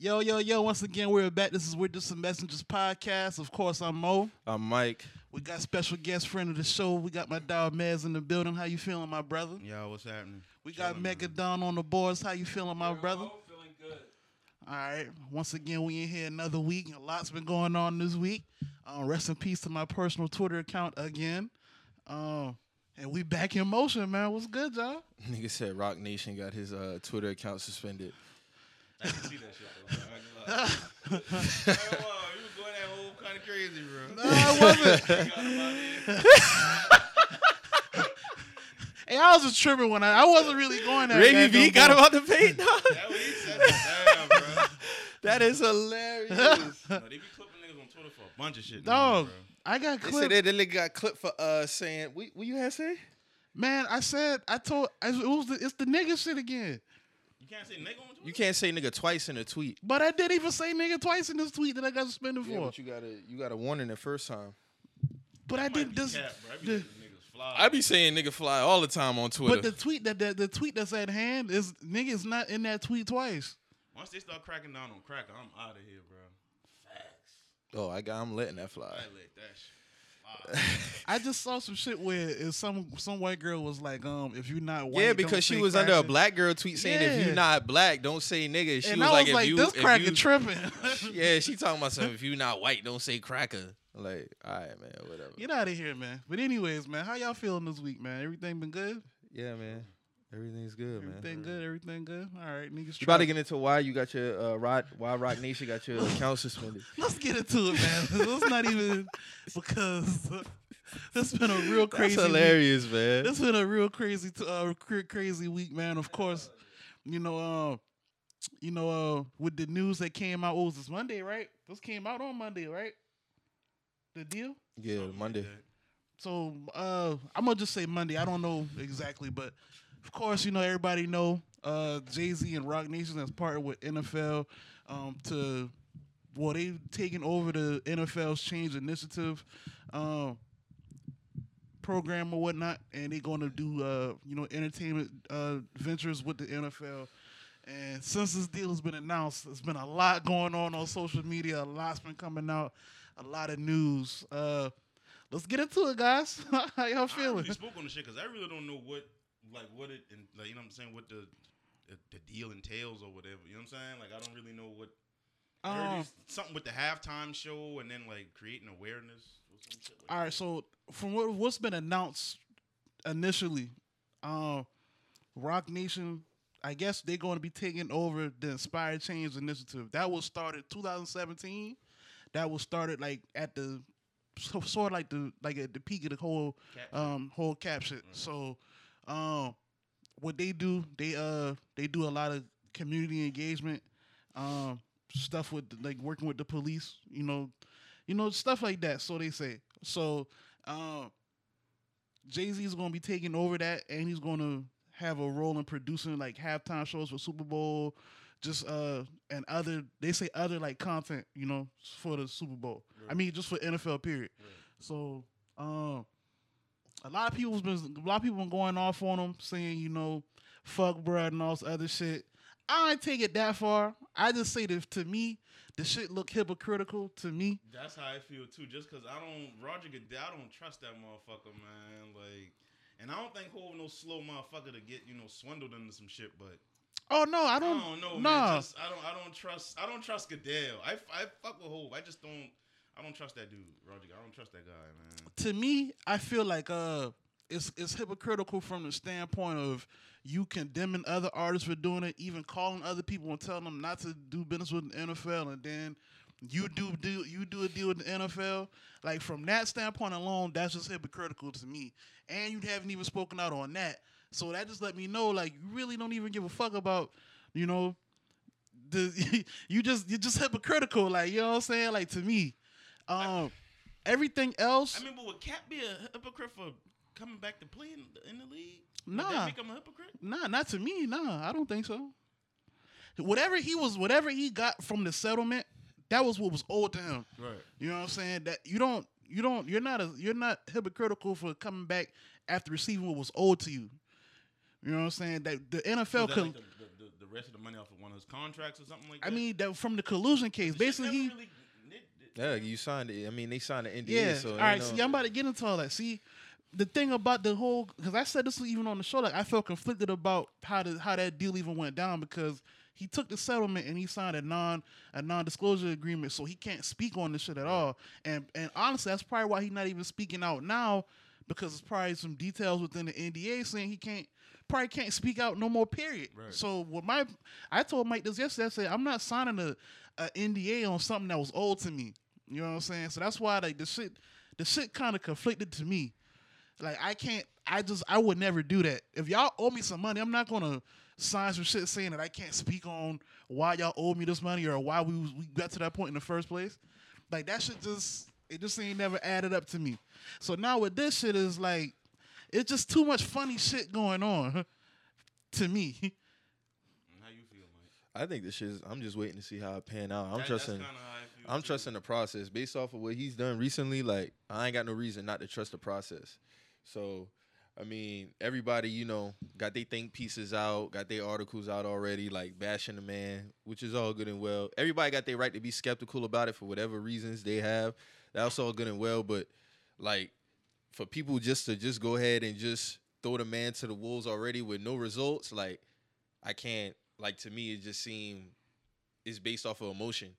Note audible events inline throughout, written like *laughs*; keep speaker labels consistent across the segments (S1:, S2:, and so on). S1: Yo, yo, yo, once again, we're back. This is We're Just Some Messengers podcast. Of course, I'm Mo.
S2: I'm Mike. *laughs*
S1: We got special guest friend of the show. We got my dog Mez in the building. How you feeling, my brother?
S3: Yo, what's
S4: *laughs*
S3: happening?
S1: We got Megadon on the boards. How you feeling, my brother?
S4: Feeling good.
S1: All right. Once again, we in here another week. A lot's been going on this week. Uh, rest in peace to my personal Twitter account again. Um, and we back in motion, man. What's good, y'all?
S2: Nigga said Rock Nation got his uh, Twitter account *laughs* suspended.
S4: I can see that shit though. I
S3: Come on, you was going that whole kind of crazy, bro.
S1: I wasn't.
S4: ain't gonna lie. You got about it.
S1: hey, I was just tripping when I, I wasn't really going that.
S2: Ravy
S1: bad,
S2: V
S1: no
S2: got
S1: more.
S2: him out the paint. *laughs*
S3: That what he said. Damn, bro.
S2: that is *laughs* hilarious.
S4: No, they be clipping niggas on Twitter for a bunch of shit. now,
S1: Dog,
S4: bro.
S1: I got
S2: they said
S1: clipped.
S2: that the nigga got clipped for uh, saying, what, what you had say?
S1: Man, I said I told I- it was the, it's the nigga shit again.
S4: You can't say nigga on Twitter.
S2: You can't say nigga twice in a tweet.
S1: But I did even say nigga twice in this tweet that I got suspended
S2: Yeah,
S1: for.
S2: but you got a you got a warning the first time.
S1: but I
S4: That might
S1: didn't
S4: be
S1: this.
S4: cap, bro. I be
S1: the-
S4: letting niggas fly.
S2: I be saying nigga fly all the time on Twitter.
S1: But the tweet that the, the tweet that's at hand is nigga is not in that tweet twice.
S4: Once they start cracking down on cracker, I'm out of here, bro. Facts.
S2: oh, I got I'm letting that fly.
S4: I let that shit fly.
S1: I just saw some shit where is some some white girl was like, um, if you're not white,
S2: yeah,
S1: don't
S2: because she
S1: say
S2: was under a
S1: cracker.
S2: black girl tweet saying if
S1: Yeah.
S2: you not black, don't say nigga. She
S1: and
S2: was
S1: I
S2: like,
S1: was
S2: if
S1: like,
S2: you
S1: this
S2: if
S1: cracker *laughs*
S2: you,
S1: tripping.
S2: *laughs* Yeah, she talking about something. If you not white, don't say cracker. Like, all right, man, whatever.
S1: Get out of here, man. But anyways, man, how y'all feeling this week, man? Everything been good?
S2: Yeah, man. Everything's good, man.
S1: Everything good? Everything good? All right, niggas.
S2: You about
S1: try-
S2: to get into why you got your uh, Rod, why Rock Nation
S1: *laughs*
S2: got your account suspended.
S1: Let's get into it, man. *laughs* Let's not even because it's been a real crazy.
S2: That's
S1: week.
S2: hilarious, man.
S1: It's been a real crazy, t- uh, cra- crazy week, man. Of course, you know, uh, you know, uh, with the news that came out, what was this Monday, right? This came out on Monday, right? The deal.
S2: yeah, Monday.
S1: So uh, I'm gonna just say Monday. I don't know exactly, but of course, you know, everybody know uh, Jay Z and Rock Nation has partnered with NFL um, to well, they've taken over the NFL's Change Initiative um, program or whatnot, and they're going to do uh, you know entertainment uh, ventures with the NFL. And since this deal has been announced, there's been a lot going on on social media. A lot's been coming out, a lot of news. Uh, let's get into it, guys. *laughs* How y'all
S4: I
S1: feeling?
S4: really spoke on the shit because I really don't know what, like, what it, and, like, you know what I'm saying, what the, the, the deal entails or whatever. You know what I'm saying? Like, I don't really know what. I heard
S1: Um,
S4: it's something with the halftime show and then like creating awareness. Or some shit like
S1: All right, so from what, what's been announced initially, um, Rock Nation, I guess they're going to be taking over the Inspired Change initiative. That was started 2017. That was started like at the so, sort of like the like at the peak of the whole
S4: that. Cap-
S1: um whole cap
S4: Mm-hmm.
S1: shit. So um what they do, they uh they do a lot of community engagement, um stuff with like working with the police, you know, you know, stuff like that. So they say. So um Jay Z is gonna be taking over that and he's gonna have a role in producing like halftime shows for Super Bowl, just uh and other they say other like content, you know, for the Super Bowl. I
S4: Right.
S1: mean just for NFL period.
S4: Right.
S1: So um a lot of people's been a lot of people been going off on him saying, you know, fuck bruh and all this other shit. I ain't take it that far. I just say that to me, the shit look hypocritical to me.
S4: That's how I feel too. Just because I don't Roger Goodell, I don't trust that motherfucker, man. Like, and I don't think Hov no slow motherfucker to get you know swindled into some shit. But
S1: Oh no, I
S4: I
S1: don't,
S4: don't, know,
S1: nah.
S4: man. Just, I don't. I don't trust. I don't trust Goodell. I, f- I fuck with Hov. I just don't. I don't trust that dude, Roger. I don't trust that guy, man.
S1: to me, I feel like uh it's it's hypocritical from the standpoint of you condemning other artists for doing it, even calling other people and telling them not to do business with the NFL and then you do do you do a deal with the NFL. Like from that standpoint alone, that's just hypocritical to me. And you haven't even spoken out on that. So that just let me know like you really don't even give a fuck about, you know, the *laughs* you just you're just hypocritical, like you know what I'm saying? Like to me. Um everything else
S4: I mean, but would Cap be a hypocrite for coming back to play in the, in the league? Would
S1: Nah.
S4: that make him a hypocrite?
S1: Nah, not to me. Nah, I don't think so. Whatever he was, whatever he got from the settlement, that was what was owed to him.
S4: Right.
S1: You know what I'm saying? That you don't, you don't, you're not, a, you're not hypocritical for coming back after receiving what was owed to you. You know what I'm saying? That the NFL
S4: that
S1: could,
S4: like the, the, the, the the rest of the money off of one of his contracts or something like that.
S1: I mean, that from the collusion case,
S4: The shit
S1: basically he.
S4: never really- it-
S2: Yeah, you signed it. I mean, they signed an NDA.
S1: Yeah.
S2: So,
S1: all
S2: you
S1: right.
S2: know.
S1: See, I'm about to get into all that. See, the thing about the whole because I said this even on the show, like I felt conflicted about how the, how that deal even went down because he took the settlement and he signed a non a non disclosure agreement, so he can't speak on this shit at all. And and honestly, that's probably why he's not even speaking out now because it's probably some details within the NDA saying he can't probably can't speak out no more. Period.
S4: Right.
S1: So what my I told Mike this yesterday. I said I'm not signing a, a NDA on something that was old to me. You know what I'm saying? So that's why like the shit the shit kind of conflicted to me. Like I can't. I just I would never do that. If y'all owe me some money, I'm not gonna sign some shit saying that I can't speak on why y'all owe me this money or why we was- we got to that point in the first place. Like that shit just it just ain't never added up to me. So now with this shit is like it's just too much funny shit going on *laughs* to me.
S4: Mm, How you feel, Mike?
S2: I think this shit. Is, I'm just waiting to see how it pan out. I'm
S4: That- that's
S2: trusting.
S4: kinda how I feel,
S2: I'm
S4: too.
S2: trusting the process based off of what he's done recently. Like I ain't got no reason not to trust the process. So, I mean, everybody, you know, got they think pieces out, got their articles out already, like bashing the man, which is all good and well. Everybody got their right to be skeptical about it for whatever reasons they have. That's all good and well, but like for people just to just go ahead and just throw the man to the wolves already with no results, like I can't. Like to me, it just seemed it's based off of emotion.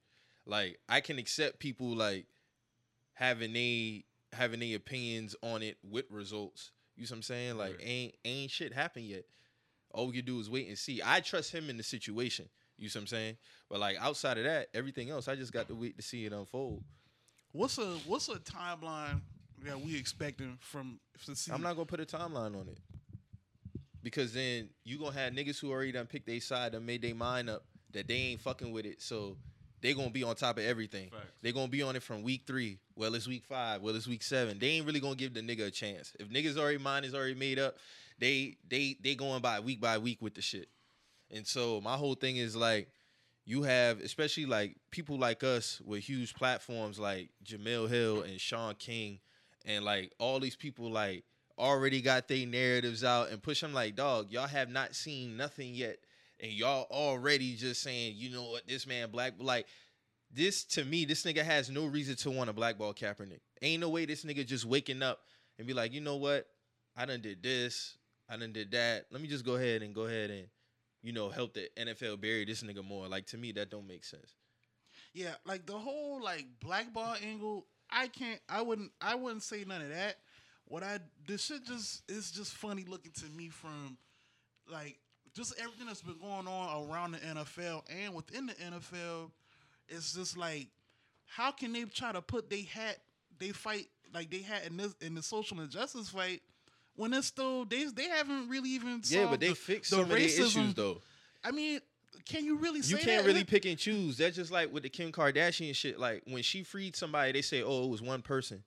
S2: Like I can accept people like having they having their opinions on it with results. You see what I'm saying? Like
S4: Right.
S2: ain't ain't shit happened yet. All we can do is wait and see. I trust him in the situation. You see what I'm saying? But like outside of that, everything else, I just got to wait to see it unfold.
S1: What's a what's a timeline that we expecting from to see?
S2: I'm not gonna put a timeline on it. Because then you gonna have niggas who already done picked their side and made their mind up that they ain't fucking with it. So they gonna be on top of everything.
S4: Facts.
S2: They gonna be on it from week three. Well, it's week five. Well, it's week seven. They ain't really gonna give the nigga a chance. If niggas already mind is already made up, they they they going by week by week with the shit. And so my whole thing is like, you have especially like people like us with huge platforms like Jamil Hill and Sean King, and like all these people like already got their narratives out and push them like dog. Y'all have not seen nothing yet, and y'all already just saying you know what this man black like. This to me, this nigga has no reason to want to blackball Kaepernick. Ain't no way this nigga just waking up and be like, you know what, I done did this, I done did that. Let me just go ahead and go ahead and you know, help the NFL bury this nigga more. Like to me, that don't make sense.
S1: Yeah, like the whole like blackball angle, I can't I wouldn't I wouldn't say none of that. What I this shit just it's just funny looking to me from like just everything that's been going on around the NFL and within the NFL, it's just like how can they try to put they hat they fight like they had in this in the social injustice fight when it's still they they haven't really even
S2: Yeah, but
S1: solved
S2: they
S1: the-
S2: fixed
S1: the
S2: some of their
S1: racism.
S2: issues though.
S1: I mean, can you really say
S2: You can't
S1: that?
S2: really pick and choose. That's just like with the Kim Kardashian shit. Like when she freed somebody, they say, "Oh, it was one person."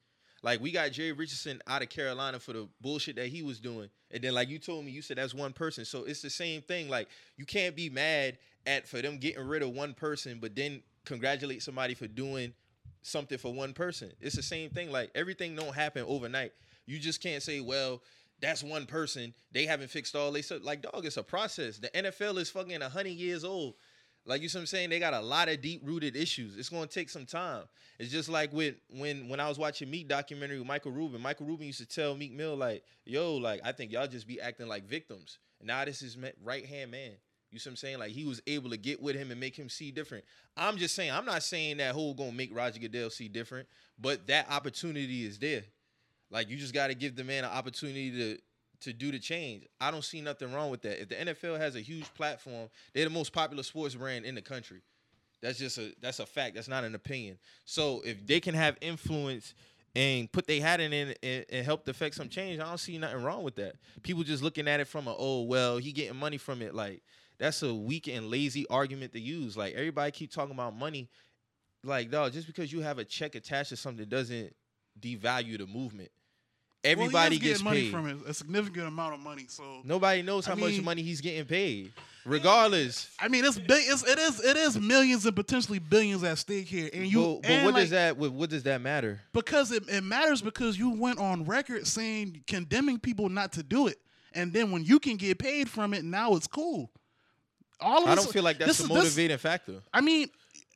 S2: Like we got Jerry Richardson out of Carolina for the bullshit that he was doing, and then like you told me, you said that's one person. So it's the same thing. Like you can't be mad at for them getting rid of one person, but then congratulate somebody for doing something for one person. It's the same thing. Like everything don't happen overnight. You just can't say, well, that's one person. They haven't fixed all they stuff. Like, dog, it's a process. The NFL is fucking hundred years old. Like you see what I'm saying? They got a lot of deep rooted issues. It's gonna take some time. It's just like with when when I was watching Meek documentary with Michael Rubin. Michael Rubin used to tell Meek Mill, like, yo, like I think y'all just be acting like victims. Now this is right hand man. You see what I'm saying? Like he was able to get with him and make him see different. I'm just saying, I'm not saying that whole gonna make Roger Goodell see different, but that opportunity is there. Like you just gotta give the man an opportunity to to do the change. I don't see nothing wrong with that. If the NFL has a huge platform, they're the most popular sports brand in the country. That's just a that's a fact. That's not an opinion. So if they can have influence and put their hat in it and, and help affect some change, I don't see nothing wrong with that. People just looking at it from a oh well, he getting money from it. Like that's a weak and lazy argument to use. Like everybody keep talking about money. Like dog, just because you have a check attached to something doesn't devalue the movement.
S1: Well, he is
S2: Everybody
S1: getting
S2: gets
S1: money
S2: paid.
S1: from it, a significant amount of money. So
S2: Nobody knows
S1: I
S2: how much
S1: mean-
S2: money he's getting paid. Regardless,
S1: I mean, it's big. It's, it is. It is millions and potentially billions at stake here. And you.
S2: but, but
S1: and
S2: what
S1: like,
S2: does that? What, what does that matter?
S1: Because it, it matters because you went on record saying condemning people not to do it, and then when you can get paid from it, now it's cool. all of
S2: I
S1: us,
S2: don't feel like
S1: this
S2: that's the
S1: is-
S2: motivating factor.
S1: I mean,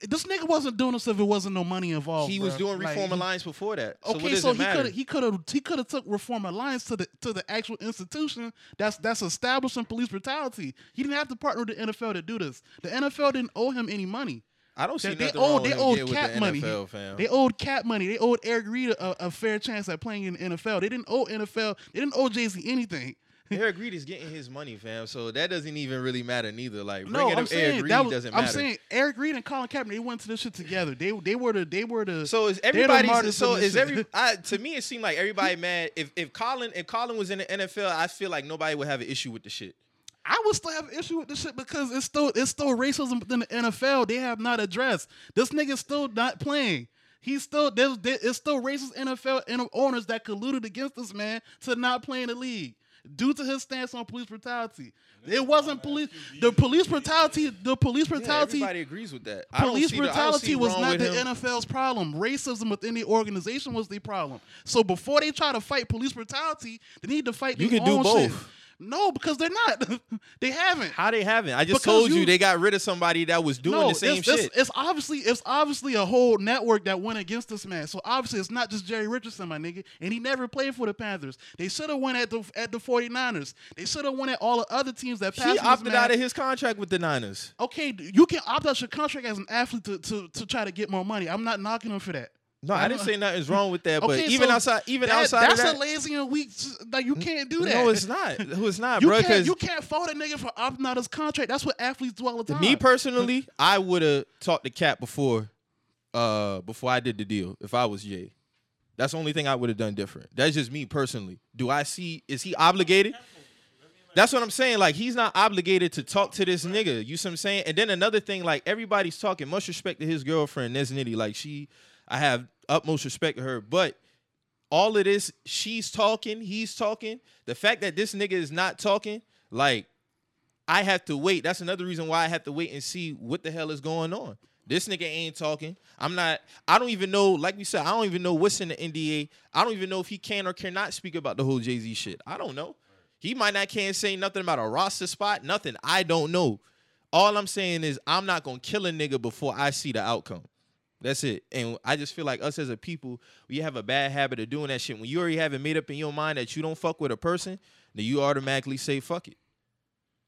S1: this nigga wasn't doing this if it wasn't no money involved.
S2: He was
S1: bruh.
S2: doing
S1: Oh, Like,
S2: Reform Alliance before that. So what
S1: Okay,
S2: does
S1: so,
S2: it
S1: he
S2: matter?
S1: could he could have he could have took Reform Alliance to the to the actual institution that's that's establishing police brutality. He didn't have to partner with the NFL to do this. The NFL didn't owe him any money.
S2: I don't see
S1: They- they
S2: nothing
S1: owe-
S2: wrong
S1: they
S2: with
S1: owe
S2: him getting with
S1: cap
S2: the
S1: money.
S2: NFL, fam.
S1: They owed cap money. They owed Eric Reed a, a fair chance at playing in the NFL. They didn't owe NFL. They didn't owe Jay Z anything.
S2: Eric Reed is getting his money, fam. So that doesn't even really matter neither. Like
S1: No, I'm
S2: bringing up Eric
S1: saying
S2: Reed
S1: that was,
S2: doesn't
S1: I'm
S2: matter.
S1: saying Eric Reed and Colin Kaepernick they went to this shit together. They they were the they were the
S2: so is
S1: the
S2: everybody?
S1: martyrs
S2: So
S1: in this
S2: is
S1: shit. *laughs*
S2: every? I, to me, it seemed like everybody mad. If if Colin if Colin was in the NFL, I feel like nobody would have an issue with the shit.
S1: I would still have an issue with this shit because it's still it's still racism within the NFL. They have not addressed this nigga's still not playing. He's still there's there, it's still racist NFL in- owners that colluded against this man to not play in the league due to his stance on police brutality. It wasn't police the police brutality the police
S2: Yeah,
S1: brutality
S2: everybody agrees with that. I don't
S1: police
S2: see the- I don't
S1: brutality
S2: see
S1: was
S2: wrong
S1: not
S2: with
S1: the
S2: him.
S1: NFL's problem. Racism within the organization was the problem. So before they try to fight police brutality, they need to fight.
S2: You
S1: their
S2: can do
S1: own shit.
S2: both.
S1: No, because they're not. *laughs* they haven't.
S2: How they haven't? I just
S1: Because
S2: told you,
S1: you-
S2: they got rid of somebody that was doing
S1: no,
S2: the same
S1: it's,
S2: shit.
S1: It's, it's obviously it's obviously a whole network that went against this man. So obviously it's not just Jerry Richardson, my nigga. And he never played for the Panthers. They should have won at the at the 49ers. They should have won at all the other teams that passed.
S2: he
S1: this
S2: opted
S1: man.
S2: out of his contract with the Niners.
S1: Okay, you can opt out your contract as an athlete to, to, to try to get more money. I'm not knocking him for that.
S2: No, I,
S1: I
S2: didn't
S1: know-
S2: say nothing's wrong with that. But
S1: *laughs* Okay,
S2: even
S1: so
S2: outside, even
S1: That-
S2: outside
S1: that's
S2: of that,
S1: a lazy and weak. Like you can't do that.
S2: no, it's not. It's not,
S1: you
S2: bro.
S1: can't.
S2: Because
S1: You can't fault a nigga for opting out his contract. That's what athletes do all the time.
S2: me personally, I would have talked to Cap before, uh, before I did the deal. If I was Jay, that's the only thing I would have done different. That's just me personally. Do I see? Is he obligated? That's what I'm saying. Like he's not obligated to talk to this nigga. You see what I'm saying? And then another thing, like everybody's talking. Much respect to his girlfriend, Ness Nitty. Like she, I have utmost respect to her. But all of this, she's talking, he's talking. The fact that this nigga is not talking, like I have to wait. That's another reason why I have to wait and see what the hell is going on. This nigga ain't talking. I'm not. I don't even know. Like we said, I don't even know what's in the NDA. I don't even know if he can or cannot speak about the whole Jay Z shit. I don't know. He might not can't say nothing about a roster spot. Nothing. I don't know. All I'm saying is I'm not gonna kill a nigga before I see the outcome. That's it. And I just feel like us as a people, we have a bad habit of doing that shit. When you already have it made up in your mind that you don't fuck with a person, then you automatically say fuck it.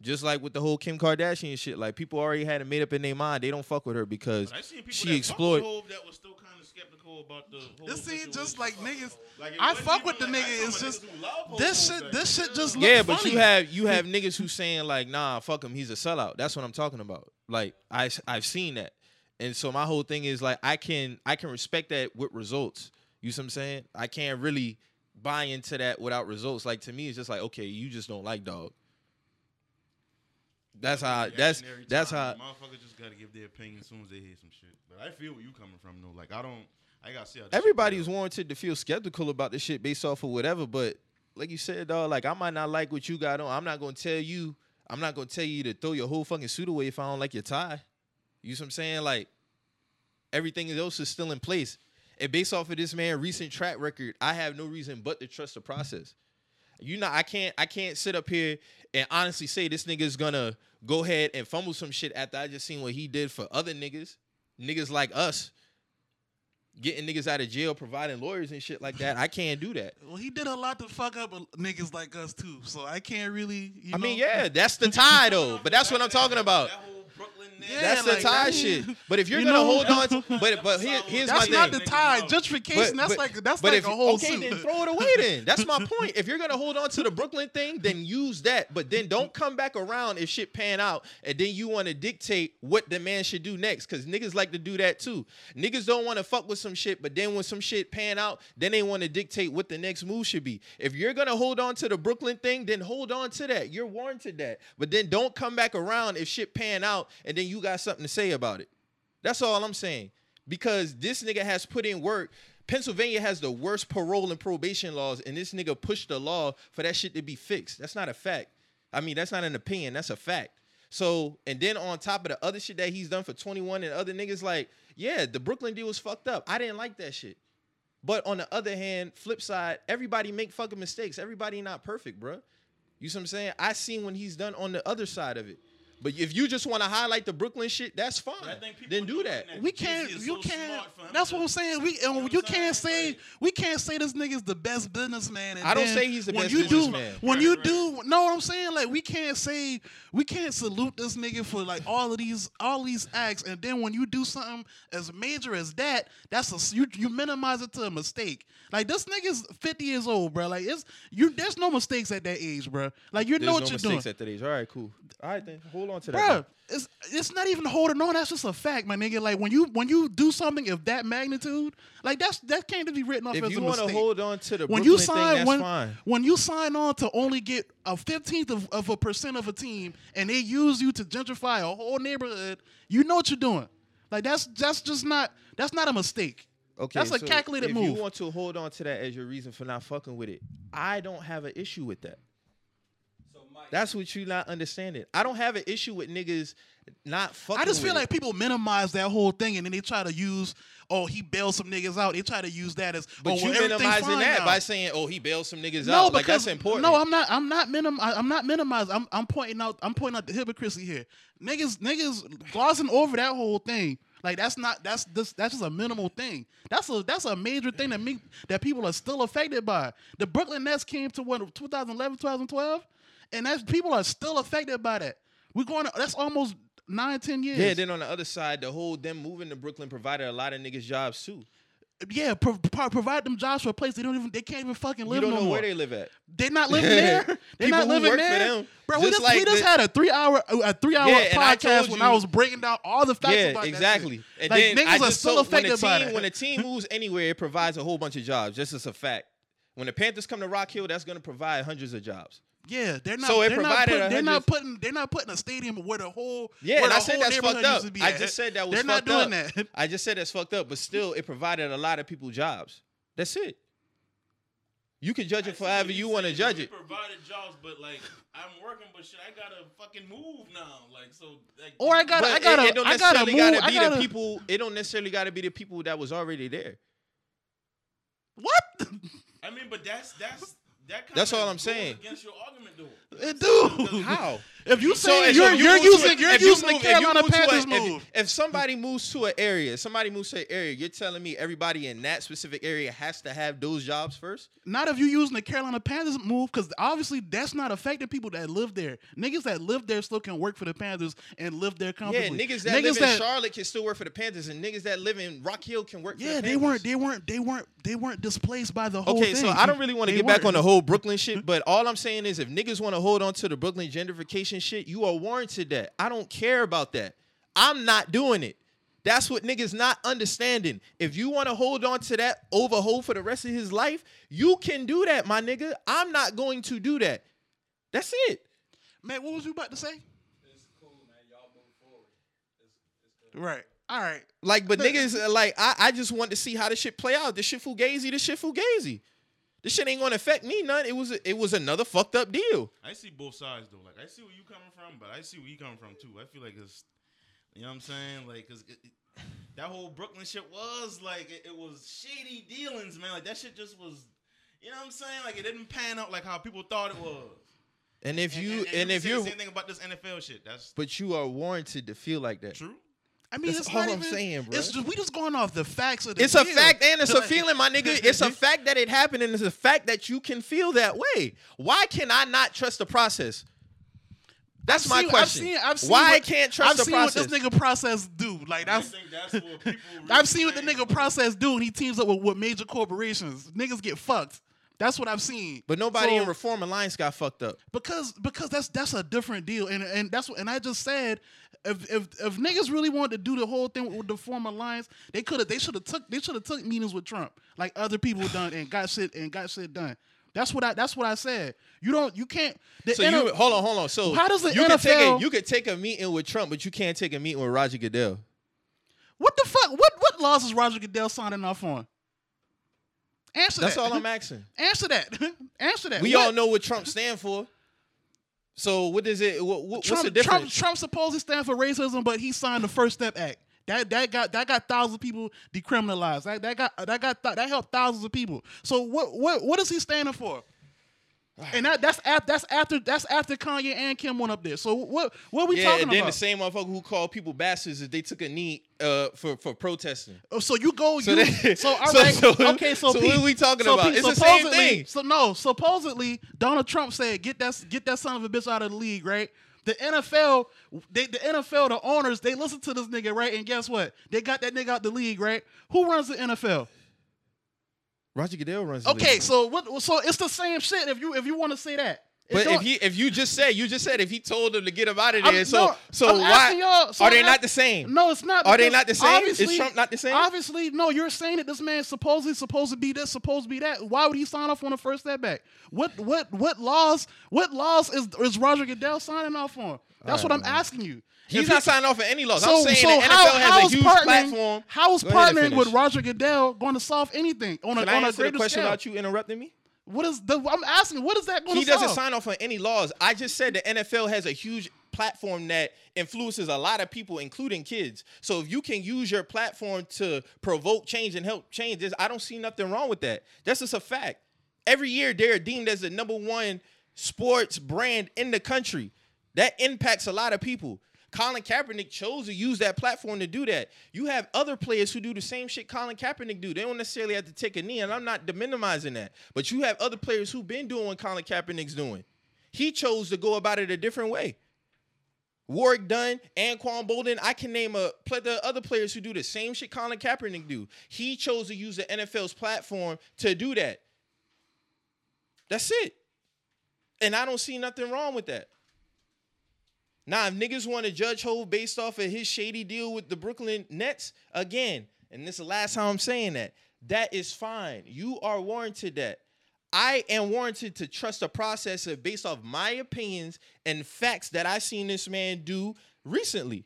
S2: Just like with the whole Kim Kardashian shit, like people already had it made up in their mind they don't fuck with her because
S4: But I seen people
S2: she
S4: that
S2: exploit-
S4: Fuck with Hov that was still kind of skeptical about the whole.
S1: This see, just
S4: situation.
S1: like niggas-
S4: Like, it
S1: I
S4: wasn't
S1: fuck
S4: even
S1: with the
S4: like, I
S1: nigga,
S4: saw
S1: it's
S4: my
S1: just-
S4: niggas who love Hov
S1: this
S4: Hov
S1: shit-
S4: back
S1: this
S4: then.
S1: shit just look-
S2: yeah, but
S1: funny.
S2: you have you have niggas who saying like nah fuck him he's a sellout. That's what I'm talking about. Like I I've seen that, and so my whole thing is like I can I can respect that with results. You see what I'm saying? I can't really buy into that without results. Like to me, it's just like okay, you just don't like dog. That's how. Uh, That's
S4: Reactionary
S2: that's how.
S4: time, Motherfuckers just gotta give their opinion as soon as they hear some shit. But I feel where you coming from though. Like I don't. I gotta see how. this shit
S2: everybody's
S4: play out.
S2: warranted to feel skeptical about this shit based off of whatever. But like you said, dog, like I might not like what you got on. I'm not gonna tell you. I'm not gonna tell you to throw your whole fucking suit away if I don't like your tie. You see what I'm saying? Like everything else is still in place. And based off of this man' recent track record, I have no reason but to trust the process. You know, I can't I can't sit up here and honestly say this nigga's gonna go ahead and fumble some shit after I just seen what he did for other niggas. Niggas like us. Getting niggas out of jail, providing lawyers and shit like that. I can't do that.
S1: Well, he did a lot to fuck up niggas like us too. So I can't really. You
S2: I mean,
S1: know-
S2: yeah, that's the tie though. But that's what I'm talking about.
S4: That whole Brooklyn nigga.
S1: Yeah,
S2: That's the
S1: like,
S2: tie
S1: that-
S2: shit. But if you're
S1: You
S2: gonna
S1: know-
S2: hold on to, but but here, here's my
S1: That's
S2: thing.
S1: not the
S4: Niggas
S1: tie.
S4: know.
S1: Gentrification.
S2: But-
S1: that's
S2: but-
S1: like that's
S2: but
S1: like
S2: if,
S1: a whole
S2: okay,
S1: suit.
S2: then throw it away. Then
S1: *laughs*
S2: that's my point. If you're gonna hold on to the Brooklyn thing, then use that. But then don't come back around if shit pan out, and then you want to dictate what the man should do next. Cause niggas like to do that too. Niggas don't want to fuck with some shit, but then when some shit pan out, then they want to dictate what the next move should be. If you're gonna hold on to the Brooklyn thing, then hold on to that. You're warranted that. But then don't come back around if shit pan out, and then you got something to say about it. That's all I'm saying. Because this nigga has put in work. Pennsylvania has the worst parole and probation laws, and this nigga pushed the law for that shit to be fixed. That's not a fact. I mean, that's not an opinion. That's a fact. So, and then on top of the other shit that he's done for 21 and other niggas, like, yeah, the Brooklyn deal was fucked up. I didn't like that shit. But on the other hand, flip side, everybody make fucking mistakes. Everybody not perfect, bruh. You see what I'm saying? I seen when he's done on the other side of it. But if you just want to highlight the Brooklyn shit, that's fine.
S4: But I think people
S2: Then do
S4: doing
S2: that.
S4: that.
S1: We
S4: Jay-Z
S1: can't.
S4: is
S1: You
S4: so
S1: can't.
S4: smart for him
S1: That's
S4: to-
S1: what I'm saying. We and
S4: know
S1: you,
S4: what I'm
S1: can't
S4: saying?
S1: say we can't say this nigga's the best businessman. and
S2: I don't
S1: then
S2: say he's the
S1: when
S2: best
S1: you do,
S2: businessman.
S1: When
S4: Right,
S1: you
S4: right.
S1: do, no, what I'm saying like we can't say we can't salute this nigga for like all of these all these acts, and then when you do something as major as that, that's a s- you you minimize it to a mistake. Like this nigga's 50 years old, bro. Like it's you. There's no mistakes at that age, bro. Like you
S2: There's
S1: know what
S2: no
S1: you're doing.
S2: mistakes at that age. All right, cool. All right, then hold on to that.
S1: Bruh, it's it's not even holding on. That's just a fact, my nigga. Like when you when you do something of that magnitude, like that's that can't just be written off
S2: If
S1: as
S2: you
S1: a
S2: want to
S1: mistake.
S2: hold on to the
S1: when
S2: Brooklyn
S1: you
S2: thing,
S1: sign
S2: that's
S1: when,
S2: fine.
S1: when you sign on to only get a fifteenth of, of a percent of a team, and they use you to gentrify a whole neighborhood, you know what you're doing. Like that's that's just not that's not a mistake.
S2: Okay,
S1: that's a
S2: so
S1: calculated
S2: if
S1: move.
S2: you want to hold on to that as your reason for not fucking with it, I don't have an issue with that.
S3: So Mike,
S2: That's what you not understanding. I don't have an issue with niggas not fucking.
S1: I just feel
S2: with
S1: like
S2: it.
S1: people minimize that whole thing, and then they try to use. Oh, he bailed some niggas out. They try to use that as.
S2: but
S1: oh,
S2: you
S1: well, everything's
S2: minimizing
S1: fine
S2: that
S1: now.
S2: by saying, "Oh, he bailed some niggas out." Like that's important.
S1: No, I'm not. I'm not minim. I, I'm not minimizing. I'm, I'm pointing out. I'm pointing out the hypocrisy here. Niggas, niggas glossing over that whole thing. Like that's not. That's this. That's just a minimal thing. That's a that's a major thing that me that people are still affected by. The Brooklyn Nets came to what 2011, 2012, and that's people are still affected by that. We're going. To, that's almost nine, ten years.
S2: yeah. Then on the other side, the whole them moving to Brooklyn provided a lot of niggas jobs too.
S1: yeah. Pro- pro- provide them jobs for a place they don't even. They can't even fucking
S2: You
S1: live
S2: don't
S1: no
S2: know
S1: more.
S2: where they live at.
S1: They're
S2: *laughs*
S1: not living there. They're
S2: People
S1: not
S2: who
S1: living
S2: work for
S1: there.
S2: them.
S1: Bro, we
S2: Just
S1: just, we
S2: like
S1: just
S2: the-
S1: had a three hour a three hour
S2: Yeah, and I
S1: podcast
S2: told
S1: when
S2: you-
S1: I was breaking down all the facts.
S2: yeah,
S1: about that
S2: exactly.
S1: shit.
S2: And
S1: like
S2: then
S1: niggas
S2: I
S1: are
S2: just
S1: still
S2: so when a
S1: affected
S2: team
S1: by that.
S2: when
S1: *laughs*
S2: a team moves anywhere, it provides a whole bunch of jobs. Just as a fact. When the Panthers come to Rock Hill, that's going to provide hundreds of jobs.
S1: yeah, they're not.
S2: So it
S1: they're, not
S2: provided
S1: putting,
S2: a
S1: they're not putting. They're not putting a stadium where the whole.
S2: Yeah,
S1: where
S2: and
S1: the
S2: I said
S1: whole
S2: that's
S1: neighborhood
S2: fucked up.
S1: used to be
S2: I
S1: at.
S2: just said that was
S1: They're not
S2: fucked
S1: doing
S2: up.
S1: that. *laughs*
S2: I just said that's fucked up, but still, it provided a lot of people jobs. That's it. You can judge
S4: I
S2: it
S4: see what
S2: however
S4: he's
S2: you want to
S4: saying.
S2: judge
S4: We
S2: it.
S4: Provided jobs, but like I'm working, but shit, I gotta fucking move now. Like so, like
S1: Or I got-
S2: But
S1: I
S2: it-
S1: gotta-
S2: it, don't
S1: I gotta
S2: necessarily
S1: move-
S2: gotta
S1: I
S2: be
S1: gotta-
S2: the people. It don't necessarily gotta be the people that was already there.
S1: What?
S4: I mean, but that's that's that. Kind
S2: That's
S4: of
S2: all I'm saying.
S4: Against your argument, though.
S1: Dude,
S2: How?
S1: If you
S2: So
S1: say
S2: if
S1: you're
S2: you
S1: you're
S2: move to
S1: using
S2: a-
S1: you're
S2: if you
S1: using the
S2: move- if you
S1: Carolina
S2: move to a-
S1: Panthers
S2: if-
S1: move.
S2: If, somebody moves to an area, if somebody moves to an area, you're telling me everybody in that specific area has to have those jobs first?
S1: Not if you using the Carolina Panthers move, because obviously that's not affecting people that live there. Niggas that live there still can work for the Panthers and live there
S2: Yeah,
S1: comfortably.
S2: niggas that live in Charlotte can still work for the Panthers, and niggas that live in Rock Hill can work. for
S1: yeah,
S2: the
S1: they weren't,
S2: Panthers.
S1: they weren't, they weren't, they weren't displaced by the whole
S2: Okay,
S1: thing.
S2: so I don't really want to
S1: They Mm-hmm.
S2: get back
S1: weren't.
S2: on the whole Brooklyn shit, but all I'm saying is if niggas want to hold on to the Brooklyn gentrification shit, you are warranted that. I don't care about that. I'm not doing it. That's what niggas not understanding. If you want to hold on to that overhaul for the rest of his life, you can do that, my nigga. I'm not going to do that. That's it.
S1: Matt, what was you about to say?
S3: it's cool, man. Y'all move forward. It's, it's cool.
S1: Right. All right.
S2: Like, but niggas, uh, like, I, I just want to see how this shit play out. This shit fugazi, this shit fugazi. This shit ain't gonna affect me none. It was it was another fucked up deal.
S4: I see both sides though. Like I see where you coming from, but I see where you coming from too. I feel like it's, you know what I'm saying? Like, cause it, it- that whole Brooklyn shit was like it, it was shady dealings, man. Like that shit just was, you know what I'm saying? Like it didn't pan out like how people thought it was.
S2: And if you and, if
S4: you
S2: you're
S4: said the same thing about this NFL shit, that's
S2: But you are warranted to feel like that.
S4: true.
S1: I mean,
S2: That's
S1: it's
S2: all
S1: not
S2: I'm
S1: even-
S2: saying, bruh.
S1: It's just, we just going off the facts of the
S2: It's a
S1: deal.
S2: fact and it's a
S1: Like,
S2: feeling, my nigga.
S1: *laughs*
S2: It's a fact that it happened and it's a fact that you can feel that way. Why can I not trust the process? That's
S1: I've
S2: my
S1: seen- I've
S2: question.
S1: seen- I've seen
S2: Why I
S1: what-
S2: can't trust
S1: I've
S2: the
S1: seen
S2: process?
S1: what this nigga process do. Like
S4: I
S1: that's.
S4: think
S2: *laughs*
S4: that's what people. really
S1: I've seen what the
S4: think.
S1: nigga process do, and he teams up with, with major corporations. Niggas get fucked. That's what I've seen.
S2: but nobody
S1: So-
S2: in Reform Alliance got fucked up.
S1: because because that's that's a different deal, and and that's what and I just said if if if niggas really wanted to do the whole thing with the former alliance, they could have they should have took they should have took meetings with Trump like other people done and got shit and got shit done. That's what I that's what I said. You don't you can't. The
S2: So
S1: inter-
S2: you hold on, hold on. So
S1: How does the
S2: you could take a,
S1: NFL
S2: you could take a meeting with Trump, but you can't take a meeting with Roger Goodell.
S1: what the fuck? What what laws is Roger Goodell signing off on? Answer
S2: That's
S1: that. *laughs*
S2: all I'm asking.
S1: Answer that. *laughs* Answer that.
S2: We
S1: What-
S2: all know what Trump stand for. So what is it? What, what,
S1: Trump,
S2: what's the difference?
S1: Trump, Trump supposedly stands for racism, but he signed the First Step Act. That that got that got thousands of people decriminalized. That, that got that got th- that helped thousands of people. So what what what is he standing for? And that, that's after that's after that's after Kanye and Kim went up there. So what what we
S2: yeah,
S1: talking
S2: and then
S1: about?
S2: the same motherfucker who called people bastards if they took a knee uh, for for protesting.
S1: Oh, so you go
S2: So
S1: you
S2: that-
S1: so all
S2: *laughs* so-
S1: right
S2: so-
S1: okay so,
S2: so
S1: Pete-
S2: what we talking about?
S1: Pete,
S2: It's the same
S1: supposedly-
S2: thing.
S1: So no, supposedly Donald Trump said get that get that son of a bitch out of the league, right? The NFL, they the NFL, the owners, they listen to this nigga, right? And guess what? They got that nigga out the league, right? Who runs the NFL?
S2: Roger Goodell runs. the
S1: Okay,
S2: league.
S1: so what? So it's the same shit. If you if you want to say that, It
S2: But if
S1: don't-
S2: he if you just said you just said if he told them to get him out of
S1: I'm-
S2: there, so
S1: no,
S2: so
S1: I'm
S2: why
S1: asking y'all- so
S2: are they
S1: I'm
S2: not
S1: ask-
S2: the same?
S1: No, it's not.
S2: Are they
S1: because
S2: not the same? Is
S1: obviously-
S2: Trump not the same?
S1: Obviously, no. You're saying that this man supposedly supposed to be this, supposed to be that. Why would he sign off on a first step back? What what what laws? What laws is is Roger Goodell signing off on? That's what I'm asking you.
S2: He's
S1: If he-
S2: not signing off for any laws. I'm
S1: so,
S2: saying
S1: so
S2: the NFL
S1: how,
S2: has a
S1: how's
S2: huge
S1: partnering,
S2: platform.
S1: How is
S2: Go ahead and
S1: partnering with
S2: finish.
S1: Roger Goodell going to solve anything on a, on
S2: Can I
S1: a
S2: answer the
S1: greater
S2: question
S1: scale?
S2: without you interrupting me?
S1: What is the? I'm asking. What is that going
S2: he
S1: to solve?
S2: doesn't sign off on any laws. I just said the NFL has a huge platform that influences a lot of people, including kids. So if you can use your platform to provoke change and help change this, I don't see nothing wrong with that. That's just a fact. Every year they're deemed as the number one sports brand in the country. That impacts a lot of people. Colin Kaepernick chose to use that platform to do that. You have other players who do the same shit Colin Kaepernick do. They don't necessarily have to take a knee, and I'm not minimizing that. But you have other players who've been doing what Colin Kaepernick's doing. He chose to go about it a different way. Warwick Dunn, Anquan Bolden, I can name a plethora of other players who do the same shit Colin Kaepernick do. He chose to use the NFL's platform to do that. That's it. And I don't see nothing wrong with that. Now, if niggas want to judge Ho based off of his shady deal with the Brooklyn Nets, again, and this is the last time I'm saying that, that is fine. You are warranted that. I am warranted to trust a process of- based off my opinions and facts that I've seen this man do recently.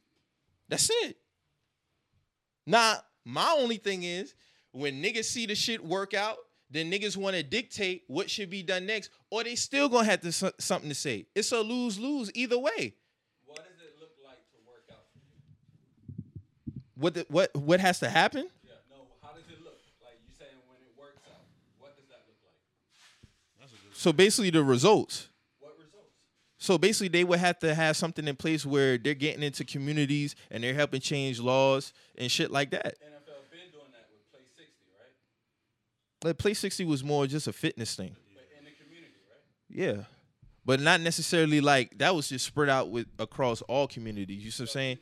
S2: That's it. Now, my only thing is when niggas see the shit work out, then niggas want to dictate what should be done next, or they still gonna have to so- something to say. It's a lose lose either way.
S3: What does it look like to work out? for you?
S2: What the, what what has to happen?
S3: Yeah. No. How does it look? Like you saying when it works out. What does that look like?
S2: So basically, the results.
S3: What results?
S2: So basically, they would have to have something in place where they're getting into communities and they're helping change laws and shit like that.
S3: NFL been doing that with Play 60, right?
S2: Like Play 60 was more just a fitness thing.
S3: But in the community, right?
S2: Yeah. But not necessarily like that was just spread out with across all communities. You see what I'm saying?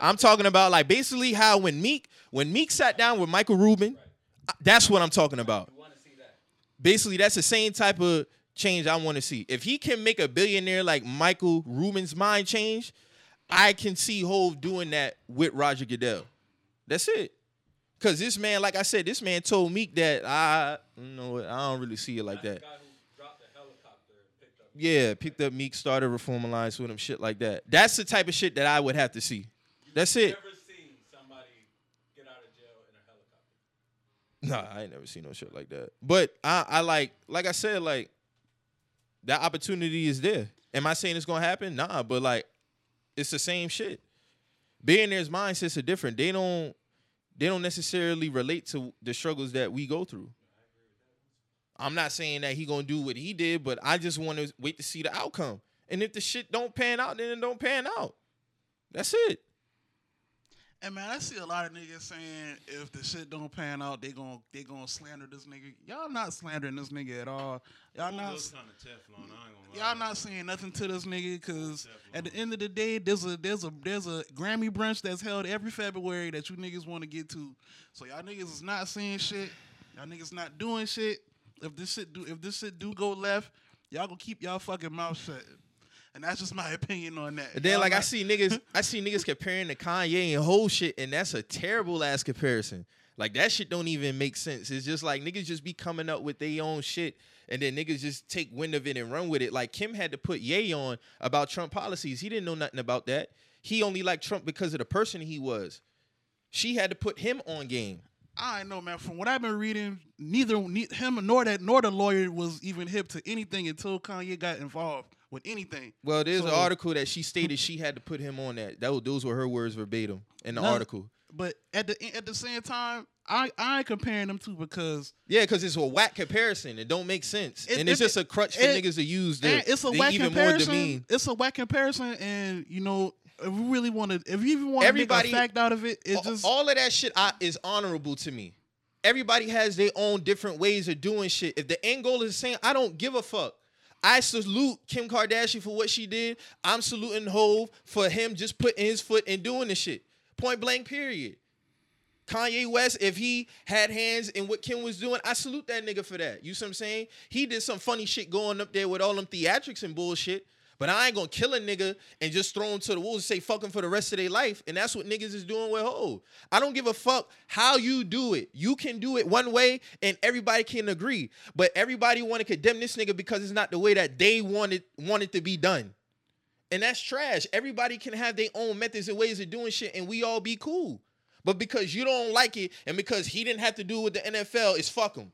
S2: I'm talking about like basically how when Meek when Meek sat down with Michael Rubin, I- that's what I'm talking about.
S3: You want to see that?
S2: Basically, that's the same type of change I want to see. If he can make a billionaire like Michael Rubin's mind change, I can see Hove doing that with Roger Goodell. That's it. Cause this man, like I said, this man told Meek that I you know what, I don't really see it like that.
S3: The guy who dropped the helicopter and picked up.
S2: Yeah, picked up Meek, started Reform Alliance with him, shit like that. That's the type of shit that I would have to see. That's it.
S3: Never seen somebody get out of jail in a helicopter.
S2: Nah, I ain't never seen no shit like that. But I, I like, like I said, like that opportunity is there. Am I saying it's gonna happen? Nah, but like, it's the same shit. Billionaires' mindsets are different. They don't, they don't necessarily relate to the struggles that we go through. I'm not saying that he gonna do what he did, but I just want to wait to see the outcome. And if the shit don't pan out, then it don't pan out. That's it.
S1: And man, I see a lot of niggas saying if the shit don't pan out, they gon' they gonna slander this nigga. Y'all not slandering this nigga at all. Y'all
S4: Who
S1: not
S4: was kinda Teflon, I ain't gonna lie.
S1: y'all not saying nothing to this nigga because at the end of the day, there's a there's a there's a Grammy brunch that's held every February that you niggas want to get to. So y'all niggas is not saying shit. Y'all niggas not doing shit. If this shit do if this shit do go left, y'all gonna keep y'all fucking mouth shut. And that's just my *laughs* opinion on that.
S2: And then
S1: Y'all
S2: like I
S1: not- *laughs*
S2: see niggas, I see niggas comparing to Kanye and whole shit, and that's a terrible ass comparison. Like that shit don't even make sense. It's just like niggas just be coming up with their own shit, and then niggas just take wind of it and run with it. Like Kim had to put Ye on about Trump policies. He didn't know nothing about that. He only liked Trump because of the person he was. She had to put him on game.
S1: I know, man. From what I've been reading, neither ne- him nor that nor the lawyer was even hip to anything until Kanye got involved with anything.
S2: Well, there's an
S1: So-
S2: article that
S1: *laughs*
S2: she stated she had to put him on that. That was, those were her words verbatim in the
S1: No.
S2: article.
S1: But at the at the same time, I I ain't comparing them two because
S2: Yeah, because it's a whack comparison. It don't make sense,
S1: It-
S2: and it's
S1: it-
S2: just a crutch for
S1: it-
S2: niggas to use. To,
S1: and it's a
S2: to
S1: whack
S2: even more
S1: comparison.
S2: demean.
S1: It's a whack comparison, and you know if you really want to, if you even want to make a
S2: Everybody-
S1: fact out of it,
S2: A-
S1: it just
S2: all of that shit I, is honorable to me. Everybody has their own different ways of doing shit. If the end goal is saying I don't give a fuck, I salute Kim Kardashian for what she did. I'm saluting Hove for him just putting his foot and doing this shit. Point blank. Period. Kanye West, if he had hands in what Kim was doing, I salute that nigga for that. You see what I'm saying? He did some funny shit going up there with all them theatrics and bullshit. But I ain't gonna kill a nigga and just throw him to the wolves and say fuck him for the rest of their life. And that's what niggas is doing with ho. I don't give a fuck how you do it. You can do it one way and everybody can agree. But everybody wanna condemn this nigga because it's not the way that they wanted wanted to be done. And that's trash. Everybody can have their own methods and ways of doing shit, and we all be cool. But because you don't like it, and because he didn't have to do with the NFL, it's fuck him.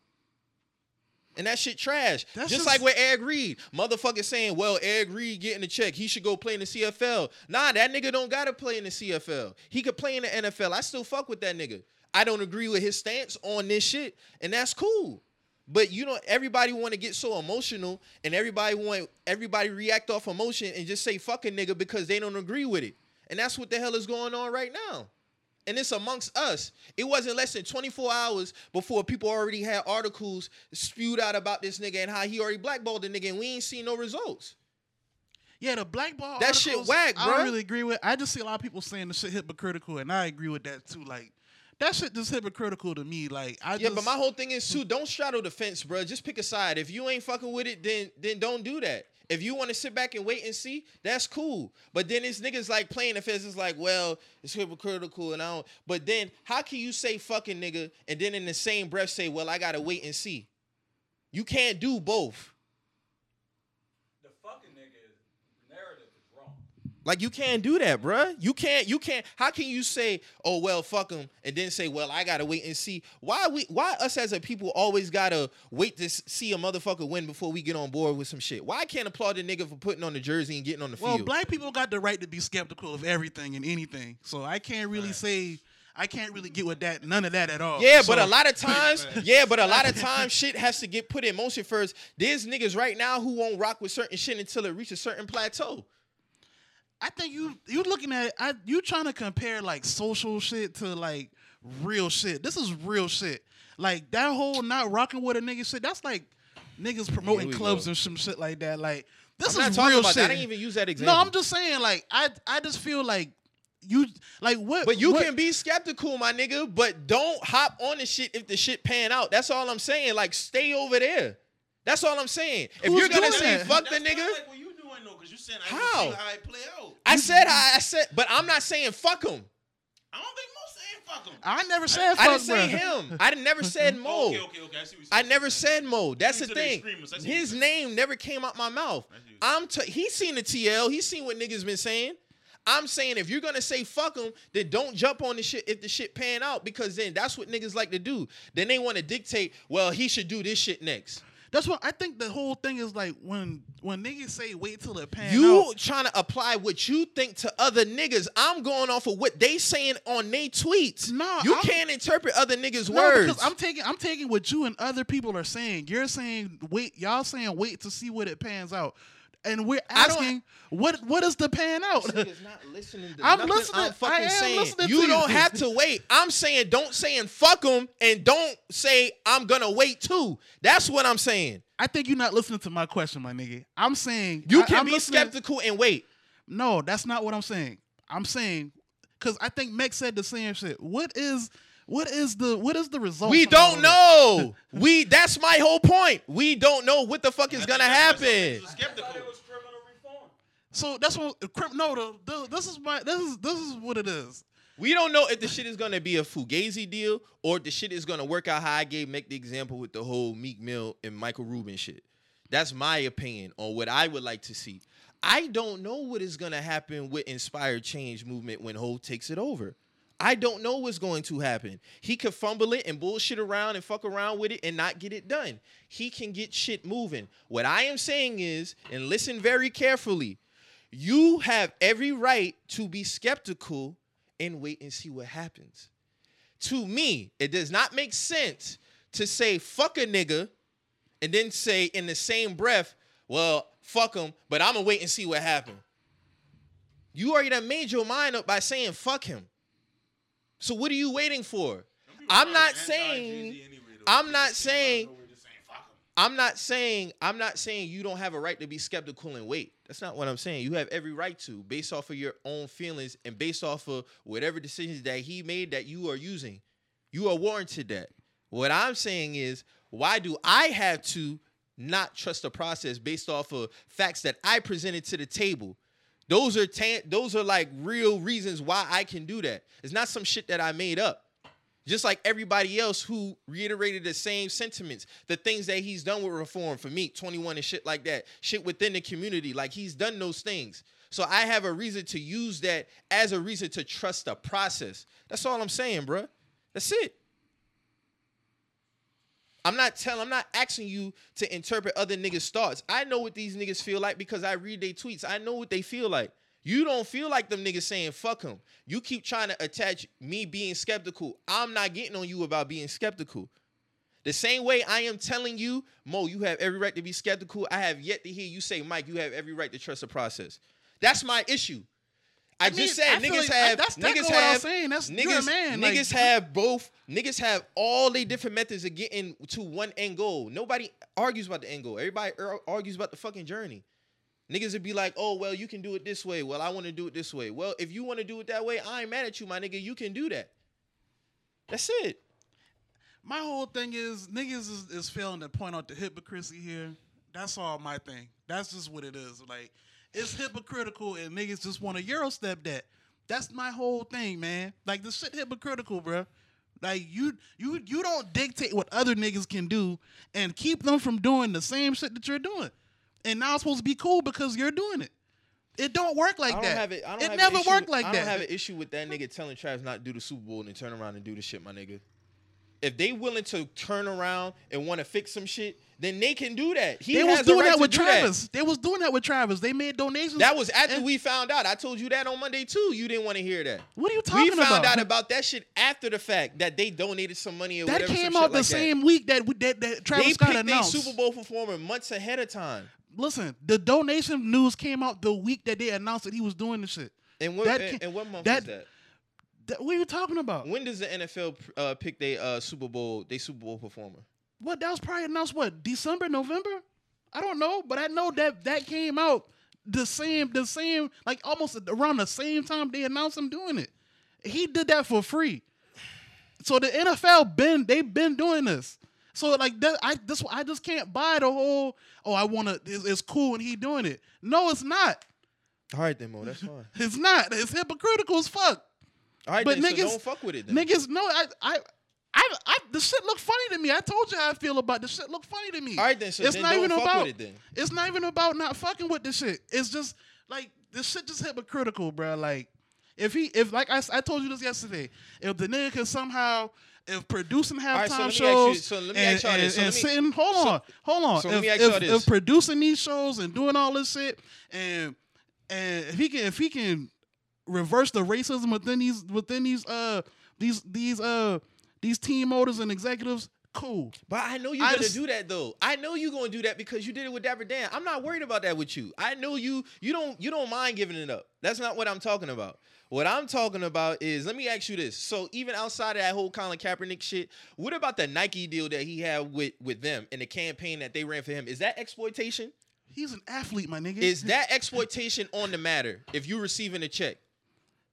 S2: And that shit trash.
S1: That's
S2: just,
S1: just-
S2: like with Eric Reed. Motherfucker saying, well, Eric Reed getting a check. He should go play in the CFL. Nah, that nigga don't gotta play in the CFL. He could play in the NFL. I still fuck with that nigga. I don't agree with his stance on this shit, and that's cool. But you know, everybody want to get so emotional, and everybody want everybody react off emotion and just say "fuck a nigga" because they don't agree with it, and that's what the hell is going on right now. And it's amongst us. It wasn't less than 24 hours before people already had articles spewed out about this nigga and how he already blackballed the nigga, and we ain't seen no results.
S1: yeah, the black ball.
S2: That shit
S1: articles,
S2: whack,
S1: I
S2: bruh.
S1: don't really agree with. I just see a lot of people saying the shit hypocritical, and I agree with that too. Like that shit just hypocritical to me. Like I
S2: Yeah,
S1: just,
S2: but my whole thing is too. Don't straddle the fence, bro. Just pick a side. If you ain't fucking with it, then then don't do that. If you want to sit back and wait and see, that's cool. But then this niggas like playing the fence. It's like, well, it's hypocritical and I don't. But then how can you say fucking nigga and then in the same breath say, well, I gotta wait and see? You can't do both.
S3: The fucking nigga is, narrative is wrong.
S2: Like you can't do that, bruh. You can't. You can't. How can you say, "Oh well, fuck him," and then say, "Well, I gotta wait and see." Why we? Why us as a people always gotta wait to s- see a motherfucker win before we get on board with some shit? Why I can't applaud the nigga for putting on the jersey and getting on the
S1: Well,
S2: field?
S1: black people got the right to be skeptical of everything and anything, so I can't really say I can't really get with that none of that at all.
S2: yeah, but
S1: So-
S2: a lot of
S1: *laughs*
S2: times, yeah, but a lot of times, shit has to get put in motion first. There's niggas right now who won't rock with certain shit until it reaches a certain plateau.
S1: I think you you looking at I you trying to compare like social shit to like real shit. This is real shit. Like that whole not rocking with a nigga shit. That's like niggas promoting
S2: we
S1: clubs
S2: go.
S1: and some shit like that. Like this
S2: I'm not
S1: is
S2: talking
S1: real
S2: about
S1: shit.
S2: that. I didn't even use that
S1: no,
S2: example.
S1: I'm just saying. Like I I just feel like you like what.
S2: But you
S1: what-
S2: can be skeptical, my nigga. But don't hop on the shit if the shit pan out. That's all I'm saying. Like, stay over there. That's all I'm saying. If
S1: Who's
S2: you're gonna
S1: doing
S2: say
S1: that?
S2: fuck
S4: That's
S2: the
S4: not
S2: nigga,
S4: Like what you doing though? Cause you saying I
S2: How?
S4: how? see how it play out.
S2: I said I, I said, but I'm not saying fuck him.
S4: I don't think Mo saying fuck him.
S1: I never said fuck
S2: I didn't say
S1: bruh.
S2: him. I
S1: *laughs*
S2: didn't- never said Mo.
S4: Okay, okay, okay. I see what you
S2: I never said Mo. That's the
S4: Lean to the
S2: thing.
S4: extremists. I see what
S2: His
S4: you're
S2: name never came out my mouth.
S4: I see what
S2: I'm. T- he's seen the TL. He's seen what niggas been saying. I'm saying if you're gonna say fuck him, then don't jump on the shit if the shit pan out because then that's what niggas like to do. Then they want to dictate. Well, he should do this shit next.
S1: That's what I think. The whole thing is like when when niggas say wait till it pan
S2: You
S1: out.
S2: trying to apply what you think to other niggas. I'm going off of what they saying on they tweets.
S1: No,
S2: you
S1: I'm-
S2: can't interpret other niggas'
S1: No,
S2: words.
S1: because I'm taking I'm taking what you and other people are saying. You're saying wait, y'all saying wait to see what it pans out, and we're
S2: I don't-
S1: asking what what is the pan out? *laughs*
S2: This nigga's not listening to
S1: I'm
S2: nothing
S1: listening.
S2: I'm fucking
S1: I am
S2: saying.
S1: listening
S2: you
S1: to you.
S2: don't have to wait. I'm saying don't saying fuck them and don't say I'm gonna wait too. That's what I'm saying.
S1: I think you're not listening to my question, my nigga. I'm saying
S2: You
S1: I-
S2: can
S1: I'm
S2: be
S1: listening-
S2: skeptical and wait.
S1: No, that's not what I'm saying. I'm saying because I think Meg said the same shit. What is what is the what is the result?
S2: We
S1: from all
S2: don't
S1: this? *laughs*
S2: know. we that's my whole point. We don't know what the fuck is
S4: I
S2: gonna
S4: think that's why
S2: happen.
S4: some niggas are
S3: I thought
S4: Skeptical.
S3: it was criminal reform.
S1: So that's what crim- no. The, the, this is my this is this is what it is.
S2: We don't know if the shit is gonna be a fugazi deal or if the shit is gonna work out how I gave make the example with the whole Meek Mill and Michael Rubin shit. That's my opinion on what I would like to see. I don't know what is gonna happen with Inspired Change movement when Ho takes it over. I don't know what's going to happen. He could fumble it and bullshit around and fuck around with it and not get it done. He can get shit moving. What I am saying is, and listen very carefully, you have every right to be skeptical and wait and see what happens. to me, it does not make sense to say fuck a nigga and then say in the same breath, well, fuck him, but I'm gonna wait and see what happens. You already done made your mind up by saying fuck him. So what are you waiting for? I'm not saying I'm not saying I'm not saying I'm not saying you don't have a right to be skeptical and wait. That's not what I'm saying. You have every right to, based off of your own feelings and based off of whatever decisions that he made that you are using. You are warranted that. What I'm saying is, why do I have to not trust the process based off of facts that I presented to the table? Those are tan- those are like real reasons why I can do that. It's not some shit that I made up just like everybody else who reiterated the same sentiments, the things that he's done with reform for me, 21 and shit like that, shit within the community, like he's done those things. So I have a reason to use that as a reason to trust the process. That's all I'm saying, bruh. That's it. I'm not telling, I'm not asking you to interpret other niggas' thoughts. I know what these niggas feel like because I read their tweets. I know what they feel like. You don't feel like them niggas saying fuck him. You keep trying to attach me being skeptical. I'm not getting on you about being skeptical. The same way I am telling you, Mo, you have every right to be skeptical. I have yet to hear you say, Mike, you have every right to trust the process. That's my issue. I,
S1: mean,
S2: just
S1: I
S2: said
S1: feel
S2: niggas
S1: like-
S2: have
S1: that's
S2: niggas
S1: technically what
S2: have
S1: I'm saying. That's-
S2: niggas,
S1: you're a man, like-
S2: niggas have both niggas have all the different methods of getting to one end goal. Nobody argues about the end goal. Everybody ar- argues about the fucking journey. Niggas would be like, oh, well, you can do it this way. Well, I want to do it this way. Well, if you want to do it that way, I ain't mad at you, my nigga. You can do that. That's it.
S1: My whole thing is niggas is, is failing to point out the hypocrisy here. That's all my thing. That's just what it is. Like it's hypocritical and niggas just want to euro step that. That's my whole thing, man. Like the shit hypocritical, bruh. Like you you you don't dictate what other niggas can do and keep them from doing the same shit that you're doing. And now it's supposed to be cool because you're doing it. It don't work like
S2: I don't
S1: that.
S2: have it. I
S1: it
S2: don't have an
S1: never
S2: issue-
S1: worked like
S2: I
S1: that.
S2: don't have an issue with that nigga telling Travis not to do the Super Bowl and then turn around and do the shit, my nigga. If they willing to turn around and want to fix some shit, then they can do that. He
S1: they
S2: has
S1: was doing
S2: the right
S1: that
S2: to
S1: with
S2: do
S1: Travis. They was doing that with Travis. They made donations.
S2: That. That was after we found out. I told you that on Monday too. You didn't want to hear that.
S1: What are you
S2: We
S1: talking
S2: found
S1: about?
S2: out about that shit after the fact that they donated some money or
S1: that
S2: whatever. some
S1: came
S2: shit
S1: out the
S2: like that.
S1: same week that we- that, that Travis
S2: They
S1: Scott
S2: picked their
S1: announced.
S2: Super Bowl performer months ahead of time.
S1: Listen, the donation news came out the week that they announced that he was doing the shit.
S2: And what
S1: That
S2: and,
S1: ca-
S2: and what month
S1: that-
S2: was that?
S1: That- what are you talking about?
S2: When does the NFL uh, pick their uh, Super Bowl they Super Bowl performer?
S1: What that was probably announced what December, November? I don't know, but I know that that came out the same, the same, like almost around the same time they announced him doing it. He did that for free. So the NFL been they've been doing this. So like that, I this I just can't buy the whole. Oh, I want to. It's, it's cool and he doing it. No, it's not.
S2: All right then, Mo. That's fine. All
S1: It's not. It's hypocritical as fuck.
S2: right,
S1: But
S2: then, so
S1: niggas-
S2: don't fuck with it. Then.
S1: Niggas, no, I, I, I, I the shit look funny to me. I told you how I feel about this shit. Look funny to me.
S2: All right then, so
S1: it's
S2: then
S1: not
S2: don't
S1: even
S2: fuck
S1: about.
S2: with it then.
S1: It's not even about not fucking with this shit. It's just like this shit just hypocritical, bruh. Like if he, if like I, s- I told you this yesterday, if the nigga can somehow. If producing halftime
S2: right, so let me ask you-
S1: shows
S2: so let me
S1: and,
S2: ask y'all
S1: and-
S2: this. So
S1: and
S2: let me-
S1: sitting, hold on, hold on.
S2: so
S1: if,
S2: let me ask
S1: if-
S2: y'all this.
S1: if producing these shows and doing all this shit, and and if he can, if he can reverse the racism within these within these uh these these uh these team owners and executives. Cool.
S2: But I know you're
S1: I
S2: gonna
S1: just-
S2: do that though. I know you're gonna do that because you did it with Dapper Dan. I'm not worried about that with you. I know you. You don't. You don't mind giving it up. That's not what I'm talking about. What I'm talking about is let me ask you this. So even outside of that whole Colin Kaepernick shit, what about the Nike deal that he had with with them and the campaign that they ran for him? Is that exploitation?
S1: He's an athlete, my nigga.
S2: Is that exploitation on the matter? If you're receiving a check,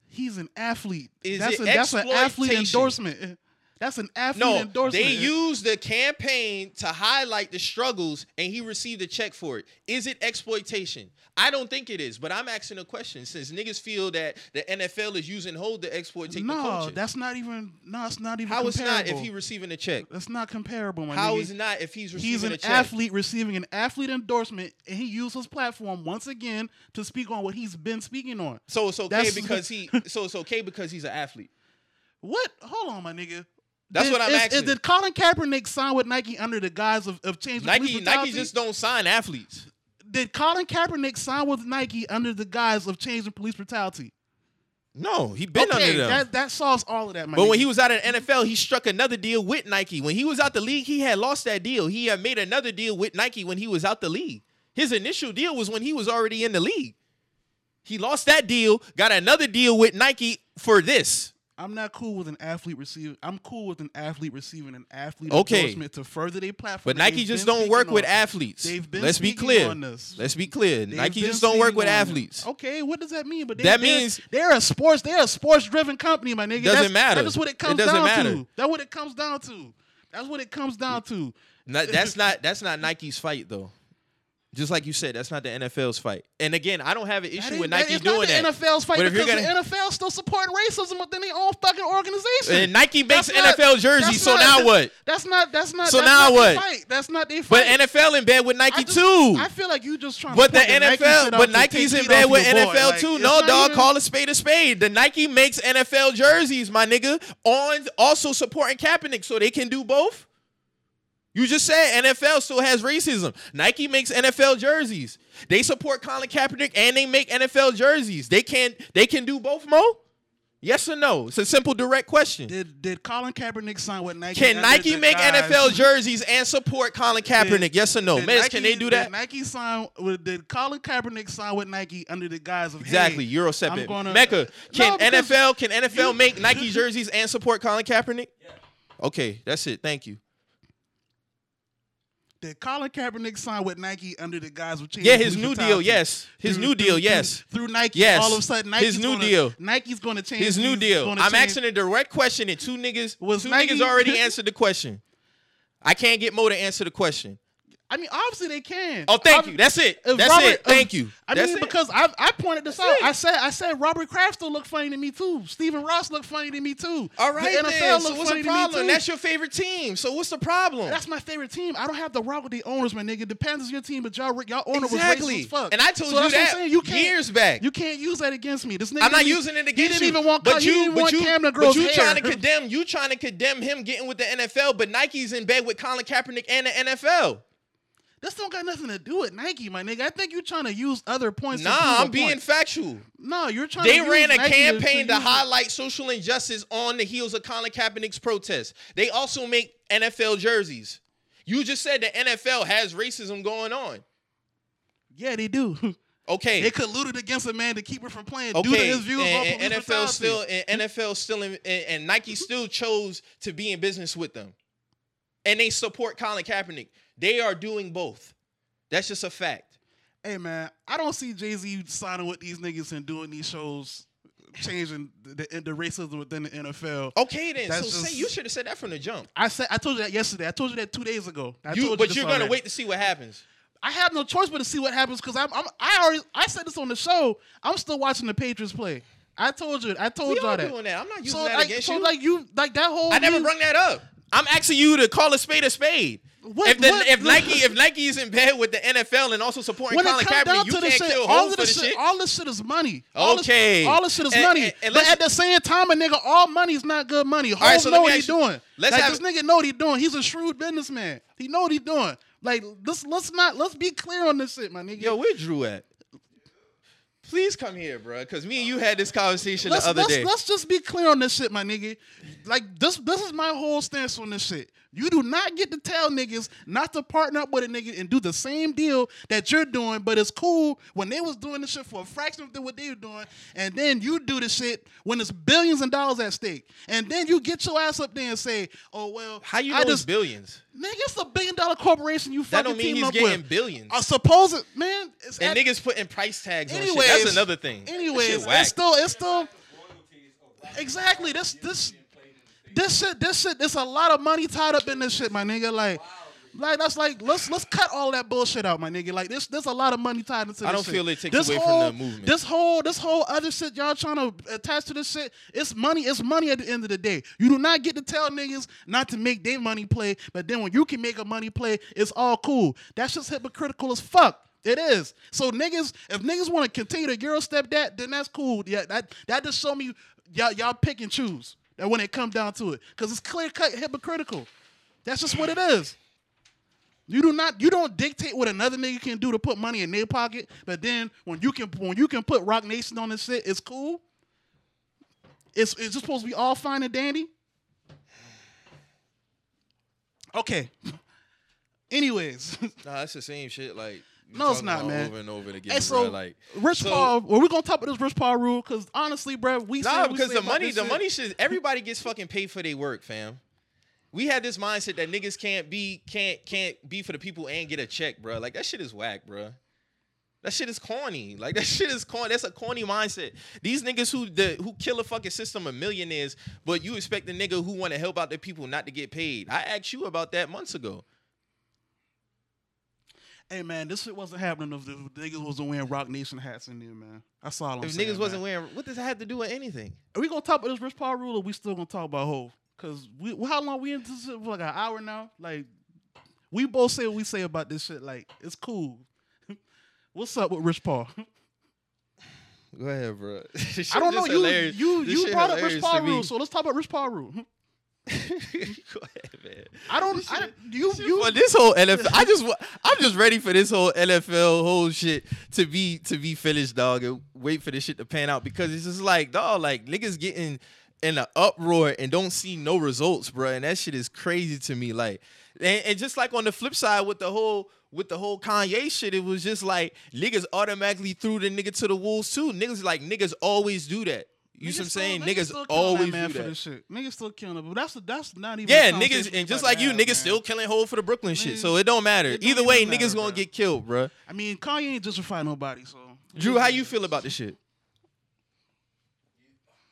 S1: He's an athlete.
S2: Is
S1: that's
S2: it
S1: a, that's an athlete
S2: exploitation?
S1: endorsement. Eh, That's an athlete
S2: no,
S1: endorsement. Eh,
S2: they used the campaign to highlight the struggles, and he received a check for it. Is it exploitation? I don't think it is, but I'm asking a question since niggas feel that the NFL is using hold to exploitate the
S1: no,
S2: culture.
S1: that's not even. No, it's not even.
S2: How it's
S1: comparable.
S2: not if he receiving a check?
S1: That's not comparable, my
S2: How
S1: nigga.
S2: is it not if he's receiving
S1: He's an
S2: a check?
S1: athlete receiving an athlete endorsement, and he used his platform once again to speak on what he's been speaking on.
S2: So it's okay
S1: That's- *laughs*
S2: because he. So it's okay because he's an athlete.
S1: What? Hold on, my nigga.
S2: That's
S1: Did-
S2: what I'm
S1: is- is-
S2: asking.
S1: Did Colin Kaepernick sign with Nike under the guise of, of changing
S2: Nike,
S1: police
S2: Nike
S1: brutality?
S2: just don't sign athletes.
S1: Did Colin Kaepernick sign with Nike under the guise of changing police brutality?
S2: No, he been under them.
S1: that that solves all of that. My
S2: but when
S1: nigga.
S2: he was out of the NFL, he struck another deal with Nike. When he was out the league, he had lost that deal. He had made another deal with Nike when he was out the league. His initial deal was when he was already in the league. He lost that deal, got another deal with Nike for this.
S1: I'm not cool with an athlete receiving. I'm cool with an athlete receiving an athlete
S2: Okay.
S1: endorsement to further their platform.
S2: But
S1: that
S2: Nike
S1: they've
S2: just
S1: been
S2: don't work
S1: speaking
S2: with
S1: on.
S2: athletes.
S1: They've been
S2: Let's be
S1: speaking
S2: clear.
S1: on this.
S2: Let's be clear.
S1: They've
S2: Nike
S1: been
S2: just don't work
S1: speaking
S2: with
S1: on this.
S2: athletes.
S1: Okay, what does that mean? But they,
S2: That
S1: they're-
S2: means-
S1: they're, a sports. They're a sports-driven company, my nigga. That's-
S2: Doesn't matter.
S1: That's what
S2: It
S1: it comes
S2: doesn't
S1: down
S2: matter.
S1: to. That's what it comes down to. That's what it comes down to.
S2: No,
S1: *laughs*
S2: that's not that's not Nike's fight though. Just like you said, that's not the NFL's fight. And again, I don't have an
S1: That
S2: issue
S1: ain't-
S2: with
S1: that-
S2: Nike
S1: it's
S2: doing
S1: not the
S2: that.
S1: NFL's fight
S2: But if you're
S1: because
S2: gonna-
S1: the NFL still support racism within their own fucking organization.
S2: And Nike makes
S1: That's not-
S2: NFL jerseys,
S1: that's
S2: so
S1: not-
S2: now
S1: that-
S2: what?
S1: That's not. That's not.
S2: So
S1: that's not
S2: now
S1: their
S2: what?
S1: Fight. That's not their
S2: But
S1: fight.
S2: NFL in bed with
S1: I
S2: Nike
S1: just-
S2: too.
S1: I feel like you just trying.
S2: But
S1: to
S2: the
S1: put Nike
S2: NFL,
S1: shit out
S2: but
S1: to take
S2: Nike's in
S1: heat
S2: bed
S1: off
S2: with
S1: your boy.
S2: NFL
S1: Like,
S2: too.
S1: it's
S2: No,
S1: not
S2: dog,
S1: even-
S2: call a spade a spade. The Nike makes NFL jerseys, my nigga, on also supporting Kaepernick, so they can do both. You just said NFL still has racism. Nike makes NFL jerseys. They support Colin Kaepernick and they make NFL jerseys. They can they can do both, Mo? Yes or no? It's a simple, direct question.
S1: Did did Colin Kaepernick sign with Nike?
S2: Can
S1: under
S2: Nike
S1: the
S2: make
S1: guise-
S2: NFL jerseys and support Colin Kaepernick?
S1: Did-
S2: yes or no?
S1: did
S2: Miz,
S1: Nike-
S2: Oh, can they do
S1: did
S2: that?
S1: Nike sign. with- Did Colin Kaepernick sign with Nike under the guise of
S2: Exactly,
S1: Hey,
S2: Euro step
S1: I'm
S2: it.
S1: gonna-
S2: Mecca, can
S1: No, because
S2: NFL can NFL
S1: you-
S2: make Nike jerseys and support Colin Kaepernick? Okay, that's it. Thank you.
S1: Did Colin Kaepernick sign with Nike under the guise of changing
S2: Yeah,
S1: police
S2: his new deal,
S1: brutality?
S2: yes. His
S1: Through-
S2: new deal,
S1: through-
S2: yes.
S1: Through, through Nike,
S2: Yes.
S1: all of a sudden
S2: His
S1: Nike's
S2: new
S1: gonna,
S2: deal.
S1: Nike's going to change.
S2: His new
S1: he's
S2: deal.
S1: gonna
S2: I'm
S1: change-
S2: asking a direct question, and two niggas,
S1: Was
S2: two
S1: Nike-
S2: niggas already answered the question. I can't get Mo to answer the question.
S1: I mean, obviously they can.
S2: Oh, thank
S1: Ob-
S2: you. That's it.
S1: if
S2: That's
S1: Robert-
S2: it. Thank
S1: if-
S2: you.
S1: I
S2: That's
S1: mean,
S2: it.
S1: because I I pointed this
S2: That's
S1: out.
S2: it.
S1: I said I said Robert Kraft still looked funny to me too. Steven Ross looked funny to me too.
S2: all right,
S1: the NFL
S2: then.
S1: looked
S2: So what's
S1: funny
S2: the
S1: to
S2: problem?
S1: me too.
S2: That's your favorite team. So what's the problem?
S1: That's my favorite team. I don't have to rock with the owners, my nigga. The Panthers your team, but y'all y'all owner was
S2: exactly.
S1: racist as fuck.
S2: And I told
S1: So
S2: you
S1: that's what I'm
S2: that
S1: saying. You can't-
S2: years back.
S1: You can't use that against me. This nigga
S2: I'm not
S1: didn't- e-
S2: using it against
S1: He
S2: you.
S1: didn't even want.
S2: but
S1: he
S2: you,
S1: didn't
S2: but
S1: want
S2: you,
S1: Cam to grow
S2: but
S1: his
S2: you
S1: hair.
S2: trying to condemn, you trying to condemn him getting with the NFL, but Nike's in bed with Colin Kaepernick and the NFL.
S1: This don't got nothing to do with Nike, my nigga. I think you're trying to use other points. to
S2: Nah,
S1: prove a
S2: I'm being
S1: point.
S2: factual.
S1: no, you're trying.
S2: They
S1: to use
S2: ran a
S1: Nike to-
S2: campaign to
S1: use-
S2: highlight social injustice on the heels of Colin Kaepernick's protest. They also make NFL jerseys. You just said the NFL has racism going on.
S1: Yeah, they do. *laughs*
S2: Okay.
S1: They colluded against a man to keep her from playing
S2: Okay,
S1: due to his views on
S2: and,
S1: police
S2: and NFL
S1: brutality.
S2: still and NFL still in, and, and Nike still chose to be in business with them, and they support Colin Kaepernick. They are doing both. That's just a fact.
S1: Hey man, I don't see Jay Z signing with these niggas and doing these shows, changing the, the, the racism within the NFL.
S2: Okay, then.
S1: That's
S2: so say
S1: just-
S2: you should have said that from the jump.
S1: Oh, I said I told you that yesterday. I told you that two days ago. I
S2: You,
S1: told
S2: but
S1: this
S2: you're gonna
S1: already.
S2: wait to see what happens.
S1: I have no choice but to see what happens because I'm, I'm I already I said this on the show. I'm still watching the Patriots play. I told you. I told
S2: We
S1: y'all
S2: all
S1: that.
S2: doing that. I'm not using
S1: so
S2: that
S1: like,
S2: against
S1: so
S2: you.
S1: like you like that whole.
S2: I never
S1: you-
S2: brought that up. I'm asking you to call a spade a spade.
S1: What-
S2: if the,
S1: what-
S2: if Nike if Nike is in bed with the NFL and also supporting
S1: When it
S2: Colin
S1: comes
S2: Kaepernick,
S1: down
S2: you
S1: to
S2: can't
S1: the shit,
S2: kill
S1: all
S2: Hov
S1: of
S2: for
S1: this
S2: the
S1: shit,
S2: shit.
S1: all this shit is money. All this-
S2: Okay.
S1: all this shit is
S2: And-
S1: money.
S2: and- and
S1: but
S2: let's-
S1: at the same time, a nigga, all money is not good money. Hov
S2: right, so let
S1: know
S2: me
S1: what
S2: ask
S1: he's
S2: you-
S1: doing.
S2: let's
S1: like
S2: have-
S1: this nigga know what he's doing. He's a shrewd businessman. He know what he's doing. Like let's let's not let's be clear on this shit, my nigga.
S2: Yo, where Drew at? Please come here, bro, because me and you had this conversation
S1: let's,
S2: the other
S1: let's,
S2: day.
S1: let's just be clear on this shit, my nigga. Like this, this is my whole stance on this shit. You do not get to tell niggas not to partner up with a nigga and do the same deal that you're doing, but it's cool when they was doing this shit for a fraction of the- what they were doing, and then you do the shit when it's billions of dollars at stake, and then you get your ass up there and say, "Oh well,
S2: How you know
S1: I
S2: it's
S1: just
S2: billions?
S1: nigga, it's a billion dollar corporation you
S2: That
S1: fucking
S2: don't mean
S1: team
S2: he's
S1: up
S2: getting
S1: with."
S2: billions.
S1: I suppose it, man. It's at-
S2: and niggas putting price tags on
S1: anyways,
S2: shit. That's another thing. That shit
S1: Anyways,
S2: whack.
S1: it's still, it's still.
S3: Royalties of black
S1: Exactly. This this
S3: being played in the state.
S1: this shit this shit there's a lot of money tied up in this shit, my nigga. Like like that's like let's let's cut all that bullshit out, my nigga. Like this there's a lot of money tied into this
S2: I don't
S1: shit.
S2: feel it takes
S1: this
S2: away from
S1: whole,
S2: the movement.
S1: This whole this whole other shit y'all trying to attach to this shit, it's money, it's money at the end of the day. You do not get to tell niggas not to make their money play, but then when you can make a money play, it's all cool. That's just hypocritical as fuck. It is. So niggas, if niggas want to continue to Euro step that, then that's cool. Yeah, that that just show me y'all y'all pick and choose. And when it come down to it, because it's clear cut hypocritical. That's just what it is. You do not you don't dictate what another nigga can do to put money in their pocket, but then when you can when you can put Rock Nation on this shit, it's cool. It's it's just supposed to be all fine and dandy. Okay. *laughs* Anyways,
S2: Nah, it's the same shit. Like we
S1: No, it's
S2: talking
S1: not,
S2: about
S1: man.
S2: Over and over again.
S1: Hey, *laughs* so-
S2: bro, like
S1: Rich
S2: So-
S1: Paul. Well, we're gonna talk about this Rich Paul rule because honestly, bro, we
S2: nah,
S1: said- we
S2: because
S1: said
S2: the
S1: about
S2: money,
S1: this
S2: the
S1: shit.
S2: money should. Everybody gets fucking paid for their work, fam. We had this mindset that niggas can't be, can't, can't be for the people and get a check, bro. Like that shit is whack, bro. That shit is corny. Like that *laughs* shit is corny. That's a corny mindset. These niggas who the who kill a fucking system of millionaires, but you expect the nigga who want to help out the people not to get paid. I asked you about that months ago.
S1: Hey man, this shit wasn't happening if the niggas wasn't wearing Rock Nation hats in there, man. That's all I'm
S2: if
S1: saying.
S2: niggas wasn't
S1: man.
S2: wearing, what does that have to do with anything?
S1: Are we gonna talk about this Rich Paul rule or we still gonna talk about Hove? Cause we how long we into this shit? For like an hour now? Like we both say what we say about this shit. Like, it's cool. *laughs* What's up with Rich
S2: *laughs*
S1: Paul?
S2: Go ahead, bro.
S1: I don't know. You you you brought up Rich Paul *laughs* rule, so let's talk about Rich Paul rule.
S2: Go ahead, man.
S1: I don't.
S2: This
S1: I,
S2: shit-
S1: you you.
S2: But this
S1: *laughs*
S2: whole NFL, I just wa- I'm just ready for this whole NFL whole shit to be to be finished, dog, and wait for this shit to pan out because it's just like, dog, like niggas getting in an uproar and don't see no results, bro, and that shit is crazy to me. Like, and, and just like on the flip side with the whole with the whole Kanye shit, it was just like niggas automatically threw the nigga to the wolves too. Niggas like niggas always do that. You see what I'm saying? Niggas, always
S1: man
S2: do
S1: for
S2: that.
S1: this shit. Niggas still killing it, but that's that's not even. a
S2: Yeah,
S1: conversation
S2: niggas,
S1: we
S2: and just
S1: about to
S2: like you,
S1: have,
S2: niggas
S1: man.
S2: still killing hole for the Brooklyn shit.
S1: Man,
S2: So it don't matter.
S1: it don't
S2: Either way,
S1: even matter,
S2: niggas gonna
S1: bruh.
S2: get killed, bruh.
S1: I mean, Kanye ain't justify nobody, so.
S2: Drew, how you feel about this shit?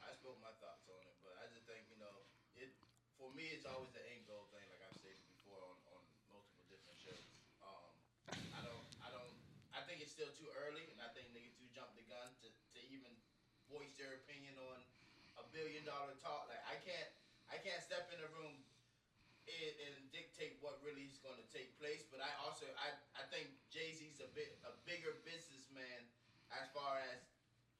S5: I spoke my thoughts on it, but I just think you know, it for me it's always the end goal thing, like I've stated before on, on multiple different shows. Um, I don't, I don't, I think it's still too early, and I think niggas too jumped the gun to, to even voice their opinion on a billion dollar talk. Like I can't, I can't step in a room and, and dictate what really is going to take place. But I also, I, I think Jay Z's a bit a bigger businessman as far as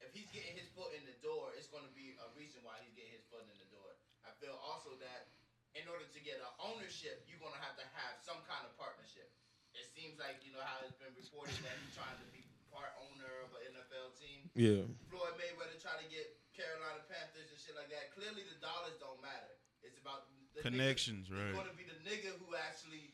S5: if he's getting his foot in the door, it's going to be a reason why he's getting his foot in the door. I feel also that in order to get an ownership, you're going to have to have some kind of partnership. It seems like, you know, how it's been reported that he's trying to be part owner of an NFL team.
S2: Yeah.
S5: Floyd Mayweather trying to get Carolina Panthers and shit like that. Clearly, the dollars don't matter. It's about the nigga-
S4: Connections,
S5: It's
S4: right.
S5: going to be the nigga who actually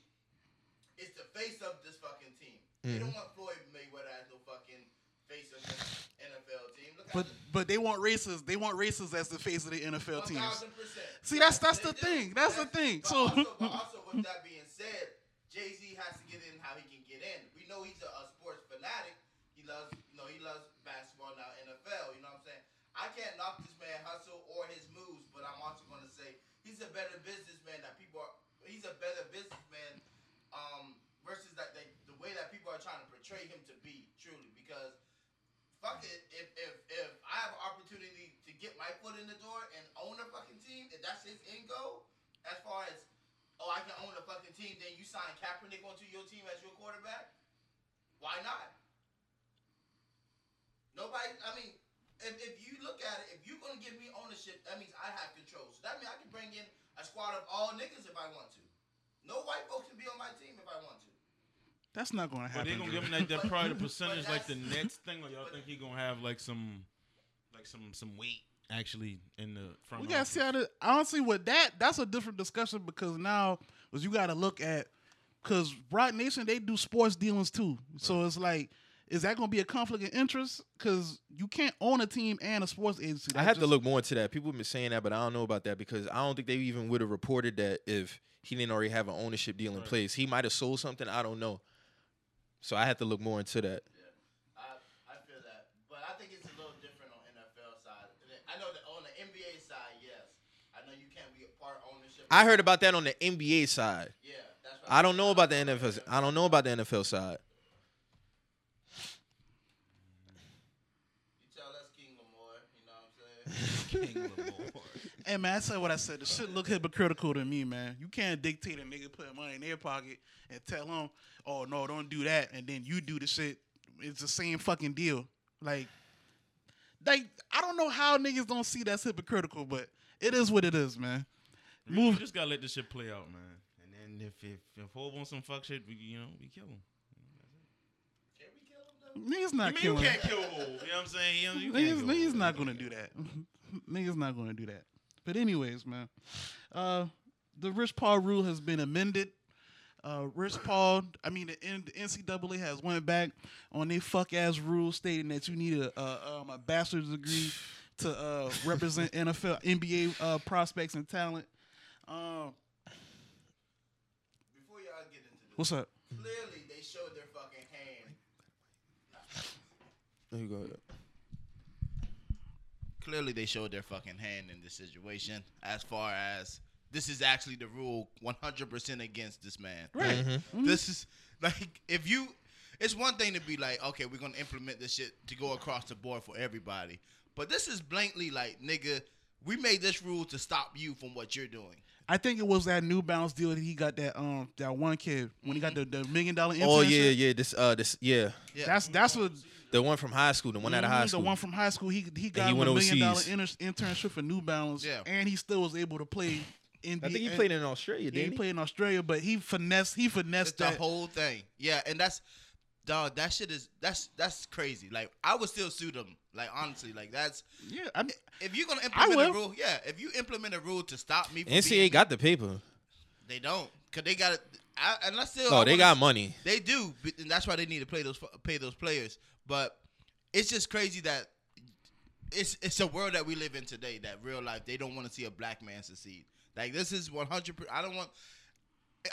S5: is the face of this fucking team. They
S4: Mm.
S5: don't want Floyd Mayweather as no fucking face of this NFL team. Look
S1: But
S5: at the-
S1: but they want racists. They want racists as the face of the NFL teams.
S5: 1000%.
S1: See, that's- that's
S5: They
S1: the
S5: do.
S1: thing. That's the thing.
S5: but
S1: So-
S5: also,
S1: *laughs*
S5: but also, with that being said, Jay Z has to get in how he can get in. We know he's a, a sports fanatic. He loves, you know, he loves basketball now, NFL. You know what I'm saying? I can't knock this man hustle or his moves, but I'm also going to say he's a better businessman that people are. He's a better businessman um, versus that they, the way that people are trying to portray him to be truly because fuck it. If if if I have an opportunity to get my foot in the door and own a fucking team, if that's his end goal, as far as oh I can own a fucking team, then you sign Kaepernick onto your team as your quarterback. Why not? Nobody. I mean, if, if you look at it, if you're gonna give me ownership, that means I have control. So that means I can bring in a squad of all niggas if I want to. No white folks can be on my team if I want to.
S1: That's not going to
S4: But
S1: happen.
S4: they gonna
S1: bro.
S4: give him like that
S5: But-
S4: probably the
S5: *laughs* but
S4: percentage like the
S5: that's-
S4: next thing, or y'all
S5: but-
S4: think he gonna have like some, like some some weight actually in the front.
S1: we gotta
S4: office.
S1: see how to honestly with that that's a different discussion because now was you gotta look at because rock nation they do sports dealings too so it's like is that gonna be a conflict of interest because you can't own a team and a sports agency
S2: I
S1: That
S2: have to
S1: just-
S2: look more into that. People have been saying that, but I don't know about that because I don't think they even would have reported that if he didn't already have an ownership deal in
S4: Right.
S2: place. He might have sold something. I don't know. So I have to look more into that.
S5: I, I feel that, but I think it's a little different on NFL side. I know that on the NBA side, yes, I know you can't be a part ownership.
S2: I heard about that on the NBA side.
S5: Yeah, that's what
S2: I don't know about the NFL. I don't know about the NFL side.
S5: You tell us King Lamar, you know what I'm saying?
S2: *laughs*
S1: hey man i said what i said the shit look hypocritical to me man you can't dictate a nigga putting money in their pocket and tell them oh no don't do that and then you do the shit it's the same fucking deal like like i don't know how niggas don't see that's hypocritical but it is what it is man
S4: Move. We just gotta let this shit play out, man. And then if if if Hov wants some fuck shit, we you know we kill him.
S5: Can we kill him though?
S1: Niggas
S4: I
S1: not
S4: mean, you
S1: killing.
S4: can't kill Hov. You know what I'm saying? You, know, you can't
S1: niggas,
S4: kill
S1: niggas
S4: Hov.
S1: not gonna do that. niggas not going to do that. But anyways, man, uh, the Rich Paul rule has been amended. Uh, Rich Paul, I mean, the, N- the NCAA has went back on their fuck ass rule stating that you need a a, um, a bachelor's degree to uh, represent NFL, NBA uh, prospects and talent. Um,
S5: Before y'all get into this,
S1: what's up?
S5: clearly they showed their fucking hand.
S2: There you go.
S5: Clearly they showed their fucking hand in this situation. As far as this is actually the rule, 100% against this man.
S1: Right. Mm-hmm.
S5: This is like if you. It's one thing to be like, okay, we're gonna implement this shit to go across the board for everybody, but this is blatantly like, nigga, we made this rule to stop you from what you're doing.
S1: I think it was that New Balance deal that he got that um that one kid when he got the, the million dollar internship.
S2: Oh yeah, yeah. This uh, this yeah,
S5: Yeah,
S1: That's that's what
S2: the one from high school, the one out of high
S1: Mm, the
S2: school.
S1: one from high school. He he got
S2: he
S1: a
S2: went
S1: million dollar
S2: overseas.
S1: inter- internship for New Balance.
S5: Yeah.
S1: and he still was able to play. NBA,
S2: I think he played in Australia,
S1: Yeah, he
S2: didn't he?
S1: played in Australia, but he finessed. He
S5: That's
S1: finessed
S5: the
S1: that.
S5: whole thing. Yeah, and that's dog. That shit is that's that's crazy. Like I would still sue them. Like honestly, like that's
S1: yeah, I mean,
S5: if you're gonna implement
S1: will.
S5: a rule. Yeah, if you implement a rule to stop me, from
S2: NCAA
S5: being-
S2: got the paper.
S5: they don't because they got it. I- And I still
S2: No,
S5: I
S2: Oh, they
S5: wanna-
S2: got money.
S5: They do, but- and that's why they need to play those fu- pay those players. But it's just crazy that it's it's a world that we live in today. That real life, they don't want to see a black man succeed. Like this is one hundred. I don't want.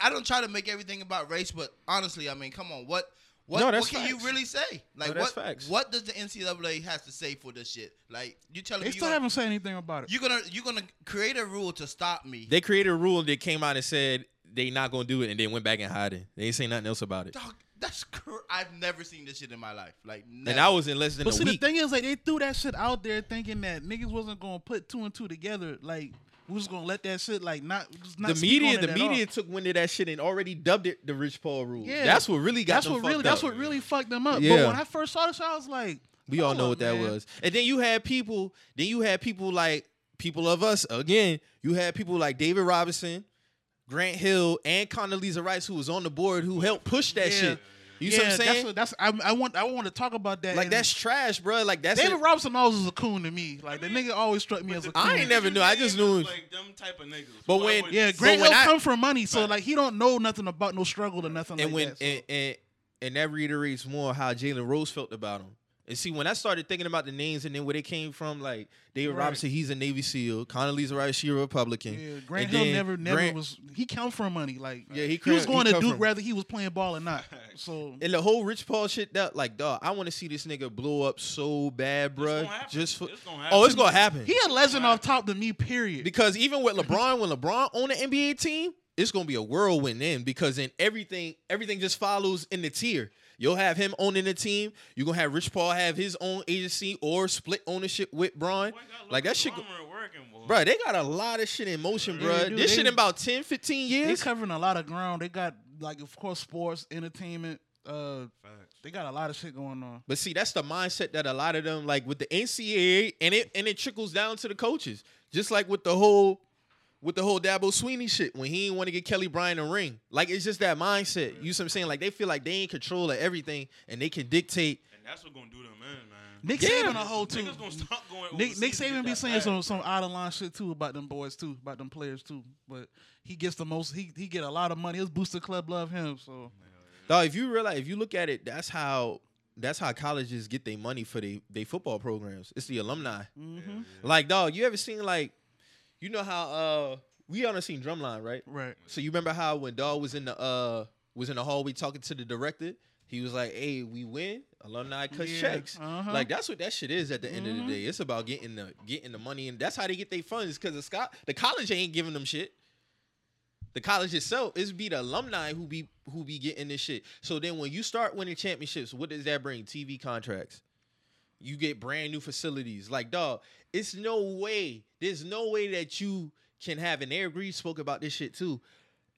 S5: I don't try to make everything about race, but honestly, I mean, come on, what what,
S2: No,
S5: what
S2: that's
S5: can you
S2: facts.
S5: really say? Like
S2: that's
S5: what
S2: facts.
S5: what does the NCAA has to say for this shit? Like you telling
S1: they
S5: me
S1: still
S5: you're,
S1: haven't said anything about it.
S5: you're gonna you're gonna create a rule to stop me?
S2: They created a rule that came out and said they not gonna do it, and then went back and hiding. They ain't say nothing else about it.
S5: Dog, that's cr- I've never seen this shit in my life. Like never.
S2: And I was in less than
S1: but
S2: a
S1: see,
S2: week.
S1: the thing is, like, they threw that shit out there thinking that niggas wasn't gonna put two and two together. Like, we was gonna let that shit like not. just not
S2: the
S1: speak on
S2: media,
S1: it
S2: the
S1: at all.
S2: media took wind of that shit and already dubbed it the Rich Paul rule.
S1: Yeah.
S2: that's what really got
S1: That's
S2: them
S1: what
S2: fucked
S1: really.
S2: up.
S1: That's what really fucked them up. But
S2: Yeah.
S1: when I first saw this, I was like,
S2: We all
S1: hold
S2: know
S1: up,
S2: what that
S1: man.
S2: was. And then you had people, then you had people like people of us again. You had people like David Robinson, Grant Hill, and Condoleezza Rice who was on the board who helped push that
S1: Yeah.
S2: shit. You
S1: yeah,
S2: see what I'm saying?
S1: That's, what, that's I, I want. I want to talk about that.
S2: like
S1: and-
S2: that's trash, bro. Like that's
S1: David
S2: it.
S1: Robinson always was a coon to me. Like the nigga always struck me as a coon.
S2: I ain't never knew. I just knew-
S4: like them type of niggas.
S2: But
S4: Why
S2: when-
S4: would-
S1: Yeah,
S2: So
S1: Grant
S2: when
S1: Hill
S2: I-
S1: come for money, so
S4: Right.
S1: like he don't know nothing about no struggle or nothing
S2: and
S1: like
S2: when
S1: that. so-
S2: and, and and that reiterates more how Jalen Rose felt about him. And see, when I started thinking about the names and then where they came from, like David
S1: Right.
S2: Robinson, he's a Navy SEAL. Condoleezza Rice, she a Republican.
S1: yeah, Grant
S2: And
S1: Hill
S2: then
S1: never, never
S2: Grant-
S1: was. He come for money. Like
S2: Yeah, he
S1: he was
S2: come-
S1: going
S2: he
S1: to
S2: come
S1: Duke
S2: from-
S1: whether he was playing ball or
S2: *laughs*
S1: not. So
S2: And the whole Rich Paul shit, that like, dog, I want to see this nigga blow up so bad,
S4: It's
S2: bruh.
S4: gonna happen.
S2: Just for
S4: It's gonna happen.
S2: oh, it's gonna happen.
S1: he a legend off top to me. Period.
S2: because even with LeBron, when LeBron on the NBA team, it's gonna be a whirlwind then because then everything, everything just follows in the tier. You'll have him owning the team. You're gonna have Rich Paul have his own agency or split ownership with Braun.
S4: Boy, got
S2: Like that
S4: Luka
S2: shit, go-
S4: Doncic working, boy.
S2: bruh, They got a lot of shit in motion,
S1: They
S2: bruh.
S1: do.
S2: This
S1: They-
S2: shit in about 10, 15
S1: They
S2: years.
S1: covering a lot of ground. They got like of course sports, entertainment. Uh,
S4: Facts.
S1: they got a lot of shit going on.
S2: But see, that's the mindset that a lot of them like with the NCAA, and it and it trickles down to the coaches. Just like with the whole with the whole Dabo Sweeney shit, when he didn't want to get Kelly Bryant a ring, like it's just that mindset. You see what I'm saying? Like they feel like they in control of everything, and they can dictate.
S4: And that's what gonna do them in, man.
S1: Nick
S2: Yeah.
S1: Saban a whole too.
S4: Niggas gonna stop going.
S1: Nick, Nick
S4: overseas to get
S1: Saban be
S4: that
S1: saying
S4: bag.
S1: some some out of line shit too about them boys too, about them players too. But he gets the most. He he get a lot of money. His booster club love him. So
S2: Dog, if you realize, if you look at it, that's how that's how colleges get their money for their they football programs. It's the alumni.
S1: Mhm.
S2: Like dog, you ever seen like, you know how uh we all done seen Drumline, right?
S1: right.
S2: So you remember how when Dahl was in the uh was in the hallway talking to the director, he was like, "Hey, we win, alumni cut
S1: Yeah,
S2: checks."
S1: uh-huh.
S2: Like that's what that shit is. At the end of
S1: Mhm.
S2: the day, it's about getting the getting the money, and that's how they get their funds. Because the sco- the college ain't giving them shit. The college itself is be the alumni who be who be getting this shit. So then when you start winning championships, what does that bring? TV contracts. You get brand new facilities. Like, dog, it's no way. There's no way that you can have an air grease spoke about this shit too.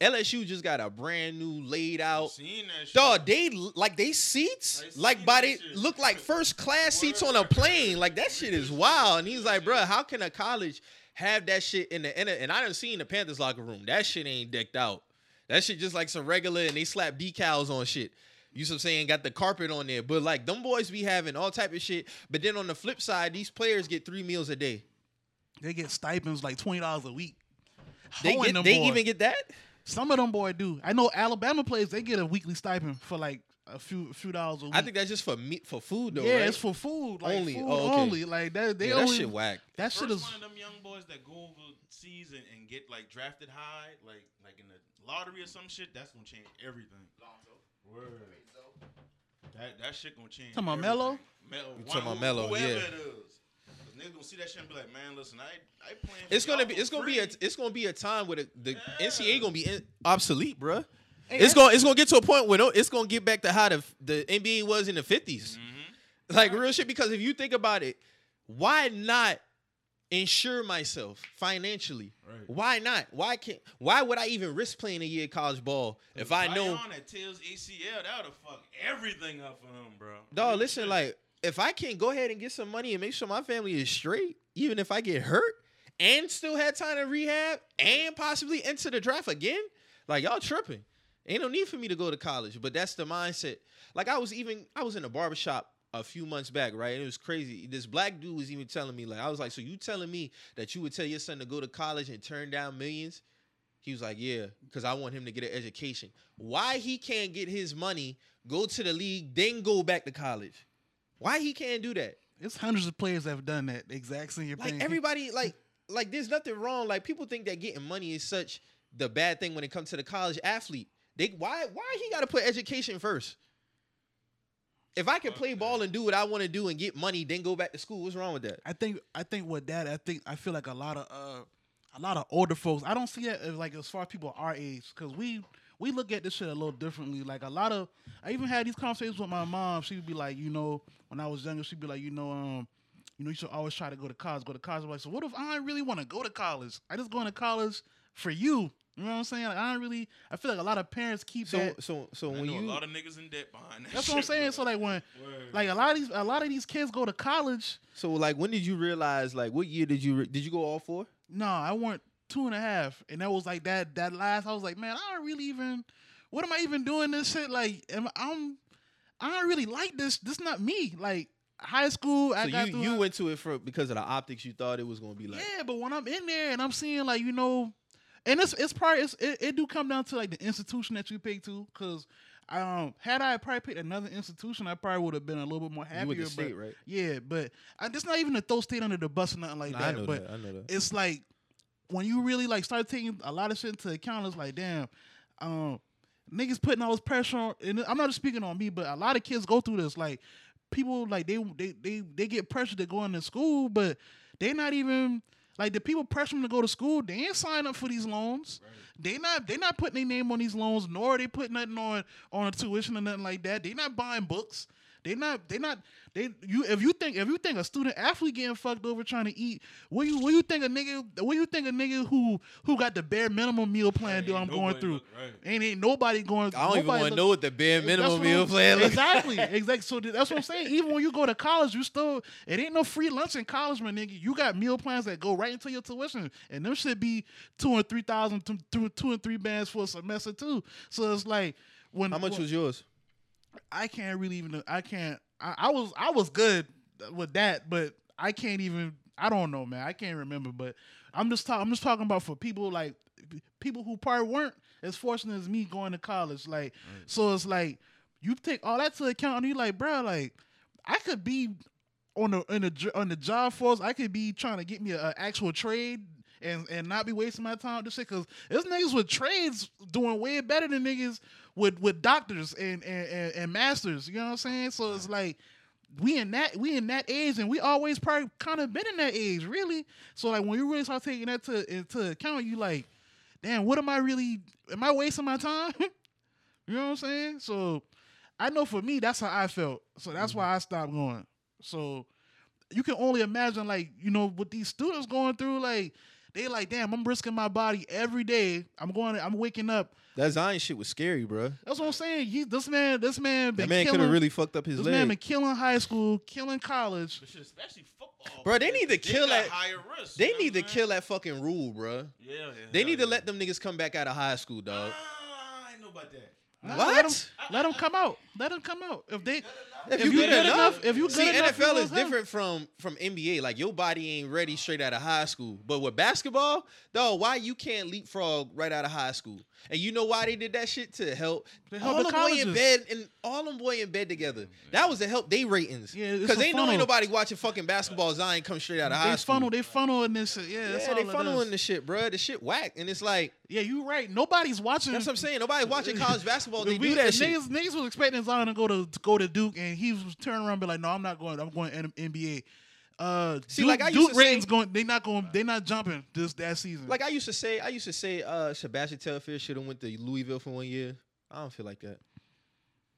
S2: LSU just got a brand new laid
S4: You
S2: out.
S4: Seen that shit.
S2: Dog, they like they seats
S4: I seen
S2: like by they
S4: that shit.
S2: look like first class seats on a plane. Like that shit is wild. And he's like, bruh, how can a college have that shit in the end? And I done seen the Panthers locker room. That shit ain't decked out. That shit just like some regular, and they slap decals on shit. You see what I'm saying? Got the carpet on there, but like them boys be having all type of shit. But then on the flip side, these players get three meals a day.
S1: They get stipends like twenty dollars a week.
S2: They,
S1: Hoeing
S2: get,
S1: them
S2: they
S1: boys.
S2: even get that?
S1: some of them boy do. I know Alabama players they get a weekly stipend for like a few a few dollars a week.
S2: I think that's just for meat for food though.
S1: yeah,
S2: right?
S1: it's for food like,
S2: Only.
S1: Food
S2: Oh, okay.
S1: only. Like that, they
S2: yeah,
S1: only
S2: that shit whack.
S1: that shit is
S4: First one of them young boys that go overseas and, and get like drafted high, like like in the lottery or some shit, that's gonna change everything.
S5: Lonzo.
S4: Word.
S5: I mean, so,
S4: That that shit gonna change.
S1: Talking about Melo?
S4: Mello.
S2: You talking about Melo,
S4: Whoever
S2: yeah.
S4: it is. 'Cause Niggas gonna see that shit and be like, man, listen, I I playing. for
S2: It's gonna
S4: y'all
S2: be
S4: for
S2: it's gonna be a
S4: free."
S2: it's gonna be a time where the, the
S4: Yeah.
S2: NCAA gonna be in, obsolete, bruh.
S1: Hey,
S2: It's
S1: that-
S2: gonna it's gonna get to a point where no, it's gonna get back to how the the NBA was in the 50s
S4: Mhm.
S2: Like real shit. Because if you think about it, why not insure myself financially?
S4: Right.
S2: Why not? Why can't? Why would I even risk playing a year of college ball if I know?
S4: Zion at Tails ACL, that would have fucked everything up for him, bro.
S2: Dog, listen, like if I can go ahead and get some money and make sure my family is straight, even if I get hurt and still had time to rehab and possibly enter the draft again, like y'all tripping. Ain't no need for me to go to college, but that's the mindset. Like I was even I was in a barbershop a few months back, right? And it was crazy. This black dude was even telling me, like, I was like, so you telling me that you would tell your son to go to college and turn down millions? He was like, yeah, because I want him to get an education. Why he can't get his money, go to the league, then go back to college? Why he can't do that?
S1: it's hundreds of players that have done that the exact same
S2: Like
S1: thing.
S2: everybody, like, like there's nothing wrong. Like people think that getting money is such the bad thing when it comes to the college athlete. They why why he got to put education first? If I can
S4: Fuck
S2: play
S4: that.
S2: ball and do what I want to do and get money, then go back to school, what's wrong with that?
S1: I think I think with that, I think I feel like a lot of uh a lot of older folks. I don't see that as, like as far as people our age because we we look at this shit a little differently. Like a lot of I even had these conversations with my mom. She'd be like, you know, when I was younger, she'd be like, you know, um. You know, you should always try to go to college. Go to college. I'm like, so what if I don't really want to go to college? I just going to college for you. You know what I'm saying? Like, I don't really. I feel like a lot of parents keep
S2: So
S1: that.
S2: so so
S4: I
S2: when
S4: know
S2: you
S4: a lot of niggas in debt behind that. *laughs*
S1: That's what I'm saying. So like when,
S2: uh,
S1: like a lot of these, a lot of these kids go to college.
S2: So like, when did you realize? Like, what year did you re- did you go all four?
S1: no, I want two and a half. And that was like that that last I was like, man, I don't really even what am I even doing this shit? Like am I'm I don't really like this. This not me. Like high school, I
S2: So
S1: got
S2: you
S1: through
S2: you
S1: high-
S2: went to it for because of the optics you thought it was gonna be like.
S1: Yeah, but when I'm in there and I'm seeing like, you know, and it's it's probably it's, it, it do come down to like the institution that you pick to, because um had I probably picked another institution, I probably would have been a little bit more
S2: you went
S1: happier.
S2: to
S1: But
S2: state, right?
S1: yeah, but I, it's not even to throw state under the bus or nothing like
S2: Nah, I
S1: that.
S2: know
S1: but
S2: that. I know that.
S1: it's like when you really like start taking a lot of shit into account, it's like damn, um, niggas putting all this pressure on. And I'm not just speaking on me, but a lot of kids go through this. Like people, like they they they they get pressured to go into school, but they not even like the people pressuring them to go to school. They ain't sign up for these loans. They not they not putting their name on these loans, nor they putting nothing on on a tuition or nothing like that. They not buying books. They not they not they you if you think if you think a student athlete getting fucked over trying to eat, what you what you think a nigga what you think a nigga who who got the bare minimum meal plan do I'm going through? Ain't ain't nobody going
S2: I don't even
S1: nobody
S2: want to
S1: look-
S2: know what the bare
S1: that's
S2: minimum
S1: what I'm-
S2: meal plan *laughs* looks
S1: Exactly, exactly. So th- that's what I'm saying. Even when you go to college, you still it ain't no free lunch in college, my nigga. You got meal plans that go right into your tuition, and them should be two and three thousand th- through two and three bands for a semester too. So it's like when
S2: How much
S1: when-
S2: was yours?
S1: I can't really even. I can't. I, I was I was good with that, but I can't even. I don't know, man. I can't remember. But I'm just talking. I'm just talking about for people like people who probably weren't as fortunate as me going to college. Like, so it's like you take all that to account, and you're like, bro, like I could be on the in the jo- on the job force. I could be trying to get me an actual trade. And, and not be wasting my time with this shit because there's niggas with trades doing way better than niggas with with doctors and and, and and masters. You know what I'm saying? So it's like we in that we in that age, and we always probably kind of been in that age, really. So like when you really start taking that to into account, you like, damn, what am I really? Am I wasting my time? *laughs* you know what I'm saying? So I know for me, that's how I felt. So that's why I stopped going. So you can only imagine, like you know, what these students going through, like. They like, damn, I'm risking my body every day. I'm going. I'm waking up.
S2: That Zion shit was scary, bro.
S1: That's what I'm saying. He, this man, this man, been
S2: That man could
S1: killing,
S2: have really fucked up his
S1: this man been
S2: leg.
S1: killing high school, killing college.
S4: But shit, especially football.
S2: Bro, they
S4: man,
S2: need to kill
S4: got
S2: that-
S4: Higher risk.
S2: They
S4: you know
S2: need to
S4: what I'm
S2: kill
S4: saying?
S2: that fucking rule, bro.
S4: Yeah, yeah.
S2: They
S4: hell
S2: need to
S4: yeah.
S2: let them niggas come back out of high school, dog.
S4: Ah, I know about that.
S1: Nah,
S2: What?
S1: Let him, let him come out. Let him come out. If they,
S2: If,
S1: you good enough- if you
S2: see
S1: good enough, you
S2: NFL
S1: gonna
S2: is
S1: go.
S2: different from from NBA. Like your body ain't ready straight out of high school. But with basketball, though, why you can't leapfrog right out of high school? And you know why they did that shit to help.
S1: To help
S2: all
S1: the
S2: them boy in
S1: colleges.
S2: bed and all them boy in bed together. That was to help they ratings.
S1: Yeah, it's
S2: because
S1: a
S2: they know ain't
S1: funnel.
S2: nobody watching fucking basketball. Zion come straight out of high
S1: They
S2: school.
S1: funnel, they funnel in this. shit. Yeah, that's
S2: yeah, they
S1: all it is.
S2: funneling the shit, bruh. The shit whack, and it's like
S1: Yeah, you right. Nobody's watching.
S2: that's what I'm saying. Nobody watching college basketball. They
S1: If we-
S2: do that
S1: if
S2: shit.
S1: Niggas, niggas was expecting Zion to go to, to go to Duke, and he was turning around and be like, "No, I'm not going. I'm going N- NBA." Uh,
S2: See,
S1: Duke,
S2: like I used
S1: Duke
S2: to say-
S1: ratings going. They not going. They not jumping this that season.
S2: Like I used to say, I used to say uh Sebastian Telfair should have went to Louisville for one year. I don't feel like that.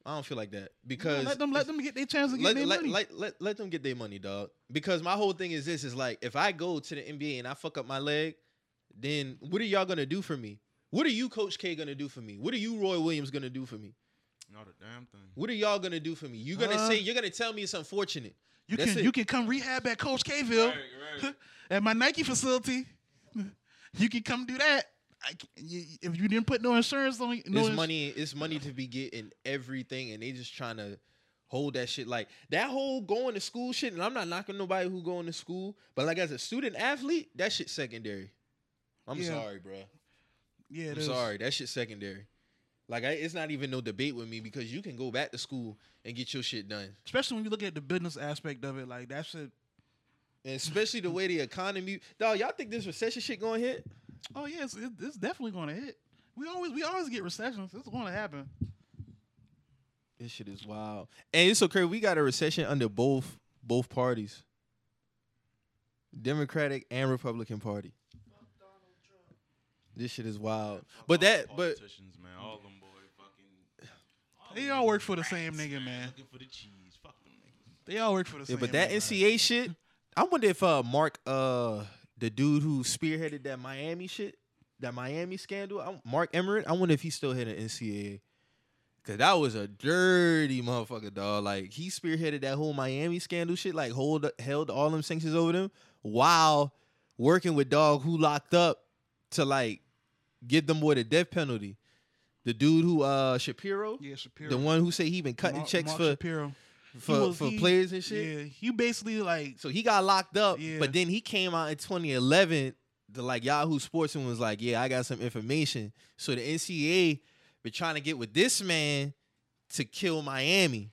S2: I don't feel like that because
S1: let them let them get their chance to get
S2: let,
S1: their
S2: let,
S1: money.
S2: let, let- let them get their money, dog. Because my whole thing is this: is like if I go to the NBA and I fuck up my leg, then what are y'all gonna do for me? What are you, Coach K, gonna do for me? What are you, Roy Williams, gonna do for me?
S4: Not a damn thing.
S2: What are y'all gonna do for me? You're gonna
S1: Uh,
S2: say you're gonna tell me it's unfortunate.
S1: you
S2: that's
S1: can
S2: it.
S1: you can come rehab at Coach Kville at my Nike facility. *laughs* you can come do that. I can, you, if you didn't put no insurance on, no
S2: it's
S1: ins-
S2: money. It's money to be getting everything, and they just trying to hold that shit. Like that whole going to school shit. And I'm not knocking nobody who going to school, but like as a student athlete, that shit secondary. I'm
S1: Yeah.
S2: sorry, bro.
S1: Yeah, it
S2: I'm
S1: is.
S2: sorry. That shit secondary. Like I, it's not even no debate with me because you can go back to school and get your shit done.
S1: Especially when you look at the business aspect of it, like that shit.
S2: And especially the way the economy, dog. Y'all think this recession shit going to hit?
S1: Oh yeah, it's, it, it's definitely going to hit. We always we always get recessions. It's going to happen.
S2: This shit is wild. And it's okay. We got a recession under both both parties. Democratic and Republican Party. This shit is wild. *laughs* But that but
S4: politicians, man, all them boy fucking.
S1: They all work for the same nigga, man.
S4: Looking for the cheese. Fuck them niggas.
S1: They all work for the
S2: yeah,
S1: same.
S2: but that
S1: nigga.
S2: NCA shit, I wonder if uh Mark uh the dude who spearheaded that Miami shit, that Miami scandal, I- Mark Emmerich, I wonder if he's still heading NCAA. Cause that was a dirty motherfucker, dog. Like he spearheaded that whole Miami scandal shit, like hold held all them sanctions over them while working with dog who locked up to like give them more the death penalty. The dude who uh Shapiro,
S1: Yeah, Shapiro.
S2: the one who say he been cutting
S1: Mark-
S2: checks
S1: Mark
S2: for
S1: Shapiro.
S2: for,
S1: was-
S2: for
S1: he-
S2: players and shit.
S1: Yeah, he basically like
S2: So he got locked up,
S1: Yeah.
S2: but then he came out in 2011 to like Yahoo Sports and was like, "Yeah, I got some information." So the NCAA been trying to get with this man to kill Miami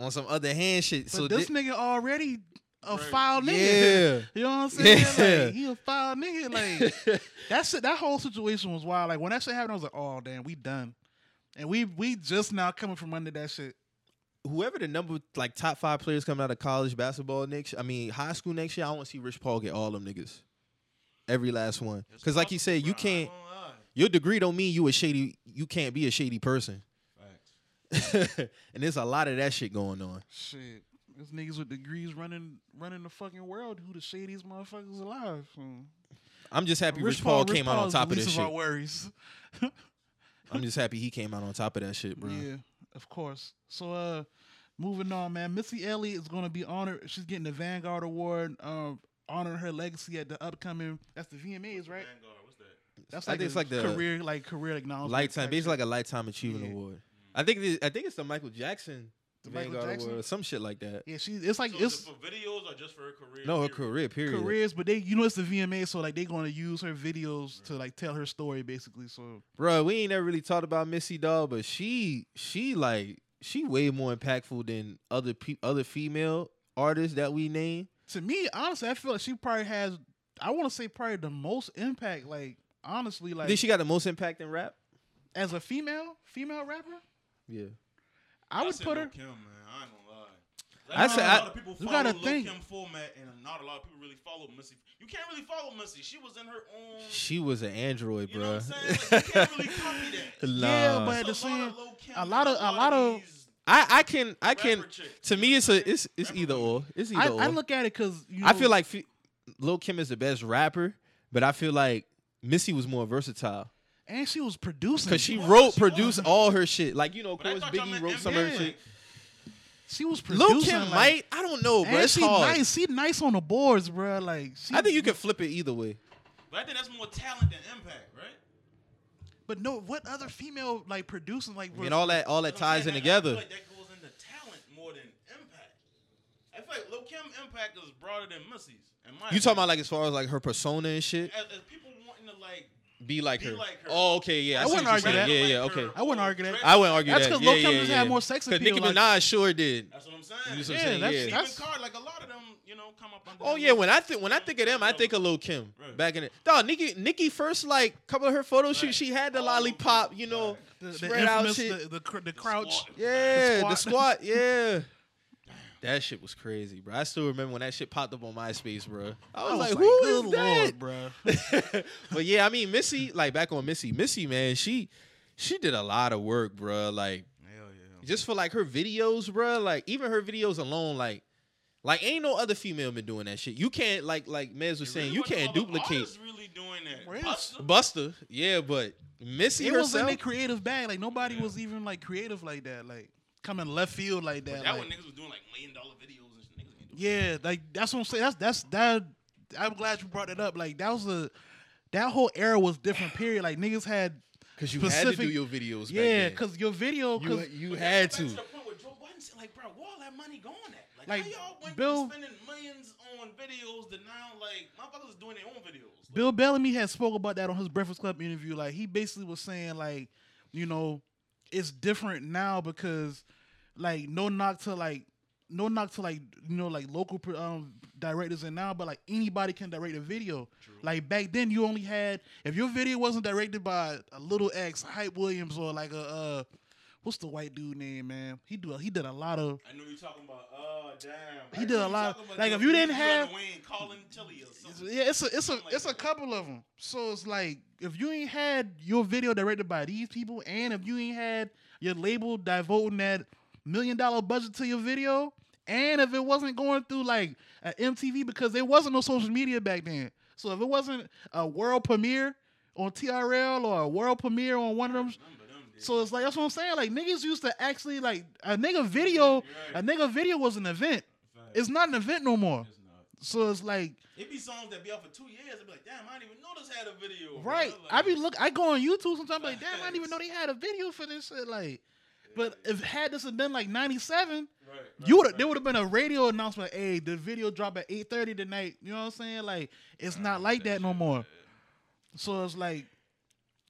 S2: on some other hand shit.
S1: but
S2: so
S1: this
S2: thi-
S1: nigga already a
S4: Right.
S1: foul nigga.
S2: yeah,
S1: You know what I'm saying?
S2: *laughs* Yeah.
S1: Like, he a foul nigga.
S2: *laughs*
S1: Like *laughs* that's it. That whole situation was wild. Like when that shit happened, I was like, "Oh damn, we done." And we we just now coming from under that shit.
S2: whoever the number like top five players coming out of college basketball next, I mean high school next year, I want to see Rich Paul get all them niggas, every last one.
S4: It's
S2: Because like you
S4: possible,
S2: said, you
S4: bro. I
S2: can't.
S4: won't lie.
S2: Your degree don't mean you a shady. You can't be a shady person.
S4: Facts.
S2: *laughs* and there's a lot of that shit going on.
S1: Shit, there's niggas with degrees running running the fucking world who the shadiest motherfuckers alive. Hmm.
S2: I'm just happy Rich, Paul came out on
S1: Paul's the
S2: top of
S1: least
S2: this
S1: of our
S2: shit.
S1: worries.
S2: I'm just happy he came out on top of that shit, bro.
S1: Yeah, of course. So uh moving on, man. Missy Elliott is gonna be honored. She's getting the Vanguard Award, um, honoring her legacy at the upcoming that's the VMAs, right?
S4: Vanguard, what's that?
S1: That's
S2: I
S1: like,
S2: think it's
S1: a
S2: like the
S1: career like career acknowledgement.
S2: Lifetime,
S1: type
S2: basically
S1: shit.
S2: like a lifetime achievement
S1: Yeah.
S2: award. I think it- I think it's the Michael Jackson
S1: The Michael
S2: Vanguard
S1: Jackson?
S2: Award, or some shit like that.
S1: Yeah, she it's like
S4: So
S1: it's
S4: it's for videos or just for her career?
S2: No, her
S4: period?
S2: career period.
S1: careers, but they you know it's the VMA, so like they gonna use her videos to like tell her story basically. So
S2: Bro, we ain't never really talked about Missy Doll, but she she like she way more impactful than other pe- other female artists that we name.
S1: to me, honestly, I feel like she probably has I wanna say probably the most impact, like honestly, like
S2: think she got the most impact in rap?
S1: as a female, female rapper,
S2: Yeah.
S1: I would
S4: say
S1: put
S4: Lil'
S1: her
S4: Kim, man. I ain't gonna lie.
S2: I
S4: Like,
S2: say-
S4: not a
S2: I-
S4: lot of people
S1: you
S4: follow
S1: gotta
S4: Lil'
S1: think.
S4: Kim format, and not a lot of people really follow Missy. You can't really follow Missy. She was in her own.
S2: She was an android,
S4: You
S2: bro.
S4: know what I'm
S2: *laughs*
S4: saying? Like, you can't really copy that.
S1: Yeah, but- at
S4: It's
S1: the
S4: a lot
S1: same-
S4: of Lil' Kim
S1: a
S4: and
S1: lot of- a lot of-
S4: these
S2: I I can I can
S4: rapper chicks.
S2: to me it's a it's it's either or it's either
S1: I,
S2: or.
S1: I look at it because you
S2: I
S1: know,
S2: feel like Fe- Lil Kim is the best rapper, but I feel like Missy was more versatile
S1: and she was producing
S2: because she
S4: was,
S2: wrote,
S4: she
S2: produced
S4: was.
S2: all her shit. Like you know, of
S4: But I
S2: course
S4: thought y'all
S2: Biggie
S4: meant
S2: wrote some of her
S1: MJ.
S2: shit.
S1: she was producing.
S2: Lil Kim
S1: like,
S2: might I don't know,
S1: and
S2: bro. It's
S1: she
S2: hard.
S1: nice. She nice on the boards, bro. Like she,
S2: I think you can flip it either way.
S4: But I think that's more talent than impact, right?
S1: But no, what other female like producing like?
S2: I mean, all that all that
S4: You know what I'm
S2: ties in
S4: saying? That- I feel
S2: together.
S4: like that goes into feel like Lil Kim impact is broader than Missy's. in my
S2: You talking
S4: opinion.
S2: about like as far as like her persona and shit?
S4: as, as people wanting to like.
S2: Be like
S4: Be
S2: her.
S4: like her.
S2: Oh, okay, yeah. I,
S1: I
S2: see what
S1: wouldn't
S2: you're
S1: argue
S2: saying.
S1: that.
S2: Yeah, yeah,
S4: like her
S2: okay.
S1: I wouldn't
S4: whole
S1: argue that.
S4: dress-
S2: I wouldn't argue
S1: That's
S2: that.
S1: because
S2: yeah,
S1: Lil Kim
S2: yeah,
S1: just
S2: yeah.
S1: had more sex
S2: Because
S1: appeal.
S2: Nicki
S1: like-
S2: Minaj sure did.
S4: That's what I'm
S1: Yeah,
S2: You see what
S4: saying.
S2: I'm saying?
S1: that's-
S2: yeah.
S1: that's-
S4: Even Card, like a lot of them, you know, come up. Under
S2: Oh
S4: the
S2: yeah,
S4: Lil
S2: when I
S4: Kim
S2: think when I think of them, I think of Lil Kim.
S4: Right.
S2: Back in it, dog. Nikki, Nikki first like couple of her photo shoots, she had the
S4: All
S2: lollipop,
S4: over.
S2: you know,
S4: Right.
S1: the, the
S2: spread out
S1: infamous,
S2: shit.
S1: The, the, cr- the crouch.
S4: squad.
S2: yeah, the
S1: the
S2: squat, yeah. That shit was crazy, bro. I still remember when that shit popped up on MySpace, bro. I was, like, who is that?
S1: bro?
S2: but yeah, I mean Missy, like back on Missy, Missy man, she she did a lot of work, bruh. Like
S4: Hell yeah.
S2: just for like her videos, bruh. Like even her videos alone, like like ain't no other female been doing that shit. You can't like like Mez was saying, you can't duplicate
S4: Artists really doing that.
S1: Where is-
S4: Busta.
S2: Buster. Yeah, but Missy
S1: It was in
S2: herself.
S1: their creative bag. Like nobody
S4: Yeah.
S1: was even like creative like that. Like coming left field like that.
S4: That
S1: like-
S4: when niggas was doing like million dollar videos and shit. Niggas ain't doing
S1: yeah, like that's what I'm saying. That's that's that. I'm glad you brought that up. Like that was a that whole era was different. Period. Like niggas had
S2: Because you had to do
S1: specific-
S2: your videos
S1: yeah,
S2: back
S1: because your video,
S2: then. You,
S1: because
S2: you
S4: But that
S2: had
S4: goes
S2: to.
S4: Back to the point where Joe Biden said, like, bro, where all that money going at? Like,
S1: Like,
S4: how y'all went
S1: Bill-
S4: from spending millions on videos to now, like, motherfuckers is doing their own videos. Like,
S1: Bill Bellamy had spoke about that on his Breakfast Club interview. Like he basically was saying like, you know, it's different now because like no knock to like no knock to like you know like local pro- um, directors and now, but like anybody can direct a video. Like back then, you only had if your video wasn't directed by a little X, Hype Williams, or like a uh, what's the white dude name, man? He do he did a lot of
S4: I know you're talking about. Oh damn!
S1: He
S4: I
S1: did a
S4: know you
S1: lot-
S4: talking about
S1: like,
S4: the-
S1: if you didn't
S4: he was on
S1: have-
S4: the wing calling Tilly or something.
S1: Yeah, it's a it's a
S4: Something like
S1: it's a
S4: that.
S1: couple of them. So it's like if you ain't had your video directed by these people, and if you ain't had your label devoting that million dollar budget to your video, and if it wasn't going through like a MTV because there wasn't no social media back then. So if it wasn't a world premiere on TRL or a world premiere on one of them,
S4: Remember them days.
S1: so it's like that's what I'm saying. Like niggas used to actually like a nigga video, a
S4: Right.
S1: nigga video was an event.
S4: Fact.
S1: It's not an event no more.
S4: It's not.
S1: So it's like.
S4: It be songs that be out for two years. I be like, damn, I didn't even know this had a video.
S1: Right.
S4: bruh. Like,
S1: I be look. I go on YouTube sometimes. Like, damn, I didn't even
S4: Facts.
S1: know they had a video for this shit. Like, but if had this been like '97,
S4: Right, right,
S1: you would have
S4: right.
S1: there would have been a radio announcement. Hey, the video drop at 8:30 tonight. You know what I'm saying? Like, it's not like that no more. So it's like,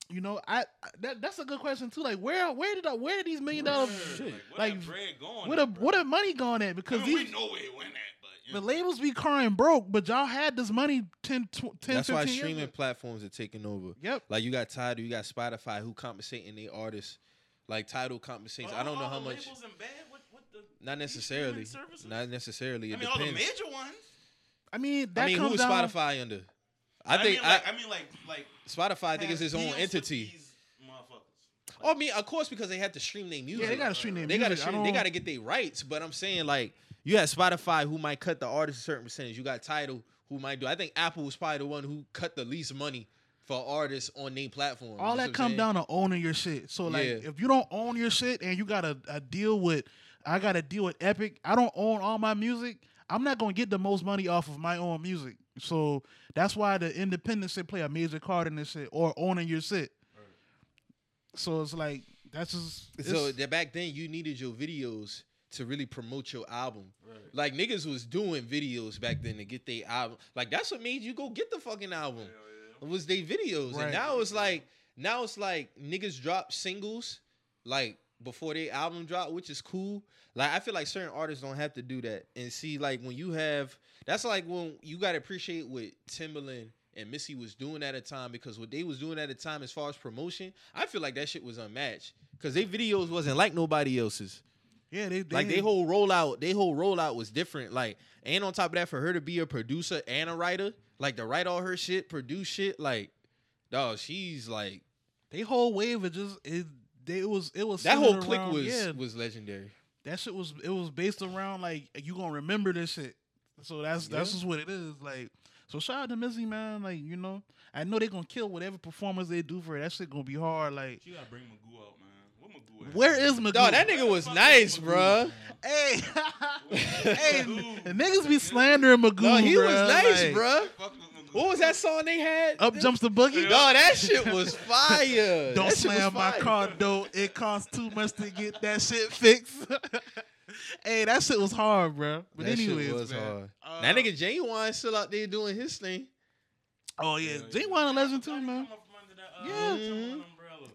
S1: you know, I I- that, that's a good question too. Like, where where did I, where did these million dollars?
S4: Mm. Like, where
S1: Like,
S4: that bread going?
S1: Where the
S4: at, bruh?
S1: where the money gone at?
S4: I
S1: Because
S4: mean, we
S1: these
S4: know where it went at, but you
S1: the
S4: know.
S1: labels be crying broke, but y'all had this money 10, tw- 10
S2: That's why
S1: 15 years
S2: streaming
S1: ago.
S2: platforms are taking over.
S1: Yep.
S2: Like you got Tidal, you got Spotify, who compensating their artists. Like Tidal compensates. I don't know how much. Not necessarily. Not necessarily. It
S4: I mean, all the
S2: depends.
S4: major ones.
S1: I mean, that
S2: I mean, who
S1: comes
S2: is
S1: down-
S2: Spotify under? I think
S4: mean, like, I, mean, like, like.
S2: I, Spotify. I think
S4: has
S2: is its own
S4: deals with
S2: entity.
S4: these motherfuckers.
S2: Oh, I mean, of course, because they have to stream their music.
S1: Yeah, they gotta stream their
S2: They gotta
S1: music. I
S2: stream- they
S1: don't-
S2: gotta get their rights. But I'm saying like you had Spotify who might cut the artist a certain percentage. You got Tidal who might do. I think Apple was probably the one who cut the least money for artists on their platform.
S1: All that come down to owning your shit. So like,
S2: Yeah.
S1: if you don't own your shit and you got a, a deal with, I got to deal with Epic. I don't own all my music. I'm not gonna get the most money off of my own music. So that's why the independent shit play a major card in this shit or owning your shit. So it's like that's just it's,
S2: So that back then you needed your videos to really promote your album.
S4: Right.
S2: Like niggas was doing videos back then to get their album. Like that's what made you go get the fucking album. Was they videos. And
S1: Right.
S2: now it's like now it's like niggas drop singles like before their album drop, which is cool. Like I feel like certain artists don't have to do that. And see, like when you have that's like when you gotta appreciate what Timbaland and Missy was doing at a time because what they was doing at a time as far as promotion, I feel like that shit was unmatched. Cause their videos wasn't like nobody else's.
S1: yeah they, they
S2: Like they whole rollout, they whole rollout was different. Like, and on top of that, for her to be a producer and a writer, like to write all her shit, produce shit, like, dog, she's like
S1: they whole wave of just it. They, it was it was
S2: that whole
S1: centered
S2: clique
S1: around-
S2: was
S1: yeah,
S2: was legendary.
S1: that shit was it was based around like you gonna remember this shit. So that's that's
S2: Yeah.
S1: just what it is. Like so shout out to Missy man. Like, you know, I know they're gonna kill whatever performance they do for her. That shit gonna be hard. Like
S4: You gotta bring Magoo out, man. What Magoo? at?
S1: where is Magoo?
S2: Dog, that nigga was nice, bruh.
S1: *laughs* Hey, *laughs*
S2: *laughs*
S1: hey,
S4: Magoo.
S1: the niggas be slandering Magoo.
S2: No, he was
S1: bruh,
S2: nice,
S1: like,
S2: bruh.
S4: Fuck with Magoo.
S2: What was that song they had?
S1: Up jumps the boogie.
S2: Dog, that shit was *laughs* fire.
S1: Don't
S2: That shit was
S1: slam my
S2: fire.
S1: car, though. It costs too much to get that shit fixed. *laughs* hey, that shit was hard, bro. But
S2: That shit
S1: anyways,
S2: was
S1: man,
S2: hard.
S1: uh,
S2: that nigga Genuine still out there doing his thing.
S1: Oh yeah,
S4: Yeah,
S1: Jay
S4: yeah.
S1: Wan a legend too,
S4: Everybody
S1: man.
S4: come up from under that, uh,
S1: Yeah.
S4: Timberland umbrella.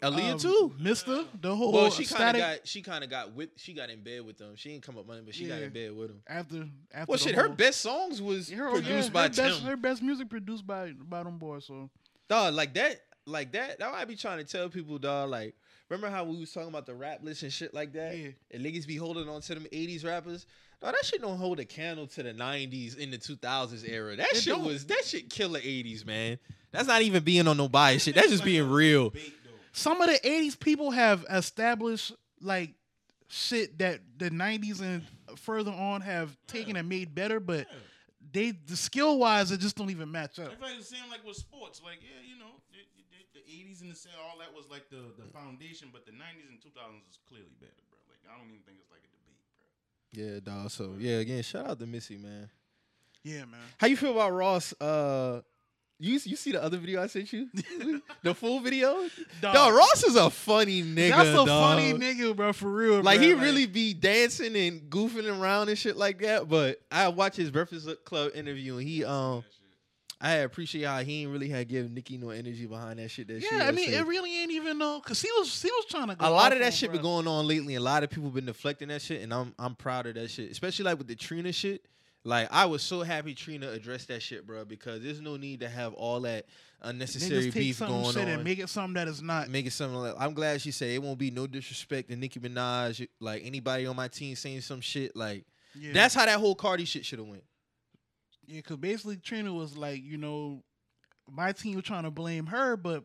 S2: Aaliyah
S1: Um,
S2: too.
S1: Mister. The whole
S2: Well, she kind of
S1: static
S2: got she kind of got with she got in bed with them. She didn't come up money, but she got
S1: Yeah.
S2: in bed with them.
S1: after after.
S2: Well,
S1: the
S2: shit, her
S1: whole-
S2: best songs was
S1: her-
S2: produced
S1: yeah,
S2: by
S1: her
S2: Tim.
S1: Best, her best music produced by by them boys. So
S2: Dog, like that, like that. That what I be trying to tell people, dog. Like, remember how we was talking about the rap list and shit like that,
S1: Yeah.
S2: and niggas be holding on to them '80s rappers. No, that shit don't hold a candle to the '90s in the 2000s era. That
S1: It
S2: shit
S1: don't.
S2: was that shit killer '80s, man. That's not even being on no bias shit. That's just being real.
S4: Bait, though.
S1: some of the '80s people have established like shit that the '90s and further on have taken and made better, but
S4: Yeah.
S1: they the skill wise it just don't even match *laughs* up.
S4: Everybody's the same like with sports. Like, yeah, you know, the- the- the eighties and the se- all that was like the,
S1: Mm.
S4: the foundation, but the nineties and two thousands was clearly better, bro. Like I don't even think it's like a debate, bro.
S2: Yeah, dog. So yeah, again, shout out to Missy, man.
S1: Yeah, man.
S2: How you feel about Ross? Uh, you you see the other video I
S1: *laughs*
S2: sent you, the full video.
S1: Dog,
S2: Dog, Ross is a funny nigga.
S1: that's a
S2: dog.
S1: funny nigga, bro. For real,
S2: Like
S1: bro.
S2: he really be dancing and goofing around and shit like that. But I watched his Breakfast Club interview and he
S1: Oh.
S2: um
S4: That shit.
S2: I appreciate how he ain't really had given Nicki no energy behind that shit. That she
S1: Yeah, I
S2: was
S1: mean,
S2: saying.
S1: it really ain't even know because he was he was trying to. Go
S2: a lot
S1: off
S2: of that
S1: on
S2: shit
S1: Russ.
S2: been going on lately. and A lot of people been deflecting that shit, and I'm I'm proud of that shit, especially like with the Trina shit. Like I was so happy Trina addressed that shit, bro, because there's no need to have all that
S1: Niggas
S2: unnecessary
S1: take
S2: beef
S1: something
S2: going
S1: shit
S2: on. Mm.
S1: and make it something that is not.
S2: Making something like I'm glad she said it won't be no disrespect to Nicki Minaj, like anybody on my team saying some shit. Like
S1: Yeah.
S2: that's how that whole Cardi shit should have went.
S1: Yeah, because basically Trina was like, you know, my team was trying to blame her, but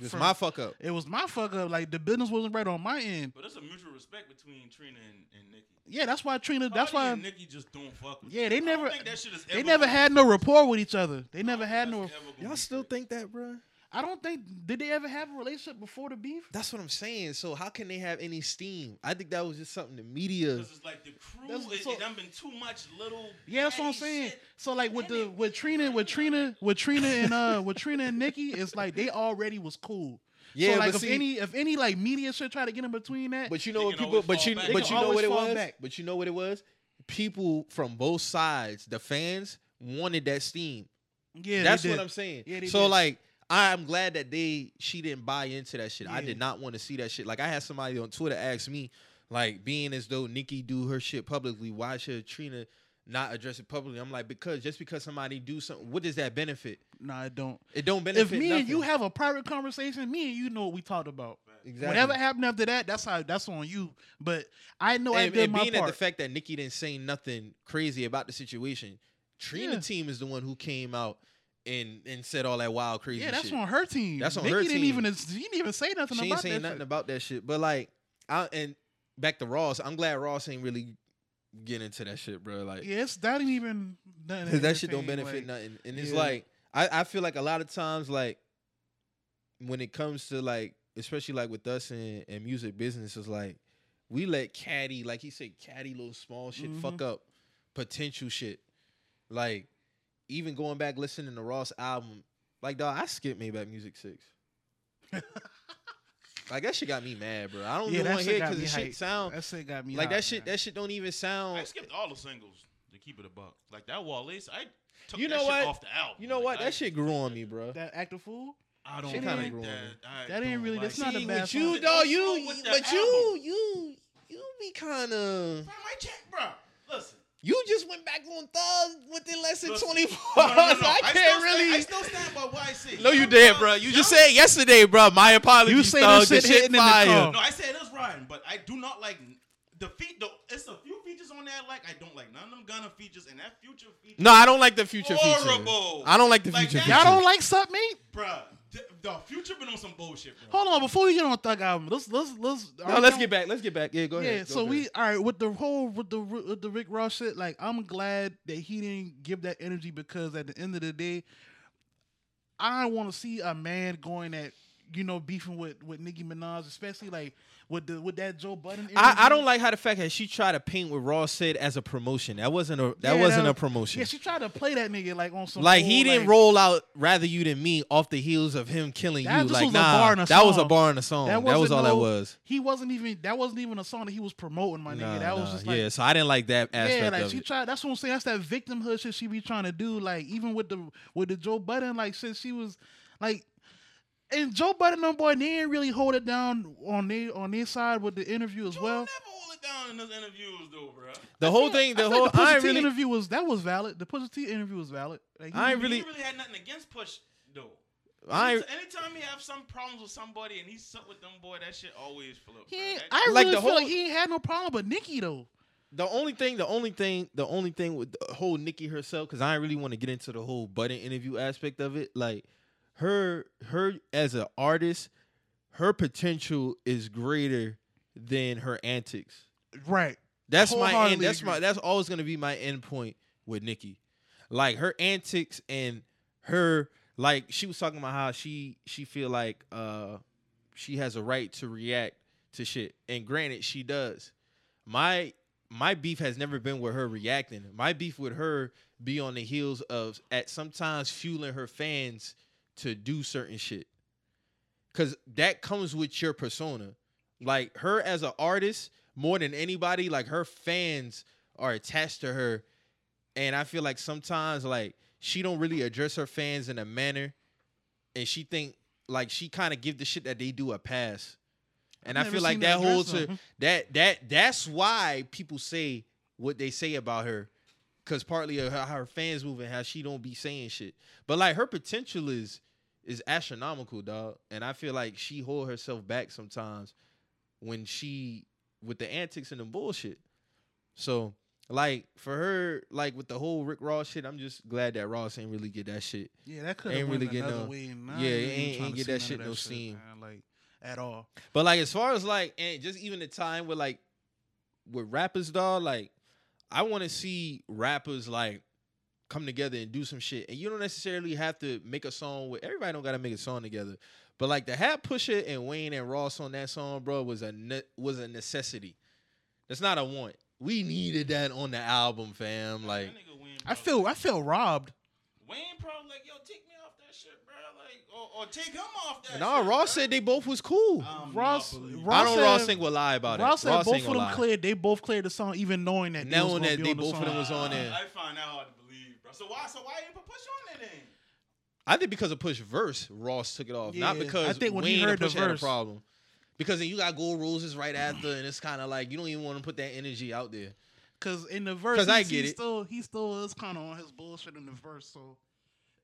S2: It's
S1: for-
S2: my fuck up.
S1: it was my fuck up. Like the business wasn't right on my end.
S4: But it's a mutual respect between Trina and, and Nikki.
S1: Yeah, that's why Trina. That's why
S4: and Nikki just don't fuck with
S1: Yeah,
S4: you.
S1: they
S4: I don't
S1: never-
S4: think that shit is
S1: they
S4: ever
S1: never
S4: gonna-
S1: had no rapport with each other. They
S4: I
S1: never
S4: don't
S1: had
S4: think
S1: no.
S4: that's ever gonna
S2: Y'all
S4: be
S2: still
S4: great.
S2: think that, bro?
S1: I don't think did they ever have a relationship before the beef?
S2: That's what I'm saying. So how can they have any steam? I think that was just something the media.
S4: Because it's like the crew,
S1: That's-
S4: it,
S1: so-
S4: it done been too much little.
S1: Yeah, that's what I'm
S4: petty
S1: saying.
S4: shit.
S1: So like with
S4: And
S1: the
S4: it-
S1: with Trina with Trina with Trina and uh
S4: *laughs*
S1: with Trina and Nikki, it's like they already was cool.
S2: Yeah,
S1: so like
S2: but
S1: if
S2: see,
S1: any if any like media should try to get in between that,
S2: But you know
S4: They
S2: what
S4: can
S2: people.
S4: always
S2: But
S4: fall
S2: you.
S4: back. They
S2: But
S1: can
S2: you know
S1: always
S2: what it
S1: fall
S2: was.
S1: back.
S2: But you know what it was. People from both sides, the fans wanted that steam.
S1: yeah,
S2: That's
S1: they
S2: what
S1: did.
S2: I'm saying.
S1: Yeah, they
S2: so
S1: did.
S2: like. I'm glad that they she didn't buy into that shit. I
S1: Yeah.
S2: did not want to see that shit. Like I had somebody on Twitter ask me, like being as though Nikki do her shit publicly, why should Trina not address it publicly? I'm like because just because somebody do something, what does that benefit?
S1: No, I don't.
S2: It don't benefit.
S1: If me and you
S2: nothing.
S1: have a private conversation, me and you know what we talked about.
S2: exactly.
S1: Whatever happened after that, that's how that's on you. But I know I
S2: and,
S1: did
S2: and
S1: my
S2: being at
S1: part.
S2: the fact that Nikki didn't say nothing crazy about the situation, Trina
S1: Yeah.
S2: team is the one who came out and and said all that wild crazy.
S1: yeah, that's
S2: shit.
S1: on her team.
S2: That's on
S1: Nikki
S2: her
S1: didn't
S2: team.
S1: even she didn't even say nothing
S2: She ain't
S1: about
S2: saying
S1: that.
S2: nothing
S1: shit.
S2: about that shit. But like, I and back to Ross, I'm glad Ross ain't really getting into that shit, bro. Like,
S1: yeah, it's that ain't even nothing.
S2: Cause that shit don't
S1: entertaining, like-
S2: benefit nothing. And it's
S1: yeah.
S2: like I, I feel like a lot of times like when it comes to like especially like with us in, in music business is like we let caddy like he said caddy little small shit fuck
S1: Mm-hmm.
S2: up potential shit. Like even going back listening to Ross album, like dog, I skipped Maybach
S1: *laughs*
S2: Music Six. like that shit got me mad, bro. I don't
S1: Yeah,
S2: even
S1: that
S2: want to
S1: shit
S2: hear
S1: got
S2: because
S1: me
S2: the
S1: hyped.
S2: shit sound
S1: That shit got me
S2: like that
S1: hot,
S2: shit.
S1: man.
S2: That shit don't even
S4: I
S2: sound.
S4: skipped all the singles to keep it a buck. Like that Wale, I took
S2: You
S4: that
S2: know
S4: shit
S2: what?
S4: off the album.
S2: You know
S4: Like,
S2: what?
S4: I-
S2: That shit grew on me, bro.
S1: that act a fool.
S4: I don't
S1: She
S4: like
S1: kinda
S4: that.
S2: grew on me.
S4: I
S1: That ain't
S4: don't
S1: really-
S4: Like
S1: that's not a
S4: it.
S1: bad
S2: But
S1: song.
S2: you
S4: It
S2: though
S4: don't
S2: you,
S4: go with the
S2: but you,
S4: album.
S2: you, you be kind of.
S4: Bro, my check, bro. Listen,
S2: You just went back on Thugs within less than
S4: Listen.
S2: twenty four
S4: No, no, no,
S2: hours. *laughs*
S4: no.
S2: I
S4: still
S2: can't
S4: stand-
S2: really.
S4: I still stand by what I said.
S2: no, you did, bro. You just said yesterday, bro. My apologies.
S1: You say that
S2: Thug. The
S1: shit hitting in the
S2: fire.
S1: car.
S4: No, I said it was riding, but I do not like the feet. Though it's a few features on that, like I don't like none of them Gunna features, and that future feature.
S2: No, I don't like the future
S4: Horrible.
S2: feature. I don't like the
S4: Like
S2: future
S4: that-
S2: feature.
S1: Y'all don't like something?
S4: Bruh, the, the future been on some bullshit, bro.
S1: Hold on, before we get on Thug album, let's let's let's.
S2: No, let's get back. Let's get back. Yeah, go
S1: yeah,
S2: ahead. Go
S1: so
S2: ahead.
S1: we all right with the whole with the with the Rick Ross shit. Like, I'm glad that he didn't give that energy because at the end of the day, I want to see a man going at you know, beefing with with Nicki Minaj, especially like with the with that Joe Budden.
S2: I, I
S1: interview.
S2: don't like how the fact that she tried to paint what Raw said as a promotion. That wasn't a that
S1: Yeah,
S2: wasn't a
S1: was-
S2: promotion.
S1: Yeah, she tried to play that nigga like on some
S2: like
S1: old,
S2: he didn't
S1: like-
S2: roll out rather you than me off the heels of him killing
S1: That
S2: you.
S1: just
S2: Like
S1: was a
S2: nah,
S1: bar and a
S2: that was a
S1: song.
S2: bar and a song. That, was
S1: wasn't
S2: all that
S1: no-
S2: was.
S1: He wasn't even that wasn't even a song that he was promoting, my nigga.
S2: Nah,
S1: that was
S2: nah,
S1: just like
S2: yeah. So I didn't like that aspect
S1: Yeah, like
S2: of
S1: she
S2: it.
S1: tried. That's what I'm saying. That's that victimhood shit she be trying to do. Like even with the with the Joe Budden, like since she was like, and Joe Budden and boy, they ain't really hold it down on their on their side with the interview as
S4: You
S1: well.
S4: never hold it down in those interviews, though, bro.
S2: the whole thing, the
S1: I
S2: whole
S1: think the
S2: I
S1: Pusha
S2: ain't
S1: T
S2: really
S1: interview was that was valid. The Pusha T interview was valid. Like, he-
S2: I ain't
S4: He
S2: really-
S4: really had nothing against Push, though.
S2: I *laughs* ain't,
S4: Anytime- anytime he have some problems with somebody and he's up with them boy, that shit always fill up.
S1: He
S4: bro.
S1: ain't,
S4: That-
S1: I
S2: Like,
S1: really
S2: the
S1: feel
S2: whole-
S1: like he ain't had no problem, but Nikki though.
S2: the only thing, the only thing, the only thing with the whole Nikki herself, because I didn't really want to get into the whole button interview aspect of it. Like her, her as an artist, her potential is greater than her antics.
S1: Right.
S2: That's my end.
S1: Wholeheartedly
S2: That's my.
S1: agree.
S2: That's always gonna be my end point with Nikki. Like her antics and her like she was talking about how she she feel like uh she has a right to react to shit. And granted, she does. My my beef has never been with her reacting. My beef with her be on the heels of at sometimes fueling her fans to do certain shit. Cause that comes with your persona. Like her as an artist, more than anybody, like her fans are attached to her. And I feel like sometimes like she don't really address her fans in a manner and she think like she kind of give the shit that they do a pass. And I
S1: I've never
S2: feel like
S1: seen
S2: that
S1: her
S2: holds
S1: address
S2: her
S1: them.
S2: that that that's why people say what they say about her because partly of how her fans move and how she don't be saying shit but like her potential is is astronomical dog and i feel like she hold herself back sometimes when she with the antics and the bullshit so like for her like with the whole rick ross shit i'm just glad that ross ain't really get that shit
S1: Yeah, that could
S2: Ain't
S1: have
S2: really
S1: really
S2: get
S1: get another
S2: no-
S1: way. and I
S2: yeah, it
S1: really
S2: ain't-
S1: tryna
S2: ain't get
S1: see
S2: that
S1: none of
S2: shit no steam.
S1: man, like at all.
S2: But like as far as like and just even the time with like with rappers, dog, like I want to see rappers like come together and do some shit. And you don't necessarily have to make a song with everybody don't gotta make a song together. But like the hat pusher and Wayne and Ross on that song, bro, was a ne- was a necessity. That's not a want. We needed that on the album, fam. Like
S4: that nigga Wayne
S1: I
S4: probably-
S1: feel I feel robbed.
S4: Wayne probably like, yo, take me off that shit, bro. Like, or, or take him off that.
S2: and all
S4: shit,
S2: Ross
S4: bro.
S2: said they both was cool.
S4: I'm
S1: Ross-
S4: not believing.
S1: Ross-
S2: I don't Ross
S1: said-
S2: think will lie about it.
S1: Ross said
S2: Ross
S1: both
S2: ain't
S1: of
S2: gonna
S1: them
S2: lie.
S1: cleared. They both cleared the song, even knowing that they was
S2: Knowing
S1: gonna
S2: that
S1: be
S2: they
S1: on the
S2: both of
S1: song.
S2: them was on there.
S4: I find that hard to believe, bro. So why? So why you put push on it then?
S2: I think because of Push verse, Ross took it off. Not
S1: Yeah,
S2: because
S1: I think when he
S2: Wayne
S1: heard
S2: and
S1: the
S2: Push had a
S1: verse.
S2: problem. Because then you got Gold Rules is right after, and it's kind of like you don't even want to put that energy out there.
S1: Cause in the verse,
S2: 'Cause I
S1: he's-
S2: get
S1: he
S2: it.
S1: still he still is kind of on his bullshit in the verse. So *clears throat*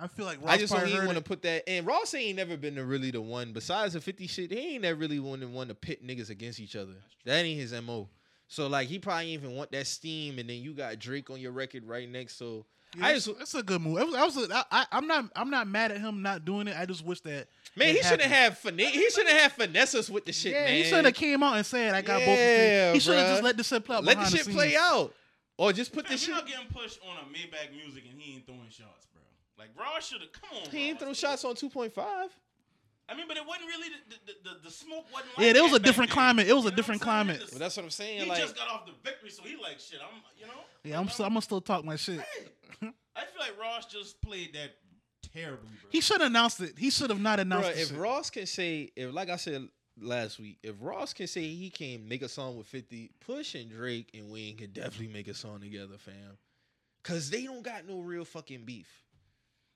S1: I feel like Ross
S2: I just don't
S1: probably
S2: even
S1: heard
S2: want to
S1: it.
S2: put that. And Ross ain't never been the, really the one. Besides the Fifty shit, he ain't never really one the one to pit niggas against each other. That ain't his mo. So like he probably ain't even want that steam. And then you got Drake on your record right next. So
S1: Yeah,
S2: I
S1: that's-
S2: just-
S1: that's a good move. That was, that was a, I, I, I'm not I'm not mad at him not doing it. I just wish that
S2: man,
S1: it
S2: he shouldn't
S1: happened.
S2: have finesse. He shouldn't have finesse us with the shit,
S1: yeah,
S2: man.
S1: he should have came out and said I got both. of
S2: Yeah,
S1: them. He should have
S2: bruh.
S1: just let the shit play out.
S2: Let the
S1: behind
S2: shit
S1: scenes.
S2: play out, or just put the
S4: Fam,
S2: shit.
S4: you're not getting pushed on a Maybach music and he ain't throwing shots, bro. Like Ross should have come on.
S2: He ain't
S4: Ross.
S2: throw shots on two point five.
S4: I mean, but it wasn't really the the, the, the smoke wasn't.
S1: Yeah,
S4: like
S1: there was
S4: that
S1: a
S4: back
S1: different
S4: then.
S1: climate. It was
S4: You
S1: a
S4: know
S1: different
S4: what I'm saying?
S1: climate.
S4: The-
S2: But that's what I'm saying.
S4: He
S2: like,
S4: just got off the victory, so he like shit. I'm, you know.
S1: Yeah, I'm still I'm gonna still talk my shit.
S4: I feel like Ross just played that terribly, bro.
S1: He should have announced it. He should have not announced
S2: bro,
S1: it.
S2: if Ross can say, if like I said last week, if Ross can say he can make a song with Fifty, Push and Drake and Wayne can definitely make a song together, fam. Cause they don't got no real fucking beef.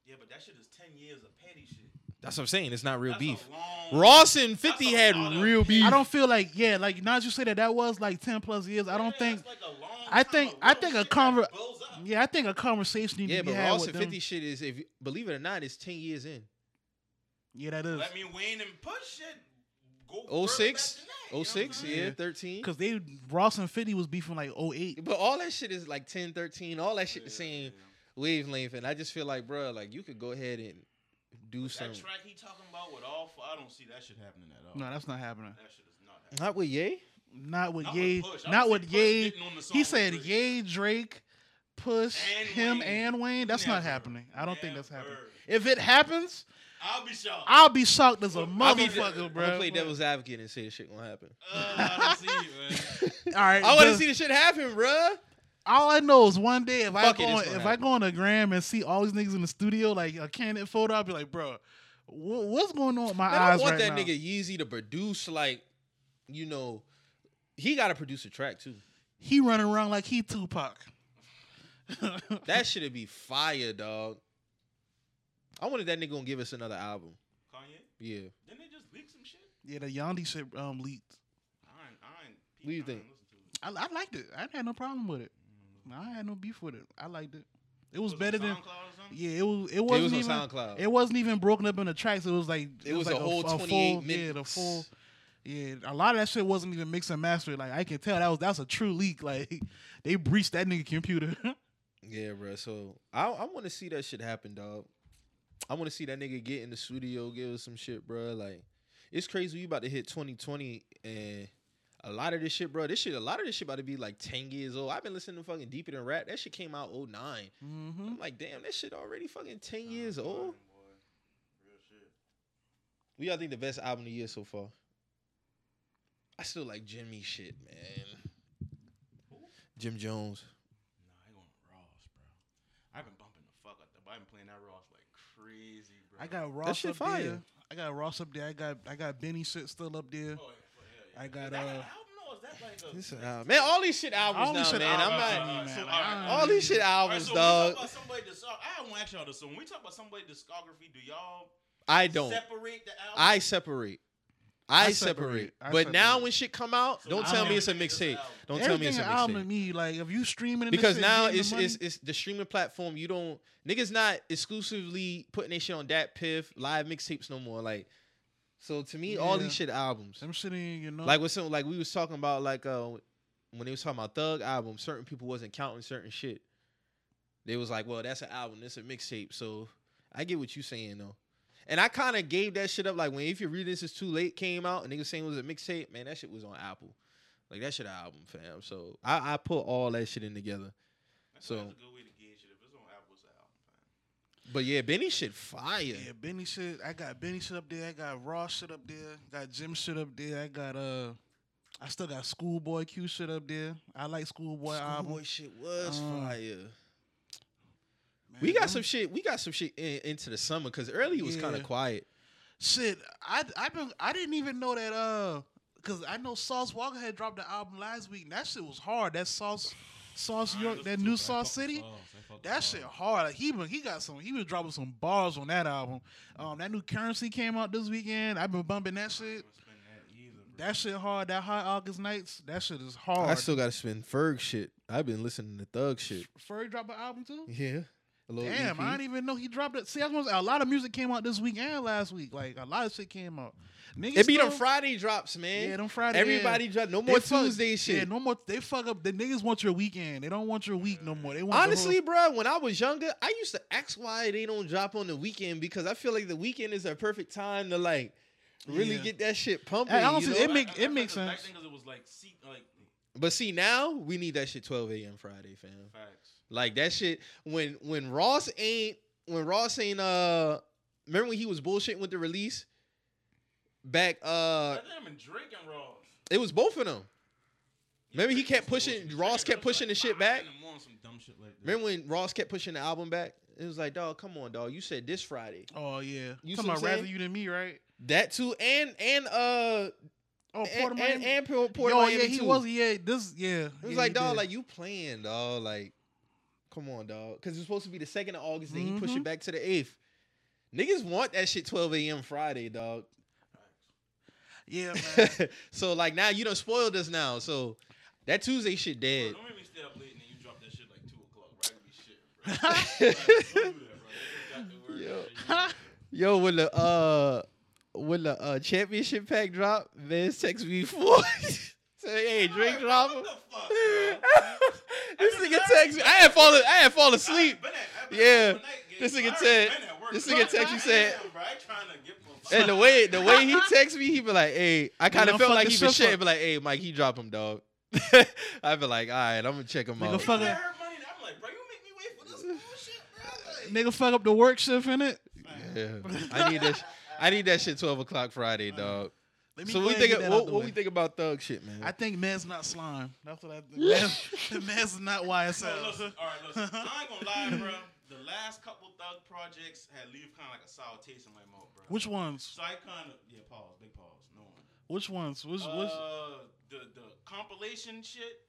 S4: yeah, but that shit is ten years of petty shit.
S2: That's what I'm saying. It's not real
S4: That's
S2: beef.
S4: a long-
S2: Ross and
S4: that's
S2: Fifty
S4: a
S2: had
S4: lot of
S2: real
S4: opinion.
S2: beef.
S1: I don't feel like yeah, like now as you say that that was like ten plus years. I
S4: Yeah,
S1: don't
S4: that's
S1: think
S4: like a long
S1: I
S4: time
S1: think-
S4: of
S1: I
S4: real
S1: think a
S4: shit that
S1: conver-
S4: blows up.
S1: yeah, I think a conversation needs
S2: yeah,
S1: to be
S2: but
S1: had
S2: Ross
S1: with
S2: and
S1: them.
S2: Fifty shit is, if you- believe it or not, it's ten years in.
S1: Yeah, that is
S4: I mean, Wayne and Push shit. Go
S2: 06,
S4: further back than that, you know what I'm
S2: 06,
S4: saying?
S2: yeah,
S1: Oh, Yeah.
S2: thirteen.
S1: because they Ross and Fifty was beefing like 08.
S2: But all that shit is like 10, 13, All that shit the same.
S4: Yeah.
S2: wavelength, and I just feel like, bruh, like you could go ahead and do
S4: That
S2: something.
S4: track he talking about with all four, I don't see that shit happening at all.
S1: No, that's not happening.
S4: that shit is not happening.
S2: Not with Ye.
S1: Not with
S4: Not with
S1: Ye.
S4: Push. I
S1: Not
S4: would
S1: with
S4: say Push
S1: Ye.
S4: getting on the song
S1: He
S4: with
S1: said
S4: Drake.
S1: Ye, Drake, Push
S4: And
S1: him
S4: Wayne.
S1: and Wayne. That's not
S4: Never.
S1: happening. I don't think that's happening.
S4: Never.
S1: If it happens,
S4: I'll be shocked.
S1: I'll be shocked as a
S2: I'll be- I'ma
S1: motherfucker, bro.
S2: play devil's advocate and say this shit gonna happen.
S4: Uh, I don't see it,
S1: *laughs*
S4: man.
S1: All right,
S2: I want to
S1: the-
S2: see the shit happen, bruh.
S1: All I know is one day if
S2: Fuck
S1: I
S2: it,
S1: go
S2: it's
S1: on,
S2: gonna
S1: if I
S2: happen.
S1: go on a gram and see all these niggas in the studio like a candid photo, I'll be like, bro, wha- what's going on with my
S2: Man, I
S1: eyes
S2: want
S1: right
S2: that
S1: now?
S2: nigga Yeezy to produce like, you know, he got to produce a track too.
S1: He running around like he Tupac. *laughs*
S2: *laughs* That shit'd be fire, dog. I wonder if that nigga gonna give us another album.
S4: Kanye,
S2: Yeah,
S4: didn't they just leak some shit?
S1: yeah, the Yandi shit um, leaked.
S4: I ain't, I ain't,
S2: What do you
S4: I ain't
S2: think?
S4: listen to it.
S1: I, I liked it. I had no problem with it. I had no beef with it. I liked it. It was,
S4: on
S1: better than
S4: SoundCloud or something?
S1: yeah. It was. It
S2: it was
S1: wasn't
S2: on
S1: even.
S2: SoundCloud.
S1: It wasn't even broken up into tracks. It was like
S2: It was
S1: like
S2: a whole
S1: full-
S2: 28
S1: Yeah, the
S2: minutes.
S1: full. Yeah, a lot of that shit wasn't even mixed and mastered. Like I can tell that was that's a true leak. *laughs* Like they breached that nigga computer. *laughs*
S2: Yeah, bro. So I I want to see that shit happen, dog. I want to see that nigga get in the studio, give us some shit, bro. Like, it's crazy. You about to hit 2020, and a lot of this shit, bro. This shit, a lot of this shit about to be like 10 years old. I've been listening to fucking Deeper Than Rap. That shit came out 09.
S1: mm-hmm.
S2: I'm like, damn, that shit already fucking 10
S4: Nah,
S2: years
S4: I'm
S2: old.
S4: fine, boy. Real shit.
S2: We all think the best album of the year so far. I still like Jimmy shit, man. Jim Jones.
S4: Nah, I ain't going to Ross, bro. I've been bumping the fuck out there. but I've been playing that Ross like crazy, bro.
S1: I got Ross
S2: shit
S1: up
S2: fire.
S1: there. I got Ross up there. I got I got Benny shit still up there.
S4: Oh, yeah, for hell, yeah.
S1: I got,
S4: Is that
S1: uh,
S4: an album? No, is that like a.
S2: This album. Man, all these shit albums
S1: All
S2: now,
S1: these shit
S2: man.
S1: albums,
S2: I'm
S1: man.
S2: not.
S1: so,
S2: All these shit albums, dog.
S4: When we talk about somebody discog- I want to ask y'all this. So when we talk about somebody discography, do y'all
S2: I don't.
S4: separate the album?
S2: I separate. I,
S1: I separate.
S2: separate.
S1: I
S2: but now
S1: separate.
S2: when shit come out,
S4: So
S2: don't
S1: I
S2: tell
S1: don't
S2: me it's a
S4: think it's an
S2: mixtape.
S4: album.
S2: Don't tell
S1: Everything
S2: me it's a
S1: an album to
S2: mixtape.
S1: me like if you streaming and this
S2: Because
S1: shit,
S2: now
S1: getting the
S2: it's,
S1: money,
S2: it's it's the streaming platform. You don't niggas not exclusively putting their shit on that piff live mixtapes no more. Like, so to me, all
S1: Yeah.
S2: these shit albums.
S1: them shit ain't you know
S2: Like with some like we was talking about like uh when they was talking about Thug album, certain people wasn't counting certain shit. They was like, well, that's an album, that's a mixtape. So I get what you saying though. And I kind of gave that shit up. Like when If You Read This Is Too Late came out and niggas saying it was a mixtape, man, that shit was on Apple. Like that shit an album, fam. So I, I put all that shit in together.
S4: That's,
S2: so-
S4: that's a good way to gauge it. If it's on Apple, it's an album. fam.
S2: But yeah, Benny shit fire.
S1: Yeah, Benny shit. I got Benny shit up there. I got Raw shit up there. Got Jim shit up there. I got uh, I still got Schoolboy Q shit up there. I like Schoolboy album.
S2: Schoolboy shit was
S1: Um,
S2: fire.
S1: Man,
S2: We got
S1: them-
S2: some shit. We got some shit in, into the summer because early it was kind
S1: Yeah.
S2: of quiet.
S1: shit. I I been I didn't even know that uh, cause I know Sauce Walker had dropped the album last week. And that shit was hard. That Sauce Sauce
S4: I
S1: York,
S4: ain't
S1: that
S4: listen to
S1: new
S4: it, but I
S1: Sauce
S4: fuck with
S1: City.
S4: Sauce. I fuck with
S1: That
S4: Sauce.
S1: shit hard. Like, he been, he got some. He was dropping some bars on that album. Um, that new currency came out this weekend. I've been bumping that
S4: I ain't
S1: shit.
S4: gonna spend that either, bro.
S1: That shit hard. That hot August nights. That shit is hard.
S2: I still gotta spend Ferg shit. I've been listening to Thug shit.
S1: Furry dropped an album too.
S2: Yeah. E A little
S1: Damn, I
S2: EP.
S1: didn't even know he dropped it. See, that's what I'm saying. a lot of music came out this week and last week. Like a lot of shit came out. Niggas
S2: It be them
S1: still-
S2: Friday drops, man.
S1: Yeah, them Friday.
S2: Everybody
S1: yeah.
S2: drop no
S1: They
S2: more
S1: fuck-
S2: Tuesday
S1: Yeah,
S2: shit.
S1: no more. They fuck up. The niggas want your weekend. They don't want your week no more. They want the
S2: Honestly, bruh, when I was younger, I used to ask why they don't drop on the weekend because I feel like the weekend is a perfect time to like really
S1: Yeah.
S2: get that shit pumping.
S1: Hey,
S2: you
S1: honestly,
S2: know?
S1: it make-
S4: I- I- I
S1: it makes
S4: think
S1: sense.
S4: it's Back because it was like, see, like
S2: but see now we need that shit 12 a.m. Friday, fam.
S4: facts.
S2: Like that shit when when Ross ain't when Ross ain't uh remember when he was bullshitting with the release back uh
S4: I think I've been drinking Ross.
S2: it was both of them. Remember he
S4: Drinking
S2: kept
S4: some bullshit.
S2: pushing-
S4: Drinking
S2: Ross kept
S4: till
S2: pushing
S4: like
S2: the shit
S4: five
S2: back?
S4: in the morning, some dumb shit like that.
S2: Remember when Ross kept pushing the album back? It was like, dog, come on, dog. You said this Friday.
S1: Oh yeah,
S2: You
S1: you talking
S2: see what
S1: about
S2: I'm
S1: rather
S2: saying?
S1: you than me, right?
S2: That too, and and uh,
S1: Oh, Port
S2: and,
S1: of
S2: and,
S1: Miami.
S2: and Port Port
S1: Yo,
S2: Miami
S1: yeah, he
S2: too.
S1: was. Yeah, this. Yeah,
S2: It was
S1: yeah,
S2: like,
S1: he
S2: dog,
S1: did.
S2: like you playing, dog. Like, come on, dog. Because it's supposed to be the second of August, then he push it
S1: Mhm.
S2: back to the eighth. Niggas want that shit 12 a.m. Friday, dog.
S1: yeah, man.
S2: *laughs* so like now you done spoiled us now. So that Tuesday shit
S4: Bro,
S2: dead.
S4: Don't make me stay up late and then you drop that shit like two o'clock. Right? Be shit, bro. Like, don't do that, bro. That's what got to work.
S2: Yo.
S4: That shit,
S2: Yo, when the uh when the uh championship pack drop, Vince text me four. *laughs* Say, hey,
S4: you-
S2: drink
S4: Bro,
S2: drop.
S4: What the fuck, bro?
S2: this nigga text me. I had fallen. I had fallen asleep.
S4: I been at- I been
S2: Yeah.
S4: at night game,
S2: This
S4: bro.
S2: nigga
S4: I already
S2: said-
S4: been at work,
S2: this
S4: bro.
S2: nigga text you said-
S4: Damn, bro, I tryna get my
S2: And the way the way he text me, he be like, "Hey, I kind
S1: Nigga,
S2: of felt
S1: fuck
S2: like
S1: this
S2: he was
S1: shit
S2: shit." He
S1: up.
S2: Be like, "Hey, Mike, he drop him, dog." *laughs* I be like, "All right, I'm gonna check him
S1: Nigga,
S2: out."
S1: fuck-
S4: Nigga,
S1: fucking-
S2: *laughs*
S4: her money. I'm like, bro, you make me wait for this bullshit, bro. Like,
S1: Nigga, fuck up the work shift in it.
S4: man,
S2: Yeah. I need that. sh- I need that shit twelve o'clock Friday, dog.
S1: Let me
S2: So
S1: go
S2: we
S1: ahead and
S2: think
S1: get that out
S2: what,
S1: the
S2: what
S1: way.
S2: we think about thug shit, man.
S1: I think man's not slime. That's what I
S2: *laughs*
S1: think. Man's, *laughs* man's not
S4: So,
S1: YSL.
S4: listen, all right, listen. I ain't gonna lie, bro. The last couple thug projects had leave kind of like a sour taste in my mouth, bro.
S1: Which ones?
S4: So I kind of yeah, pause, big pause, no one.
S1: Which ones? Which, which?
S4: Uh, the the compilation shit,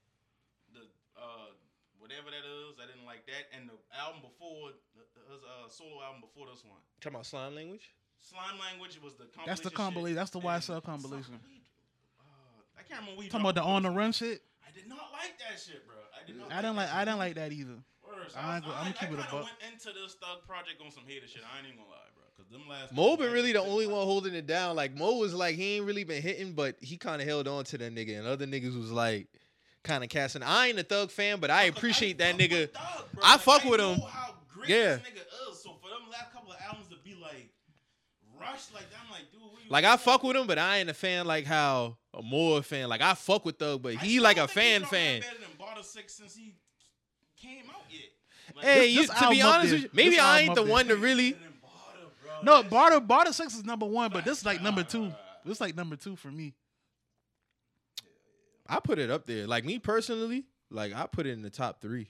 S4: the uh whatever that is, I didn't like that, and the album before the, the his, uh, solo album before this one,
S2: Talking about slime language.
S4: Slime Language was the compilation.
S1: That's the compilation.
S4: compilation.
S1: That's the YSL compilation.
S4: uh, I can't remember. what we
S1: Talking about the
S4: dropped
S1: on the
S4: first.
S1: run shit.
S4: I did not like that shit, bro. I did not.
S1: I didn't
S4: that
S1: like. I
S4: shit.
S1: didn't like that either. I
S4: Worse. I, I,
S1: ain't gonna- I'ma
S4: I,
S1: keep it a
S4: kind of
S1: buck.
S4: went into this thug project on some hater shit. I ain't even gonna lie, bro. Cause them last.
S2: Mo
S4: couple
S2: been really the
S4: records-
S2: only one holding it down. Like Mo was like he ain't really been hitting, but he kind of held on to that nigga, and other niggas was like kind of casting. I ain't a thug fan, but I
S4: Cause
S2: appreciate that
S4: fuck with
S2: nigga.
S4: Thug, bro.
S2: I fuck with
S4: know
S2: him.
S4: how great
S2: Yeah.
S4: this nigga is. So for them last couple of albums to be like rushed, like that, I'm like, dude, where you
S2: Like I fuck with him, but I ain't a fan like how a Moore fan. Like I fuck with thug, but
S4: I
S2: he
S4: still
S2: like a
S4: think he's
S2: fan
S4: done
S2: fan.
S4: Better than Bottle Six since he came out yet. Like,
S2: Hey,
S1: This-
S2: you,
S1: this
S2: to be
S1: album up
S2: honest
S1: there.
S2: with you, maybe
S1: This
S2: I
S1: album
S2: ain't
S1: up
S2: the
S1: there.
S2: one to really.
S4: better than Bottle, bro.
S1: No,
S4: That's-
S1: Barter Barter Six is number one, but this is like number two. This is like number two for me.
S2: I put it up there. Like me personally, like I put it in the top three.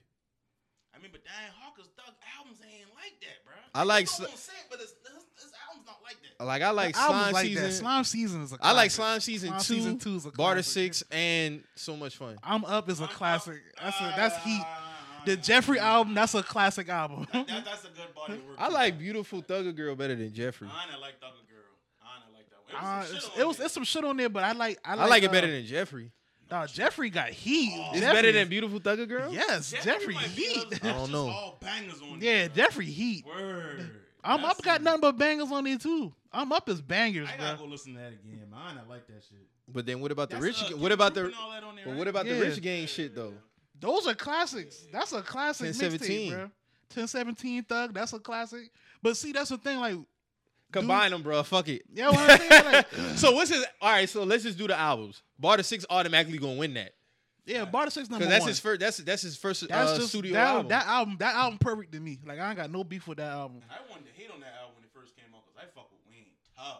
S4: I mean, but Dan Hawker's Thug albums ain't like that, bro.
S2: I like
S4: People
S2: Sli-
S4: don't say it, but his, his, his albums not like that.
S2: Like I like
S1: The album's
S2: slime
S1: like
S2: season.
S1: That. Slime season is a
S2: I like
S1: classic.
S2: slime season
S1: Slime
S2: two,
S1: Season two is a
S2: barter
S1: classic.
S2: six, and so much fun.
S1: I'm up is a
S4: I'm- I'm-
S1: classic. That's a, that's heat.
S4: Ah,
S1: The Jeffrey album, that's a classic album.
S4: That, that, that's a good body of work.
S2: I like Beautiful Thugger Girl better than Jeffrey.
S4: I ain't like Thugger Girl. I ain't like that one. It
S1: Uh,
S4: was,
S1: it's,
S4: some shit
S1: it
S4: on
S1: was
S4: there.
S1: it's some shit on there, but I like I
S2: I
S1: like,
S2: like, it
S1: uh,
S2: better than Jeffrey.
S1: Nah, Jeffrey got heat.
S4: It's
S2: It's
S1: Jeffrey
S2: better
S1: is-
S2: than Beautiful Thugger Girl.
S1: yes, Jeffrey,
S4: might be
S1: heat.
S4: up there.
S2: I don't
S4: Just
S2: know.
S4: All bangers on
S1: *laughs* yeah,
S4: there, bro.
S1: Jeffrey heat.
S4: Word.
S1: I'm
S4: That's
S1: up got
S4: some-
S1: nothing but bangers on there too. I'm up is bangers,
S4: I
S1: bro.
S4: gotta go listen to that again, man. I like that shit.
S2: But then what about the
S4: That's,
S2: rich?
S4: uh,
S2: Ga-
S4: Keith
S2: what about
S4: Rip
S2: the?
S4: and all that on there,
S2: But
S4: right?
S2: what about
S1: Yeah.
S2: the rich gang shit though?
S1: Those are classics. That's a classic
S2: 1017.
S1: mixtape, bro. 1017 Thug, that's a classic. But see, that's the thing, like,
S2: Combine them, bro. Fuck *laughs* it.
S1: yeah, what I'm saying,
S2: *laughs*
S1: like,
S2: so what's his? All right, so let's just do the albums. Barter Six automatically gonna win that
S1: yeah, Barter Six number
S2: because that's
S1: one.
S2: his first. That's that's his first
S1: that's
S2: uh,
S1: just
S2: studio
S1: that,
S2: album.
S1: that album. That album perfect to me. Like I ain't got no beef with that album.
S4: I wanted to hate on that album when it first came out because I fuck with Wayne tough.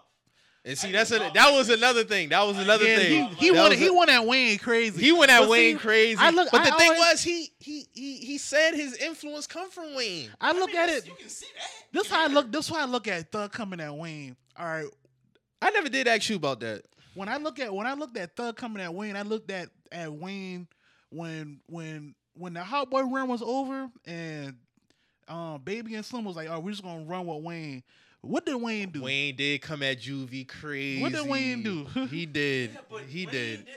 S2: and
S4: I
S2: see,
S4: did
S2: that's a,
S4: not
S2: that
S4: like
S2: was
S4: that.
S2: another thing. That was another
S1: yeah,
S2: thing.
S1: he, he
S2: That
S1: went
S2: was
S1: he
S2: a-
S1: went at Wayne crazy.
S2: He went at
S1: But see,
S2: Wayne crazy.
S1: I look-
S2: but
S1: I
S2: the thing
S1: always-
S2: was, he he he he said his influence come from Wayne.
S1: I look
S4: mean,
S1: at
S4: that's-
S1: it.
S4: You can see that.
S1: This how I look. This how I look at Thug coming at Wayne. All right,
S2: I never did ask you about that.
S1: when I look at when I looked at Thug coming at Wayne, I looked at at Wayne when when when the Hot Boy run was over and um Baby and Slim was like, "Oh, we're just gonna run with Wayne." What did Wayne do?
S2: Wayne did come at Juvie crazy.
S1: What did Wayne do? *laughs*
S2: he did.
S4: Yeah, but
S2: he
S4: Wayne
S2: did.
S4: didn't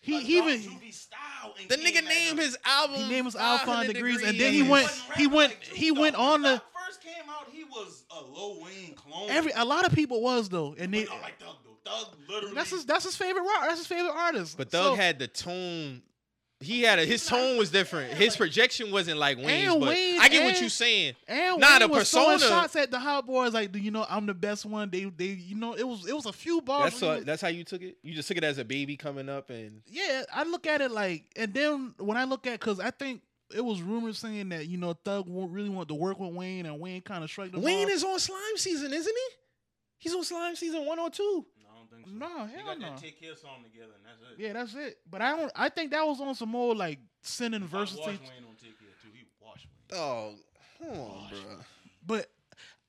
S1: He- he
S4: adopt
S1: even-
S4: Juvie's style and
S2: The
S4: came
S2: nigga
S4: at
S2: named
S4: him.
S2: his album.
S1: He named his album
S2: 500
S1: Degrees, and then he went-
S4: wasn't
S1: he
S4: rapping
S1: went-
S4: like Juice,
S1: he
S4: though.
S1: went
S4: When
S1: on the-
S4: Thug first came out, he was a low Wayne clone.
S1: Every a lot of people was though, and
S4: But
S1: they,
S4: not like Thug though. Thug literally.
S1: that's his that's his favorite rock. That's his favorite artist.
S2: But
S1: So-
S2: Thug had the tone. He had a, his tone was different. *laughs* His projection wasn't like Wayne's.
S1: And
S2: But
S1: Wayne-
S2: I get what
S1: and-
S2: you saying.
S1: And
S2: Nah,
S1: Wayne
S2: the
S1: was throwing
S2: persona-
S1: shots at the hot boys like, do you know I'm the best one? They they you know it was it was a few balls.
S2: That's
S1: when he
S2: how,
S1: was-
S2: that's how you took it. You just took it as a baby coming up, and
S1: yeah, I look at it like, and then when I look at, cause I think it was rumored saying that you know Thug won't really want to work with Wayne, and Wayne kind of shrugged him
S2: Wayne
S1: off.
S2: is on slime season, isn't he? He's on slime season one or two.
S4: No, I don't think so.
S1: No,
S4: They
S1: hell
S4: got
S1: no.
S4: That take care song together, and that's it.
S1: yeah, that's it. But I don't. I think that was on some more like sending
S4: I watched
S1: verses.
S4: Wayne
S1: to-
S4: on take care too. He washed Wayne.
S2: Oh, come on, bro.
S1: But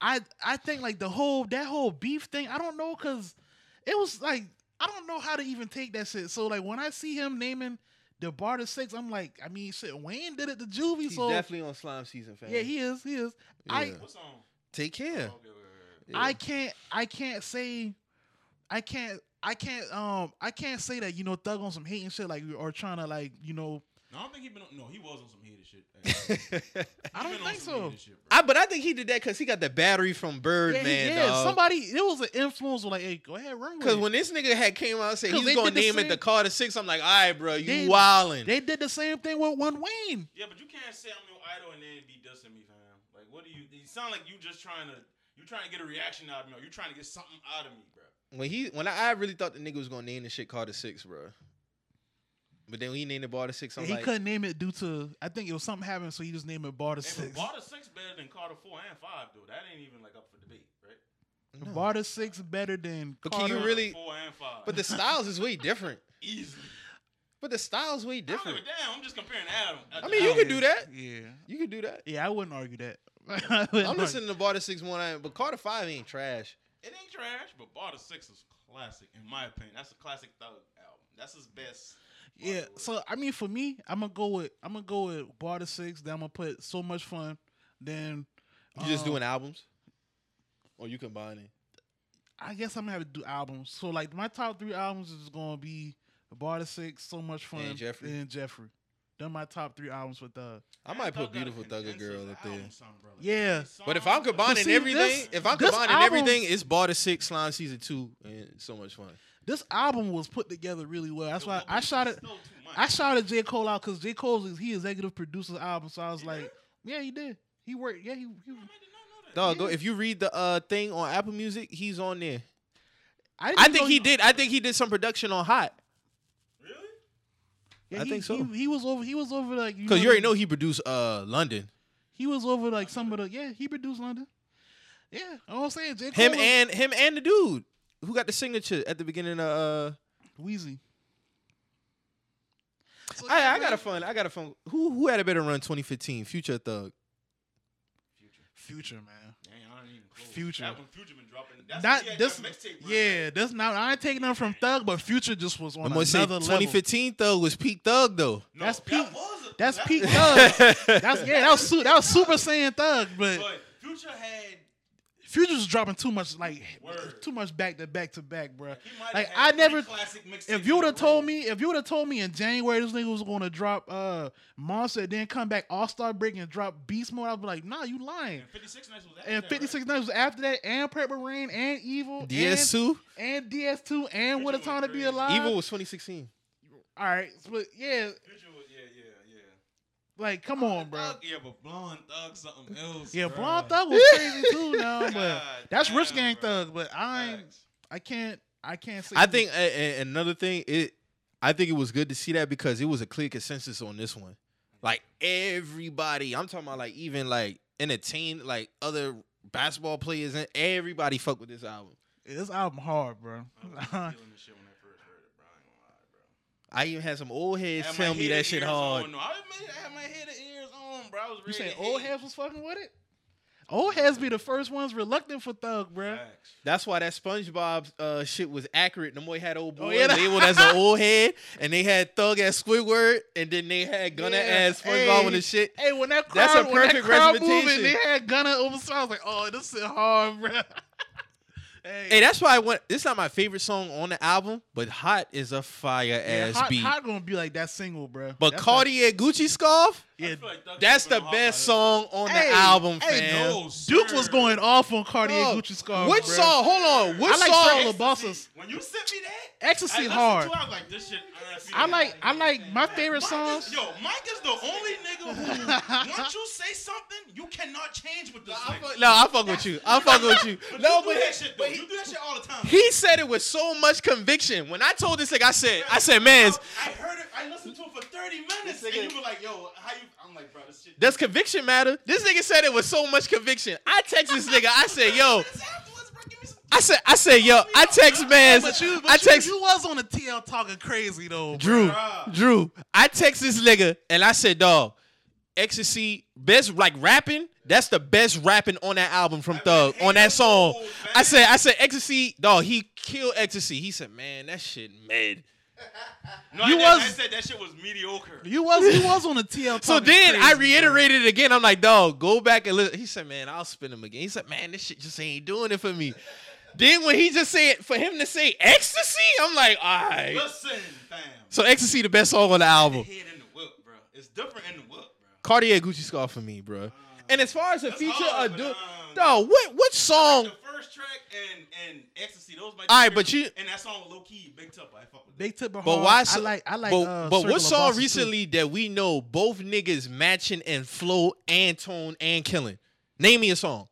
S1: I I think like the whole that whole beef thing. I don't know, cause it was like I don't know how to even take that shit. So like when I see him naming the bar to six, I'm like, I mean, shit, Wayne did it to Juvie,
S2: He's
S1: so
S2: definitely on slime season, fam.
S1: yeah, he is, he is. I
S2: Yeah.
S4: What song?
S2: Take care.
S4: Okay, wait, wait, wait.
S2: Yeah.
S1: I can't I can't say I can't I can't um I can't say that you know thug on some hate and shit like or trying to like you know
S4: No, I don't think he been. On, no, he was on some hater
S1: *laughs*
S4: shit.
S2: *laughs*
S1: I don't think so.
S2: I, but I think he did that because he got the battery from
S1: yeah,
S2: Birdman,
S1: he-
S2: man.
S1: yeah, somebody it was an influence like hey go ahead run with
S2: Because
S1: it.
S2: when this nigga had came out and said
S1: 'Cause
S2: he's
S1: they
S2: gonna
S1: did the
S2: name it the
S1: same-
S2: Carter Six, I'm like, all right, bro, you
S1: They-
S2: wildin'.
S1: they did the same thing with one Wayne
S4: Yeah, but you can't say I'm your idol and then be dissing me, fam. Like, what do you? You sound like you just trying to. You trying to get a reaction out of me. Or you trying to get something out of me, bro.
S2: when he when I, I really thought the nigga was gonna name the shit Carter Six, bro. But then when he named it Carter Six, I'm
S1: Yeah, he
S2: like,
S1: couldn't name it due to I think it was something happened so he just named it bar to
S4: Hey,
S1: six
S4: but Carter six better than Carter four and five, though. That ain't even like up for debate, right?
S2: No.
S1: Varda six better than.
S2: But can you
S1: Carter.
S2: really-
S4: four and five,
S2: But the styles is way different.
S4: easily.
S2: But the styles way
S4: I don't give a
S2: different.
S4: damn. I'm just comparing Adam.
S2: I mean, you could do that.
S1: Yeah,
S2: You could do that.
S1: yeah. I wouldn't argue that. *laughs*
S2: I'm listening to Barter Six One, I- but Carter Five ain't trash.
S4: It ain't trash, but Bar the Six is classic in my opinion. That's a classic Thug album. That's his best.
S1: Yeah, so I mean, for me, I'm gonna go with I'm gonna go with Bar to Six. Then I'm gonna put so much fun. Then
S2: You just
S1: um,
S2: doing albums, or you combining.
S1: I guess I'm gonna have to do albums. So like my top three albums is gonna be Bar to Six, So Much Fun,
S2: And Jeffrey.
S1: and Jeffrey. Then my top three albums with uh, the.
S2: I might
S4: Thug
S2: put
S4: got a
S2: Beautiful Thugger
S4: condenses
S2: Girl up there.
S4: album, son, brother.
S1: Yeah.
S4: These
S2: But if
S4: songs
S2: I'm combining
S1: see,
S2: everything,
S1: this-
S2: if I'm
S1: this
S2: combining
S1: album-
S2: everything, it's Barter Six Slime Season Two, and so much fun.
S1: This album was put together really well. That's why
S4: Well,
S1: I
S4: but
S1: shot
S4: it's
S1: it.
S4: still too much.
S1: I shouted J Cole out because J Cole is he executive produces album. So I was
S4: He
S1: like,
S4: did?
S1: yeah, he did. He worked. Yeah, he. he
S4: I did not know that.
S2: Dog, go,
S1: Yeah.
S2: if you read the uh, thing on Apple Music, he's on there.
S1: didn't
S2: I
S1: even
S2: think
S1: know
S2: he did. I think he did some production on Hot.
S4: Really?
S1: Yeah,
S2: I
S1: he-
S2: think so.
S1: He, he was over. He was over like
S2: Cause you already
S1: the-
S2: know he produced uh London.
S1: He was over like some of the yeah. He produced London. Yeah, all I'm saying J Cole
S2: Him
S1: was-
S2: and him and the dude who got the signature at the beginning of. Uh,
S1: Weezy. So,
S2: I, I
S1: yeah,
S2: got a
S1: man.
S2: fun. I got a fun. Who who had a better run 2015? Future Thug.
S1: future man.
S4: Dang, I don't even close.
S1: Future.
S4: That one Future been dropping. That's
S1: Not
S4: he had
S1: this.
S4: that mixtape run.
S1: Yeah, that's not. I ain't taking nothing from Thug, but Future just was on
S2: I'm
S1: another
S2: gonna say
S1: level.
S2: 2015 Thug was peak Thug though.
S4: No,
S1: That's
S4: that
S1: peak-
S4: was a-
S1: That's
S4: that
S1: peak
S4: was-
S1: Thug.
S2: *laughs*
S1: That's yeah. That was su- that was Super Saiyan Thug, but
S4: *laughs* But Future had.
S1: Future was dropping too much like
S4: Word.
S1: too much back to back to back, bruh.
S4: He might
S1: Like,
S4: have
S1: I
S4: had three
S1: never-
S4: Classic mixtapes
S1: If you would
S4: in a
S1: have told
S4: row.
S1: me, if you would have told me in January this nigga was gonna drop uh Monster, then come back All Star Break and drop Beast Mode, I'd be like, nah, you lying.
S4: And 56 Nights was after
S1: And
S4: that, right?
S1: 56 Nights was after that, and Purple Rain, and Evil, and,
S2: DS2.
S1: and DS2, and What a
S4: Future
S1: Time to
S4: went
S1: Be
S4: crazy.
S1: Alive.
S2: Evil was 2016.
S1: All right, but yeah,
S4: Future was, yeah, yeah, yeah.
S1: like, come on, bro.
S4: Thug, yeah, but Blonde Thug something else.
S1: Yeah,
S4: bruh.
S1: Blonde Thug was
S2: *laughs*
S1: crazy too now, but
S4: God
S1: that's Rich
S4: damn,
S1: Gang
S4: bruh.
S1: Thug. But I, ain't,
S4: Facts.
S1: I can't, I can't say.
S2: I think a, a- another thing it. I think it was good to see that because it was a clear consensus on this one. Like everybody, I'm talking about like even like entertain like other basketball players and everybody fuck with this album.
S1: this album hard, bro.
S4: I was feeling this shit when I first heard it, bro. I ain't gonna lie, bro.
S2: I even had some old heads
S4: Had my
S2: tell me
S4: head
S2: that
S4: and
S2: shit
S4: ears
S2: hard.
S4: On, no, I, admit, I had my head and ears on, bro. I was ready.
S1: *laughs* you saying
S4: to
S1: old
S4: hate.
S1: heads was fucking with it? Old heads be the first ones reluctant for Thug, bro.
S4: Facts.
S2: That's why that SpongeBob uh, shit was accurate. No more had old
S1: Oh,
S2: boy
S1: yeah.
S2: labeled as
S1: *laughs*
S2: an old head, and they had thug as Squidward, and then they had gunna
S1: Yeah.
S2: as SpongeBob
S1: Hey.
S2: with the shit.
S1: Hey, when that crowd,
S2: That's a
S1: when that
S2: perfect
S1: crowd moving,
S2: representation.
S1: they had Gunna over, so I was like, oh, this is hard, bro. hey,
S2: Hey, that's why I went. It's not my favorite song on the album, but "Hot" is a fire
S1: yeah,
S2: ass
S1: hot,
S2: beat.
S1: hot gonna be like that single, bro.
S2: but
S1: That's
S2: Cartier Gucci scarf,
S1: not- yeah,
S4: I feel like Thug
S2: that's the
S4: should've been hard
S2: best
S4: by
S2: song on
S1: Hey,
S2: the album,
S1: hey,
S2: fam.
S4: now. No,
S1: Duke was
S4: sir.
S1: going off on Cartier
S2: Dog,
S1: Gucci scarf.
S2: which
S1: bruh.
S2: song? Hold on, which
S1: I like
S2: song?
S1: Soul of Bosses.
S4: When you sent me that, I
S1: Ecstasy
S4: listened
S1: hard.
S4: To, it, I was like, this shit. RIP.
S1: I like I like my favorite
S4: Mike
S1: songs.
S4: Is, yo, Mike is the only nigga
S1: *laughs*
S4: who once you say something, you cannot change with this
S2: I
S4: nigga.
S2: fuck- No, I fuck with you. I
S1: *laughs*
S2: fuck with you.
S4: But
S2: No,
S4: you do
S2: but,
S4: that shit, though.
S2: but he-
S4: you do that shit all the time.
S2: He said it with so much conviction. When I told this nigga, I said, I said, man,
S4: I heard it. I listened to it for thirty minutes, and you were like, "Yo, how you?" I'm like, "Bro, this shit."
S2: does conviction matter? This nigga said it with so much conviction. I text this nigga. I said, yo.
S4: This afterwards, bro, give me some-
S2: I said, I said, yo. I text man.
S1: But you, but
S2: I
S1: you-
S2: text
S1: you was on the TL talking crazy though. bruh.
S2: Drew.
S4: Bruh.
S2: Drew. I text this nigga and I said, dog, ecstasy, best like rapping. That's the best rapping on that album from
S4: I
S2: Thug
S4: hate
S2: on that
S4: him,
S2: song.
S4: man.
S2: I said, I said, ecstasy, dog. He killed ecstasy. He said, man, that shit mid.
S4: No,
S2: You
S4: I, didn't. I
S2: was-
S4: said that shit was mediocre.
S1: You was you was on the TL.
S2: So
S1: talking
S2: then I
S1: crazy, bruh.
S2: reiterated it again. I'm like, dog, go back and listen. He said, man, I'll spin him again. He said, man, this shit just ain't doing it for me. then when he just said, for him to say ecstasy, I'm like, all right.
S4: Listen, fam.
S2: So ecstasy, the best song on the
S4: The
S2: album.
S4: head in the whip, bro. It's different in the whip, bro.
S2: Cartier Gucci scarf for me, bro. And as far as the
S4: That's
S2: feature,
S4: hard,
S2: a
S4: but,
S2: dude,
S4: um,
S2: dog, what what song?
S4: The first track and and ecstasy, those my. two
S2: Alright, Oh. but
S4: favorites.
S2: you-
S4: and that song with low key, big tup. I fuck with that.
S1: They took it
S2: But
S1: hard.
S2: why?
S1: I
S2: so-
S1: like I like.
S2: But,
S1: uh,
S2: but
S1: Circle
S2: what
S1: of
S2: song
S1: Bosses, too.
S2: recently that we know both niggas matching in flow and tone and killing? Name me a song.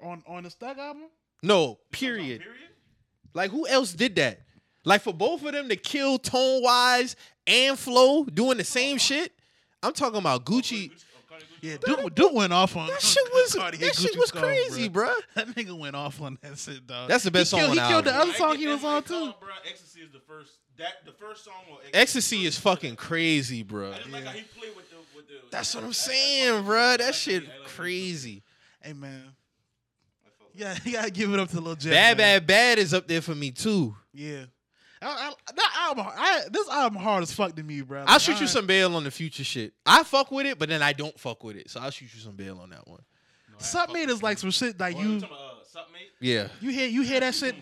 S1: on on the Stug album?
S2: No,
S4: That song,
S2: period.
S4: Period.
S2: Like who else did that? Like for both of them to kill tone wise and flow doing the same shit. I'm talking about Gucci.
S4: Oh,
S1: Yeah, Duke, Duke went off on
S2: That
S1: *laughs*
S2: shit was
S1: Cardi
S2: that
S1: and
S2: shit
S1: Gucci
S2: was
S1: Scoff,
S2: crazy,
S1: bruh.
S2: bro.
S1: That nigga went off on that shit, dog.
S2: That's the best
S1: he
S2: song
S1: killed,
S2: on
S1: He
S2: the
S1: killed the
S2: album.
S1: other song he was on too.
S4: Bro, Ecstasy is the first. That the first song. Or
S2: Ecstasy is fucking crazy, bro.
S4: I just like how he played with the with the.
S2: That's what I'm
S4: that- that's
S2: saying,
S4: fucking-
S2: bro.
S4: I
S2: That
S4: like
S2: shit
S4: I like
S2: crazy.
S1: Hey man,
S4: I fuck
S1: *laughs*
S4: with
S1: yeah, you gotta give it up to Lil Jon.
S2: Bad,
S1: man.
S2: bad, bad is up there for me too.
S1: Yeah. I, I, that album, I, this album hard as fuck to me, bro.
S2: I'll shoot you
S1: some.
S2: some bail on the future shit. I fuck with it, but then I don't fuck with it. So I'll shoot you some bail on that one.
S4: it. No, I fuck
S1: Submate is like some shit like
S4: with it. Oh,
S1: you
S4: talking about, uh,
S2: *laughs*
S4: Submate?
S2: Yeah.
S1: you hear you hear that shit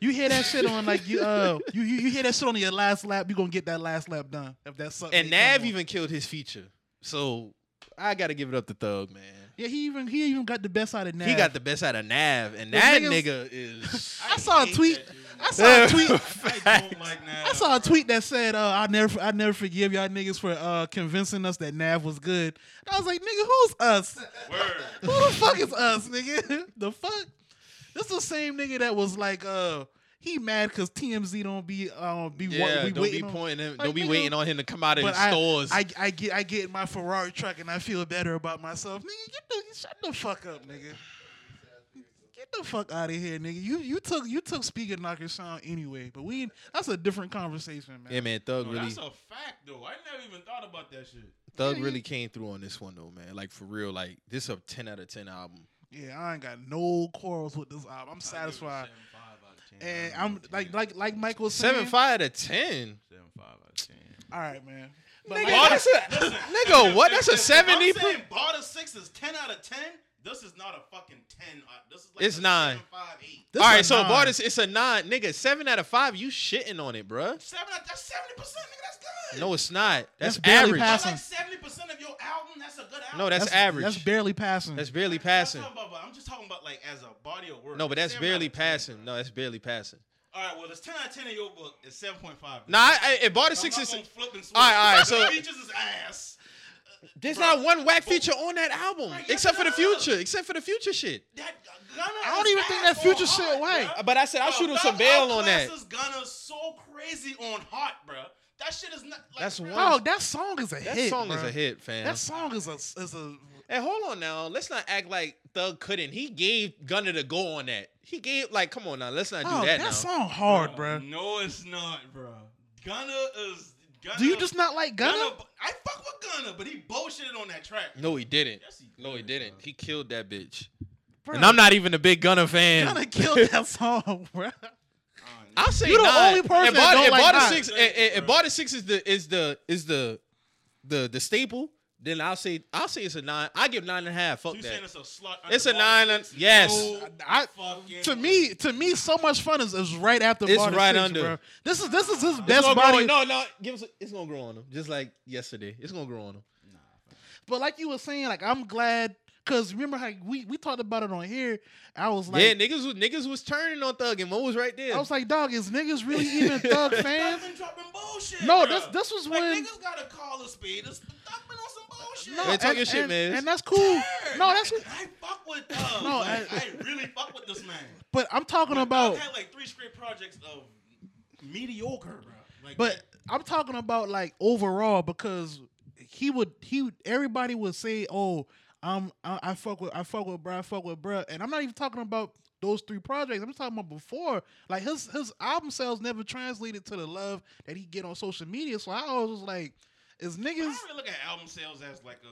S1: you hear that shit on like
S4: *laughs*
S1: you uh you you, you hear that shit on your last lap you gonna get that last lap done if that's something
S2: And Nav even killed his feature. So I gotta give it up to Thug, man.
S1: yeah he even he even got the best out of Nav
S2: He got the best out of Nav, and
S1: The
S2: that
S1: niggas-
S2: nigga
S1: *laughs*
S2: is. *laughs*
S1: I saw a
S4: hate
S1: tweet
S4: that dude.
S1: I saw a *laughs* tweet
S4: I don't like now.
S1: I saw a tweet that said uh I never I never forgive y'all niggas for uh convincing us that Nav was good And I was like nigga who's us
S4: Word.
S1: Who the fuck is us, nigga? *laughs* The fuck? This the same nigga that was like, uh, he mad because TMZ don't be, um, be wa-
S2: Yeah,
S1: we
S2: don't be
S1: waiting. on-
S2: pointing him.
S1: Like,
S2: don't be
S1: nigga,
S2: waiting on him to come out of
S1: but
S2: his
S1: I,
S2: stores.
S1: I, I get, I get in my Ferrari truck and I feel better about myself, nigga. Get the, shut the fuck up, nigga. Get the fuck out of here, nigga. You, you took, you took speaker knocker sound anyway, but we, that's a different conversation, man.
S2: yeah, man. Thug
S4: No,
S2: really,
S4: That's a fact, though. I never even thought about that shit.
S2: Thug
S1: yeah, you-
S2: really came through on this one though, man. Like for real. Like this a ten out of ten album.
S1: Yeah, I ain't got no quarrels with this album. I'm satisfied, and I'm like, like, like Michael was
S2: Seven
S4: Mm-hmm.
S1: saying-
S2: five out of ten.
S4: Seven five out of ten.
S1: All right, man. But
S2: Nigga,
S1: like-
S2: that's a, *laughs* nigga what? That's a seventy.
S4: If I'm saying Bar to six is ten out of ten. This is not a fucking ten. Uh, this is like
S2: It's
S4: a
S2: nine.
S4: Seven, five, eight.
S1: This
S2: All
S1: a
S2: right, so
S1: nine.
S2: Bartis, it's a nine, nigga. Seven out of five. You shitting on it, bruh.
S4: Seven. out- That's seventy percent, nigga. That's good.
S2: No, it's not. That's,
S1: That's barely
S2: average.
S1: pass-
S4: That's like seventy percent of your album. That's a good album.
S2: No, that's, average.
S1: That's
S2: That's,
S1: barely passing.
S2: barely
S4: I'm not
S2: passing.
S4: talking about- but I'm just talking about like as a body of work.
S2: No, but that's
S4: Seven out
S2: barely
S4: of 10,
S2: passing.
S4: bro.
S2: No, that's barely passing.
S4: All right. Well, it's ten out of ten in your book. It's seven point five.
S2: Nah, I, I, it bought a
S4: I'm
S2: six.
S4: not
S2: is-
S4: gonna flip and switch. *laughs*
S2: All right, all right, so-
S4: features is ass.
S2: There's
S4: bruh.
S2: not one whack feature on that album
S4: Right, yes,
S2: except for the
S4: it does.
S2: future. Except for the future shit.
S4: That Gunna.
S1: I don't
S4: is
S1: even think
S4: ass
S1: that future
S4: on
S1: shit
S4: Hot,
S1: whack.
S4: bruh.
S2: But I said I'll
S4: Bro,
S2: shout him
S4: Thug
S2: some bail on that.
S4: Outkast is Gunna so crazy on hot, bro. That shit is not. Like,
S2: That's
S4: bruh,
S2: one-
S1: Dog, Oh, that song is a
S2: That
S1: hit.
S2: song is
S1: bruh.
S2: a hit, fam.
S1: That song is a is a.
S2: Hey, hold on now. Let's not act like Thug couldn't. He gave Gunner the go on that. He gave like, come on now. Let's not do
S1: Oh,
S2: that
S1: that,
S2: now.
S1: song hard, bro.
S4: No, it's not, bro. Gunna is. Gunna,
S1: Do you just not like Gunna?
S4: bu- I fuck with Gunna, but he bullshitted on that track.
S2: no, he didn't.
S4: Yes, he
S2: No, he
S4: did,
S2: didn't.
S4: bruh.
S2: He killed that bitch.
S1: Bruh,
S2: And I'm not even a big Gunner fan.
S1: Gunna
S2: *laughs*
S1: killed that song, bro.
S2: I'll say
S1: You the
S2: nine.
S1: only person
S2: And
S1: that
S2: Barter-
S1: don't
S2: and
S1: like
S2: Barter
S1: nine.
S2: six. And, and, and Barter six is the is the is the the the staple. Then I'll say I'll say it's a nine. I give nine and a half. Fuck
S4: You saying
S2: that.
S4: it's a slut?
S2: It's a
S4: underdog?
S2: nine. And, yes.
S4: No
S1: I-
S4: fucking
S1: To me, to me, so much fun is, is right after.
S2: It's
S1: Bar to
S2: right
S1: Six,
S2: under.
S1: bruh. This is this is his
S2: It's
S1: best
S2: gonna grow
S1: body.
S2: on- No, no. Give us. a- It's gonna grow on him, just like yesterday. It's gonna grow on him.
S1: But like you were saying, like I'm glad because remember how we we talked about it on here. I was like,
S2: yeah, niggas was niggas was turning on Thug and Mo was right there.
S1: I was like, dog, is niggas really even
S2: *laughs*
S1: Thug fans?
S4: Thug been dropping bullshit.
S1: No,
S4: bruh.
S1: this this was
S4: Like,
S1: when
S4: niggas gotta call a spade. This Thug been on some bullshit.
S1: No,
S2: Man, talk
S1: and,
S2: your shit,
S1: and-
S2: man.
S1: And that's cool. No, that's
S4: I fuck with Thug.
S1: No,
S4: like,
S1: I-
S4: I, really fuck with this man.
S1: but I'm talking
S4: I've
S1: about
S4: had like three straight projects of mediocre, bro. Like,
S1: but I'm talking about like overall because he would he would- everybody would say, "Oh, I'm I, I fuck with I fuck with bruh, I fuck with bruh," and I'm not even talking about those three projects. I'm talking about before, like his his album sales never translated to the love that he get on social media. So I always was like, "Is
S4: I
S1: niggas?"
S4: don't really look at album sales as like a.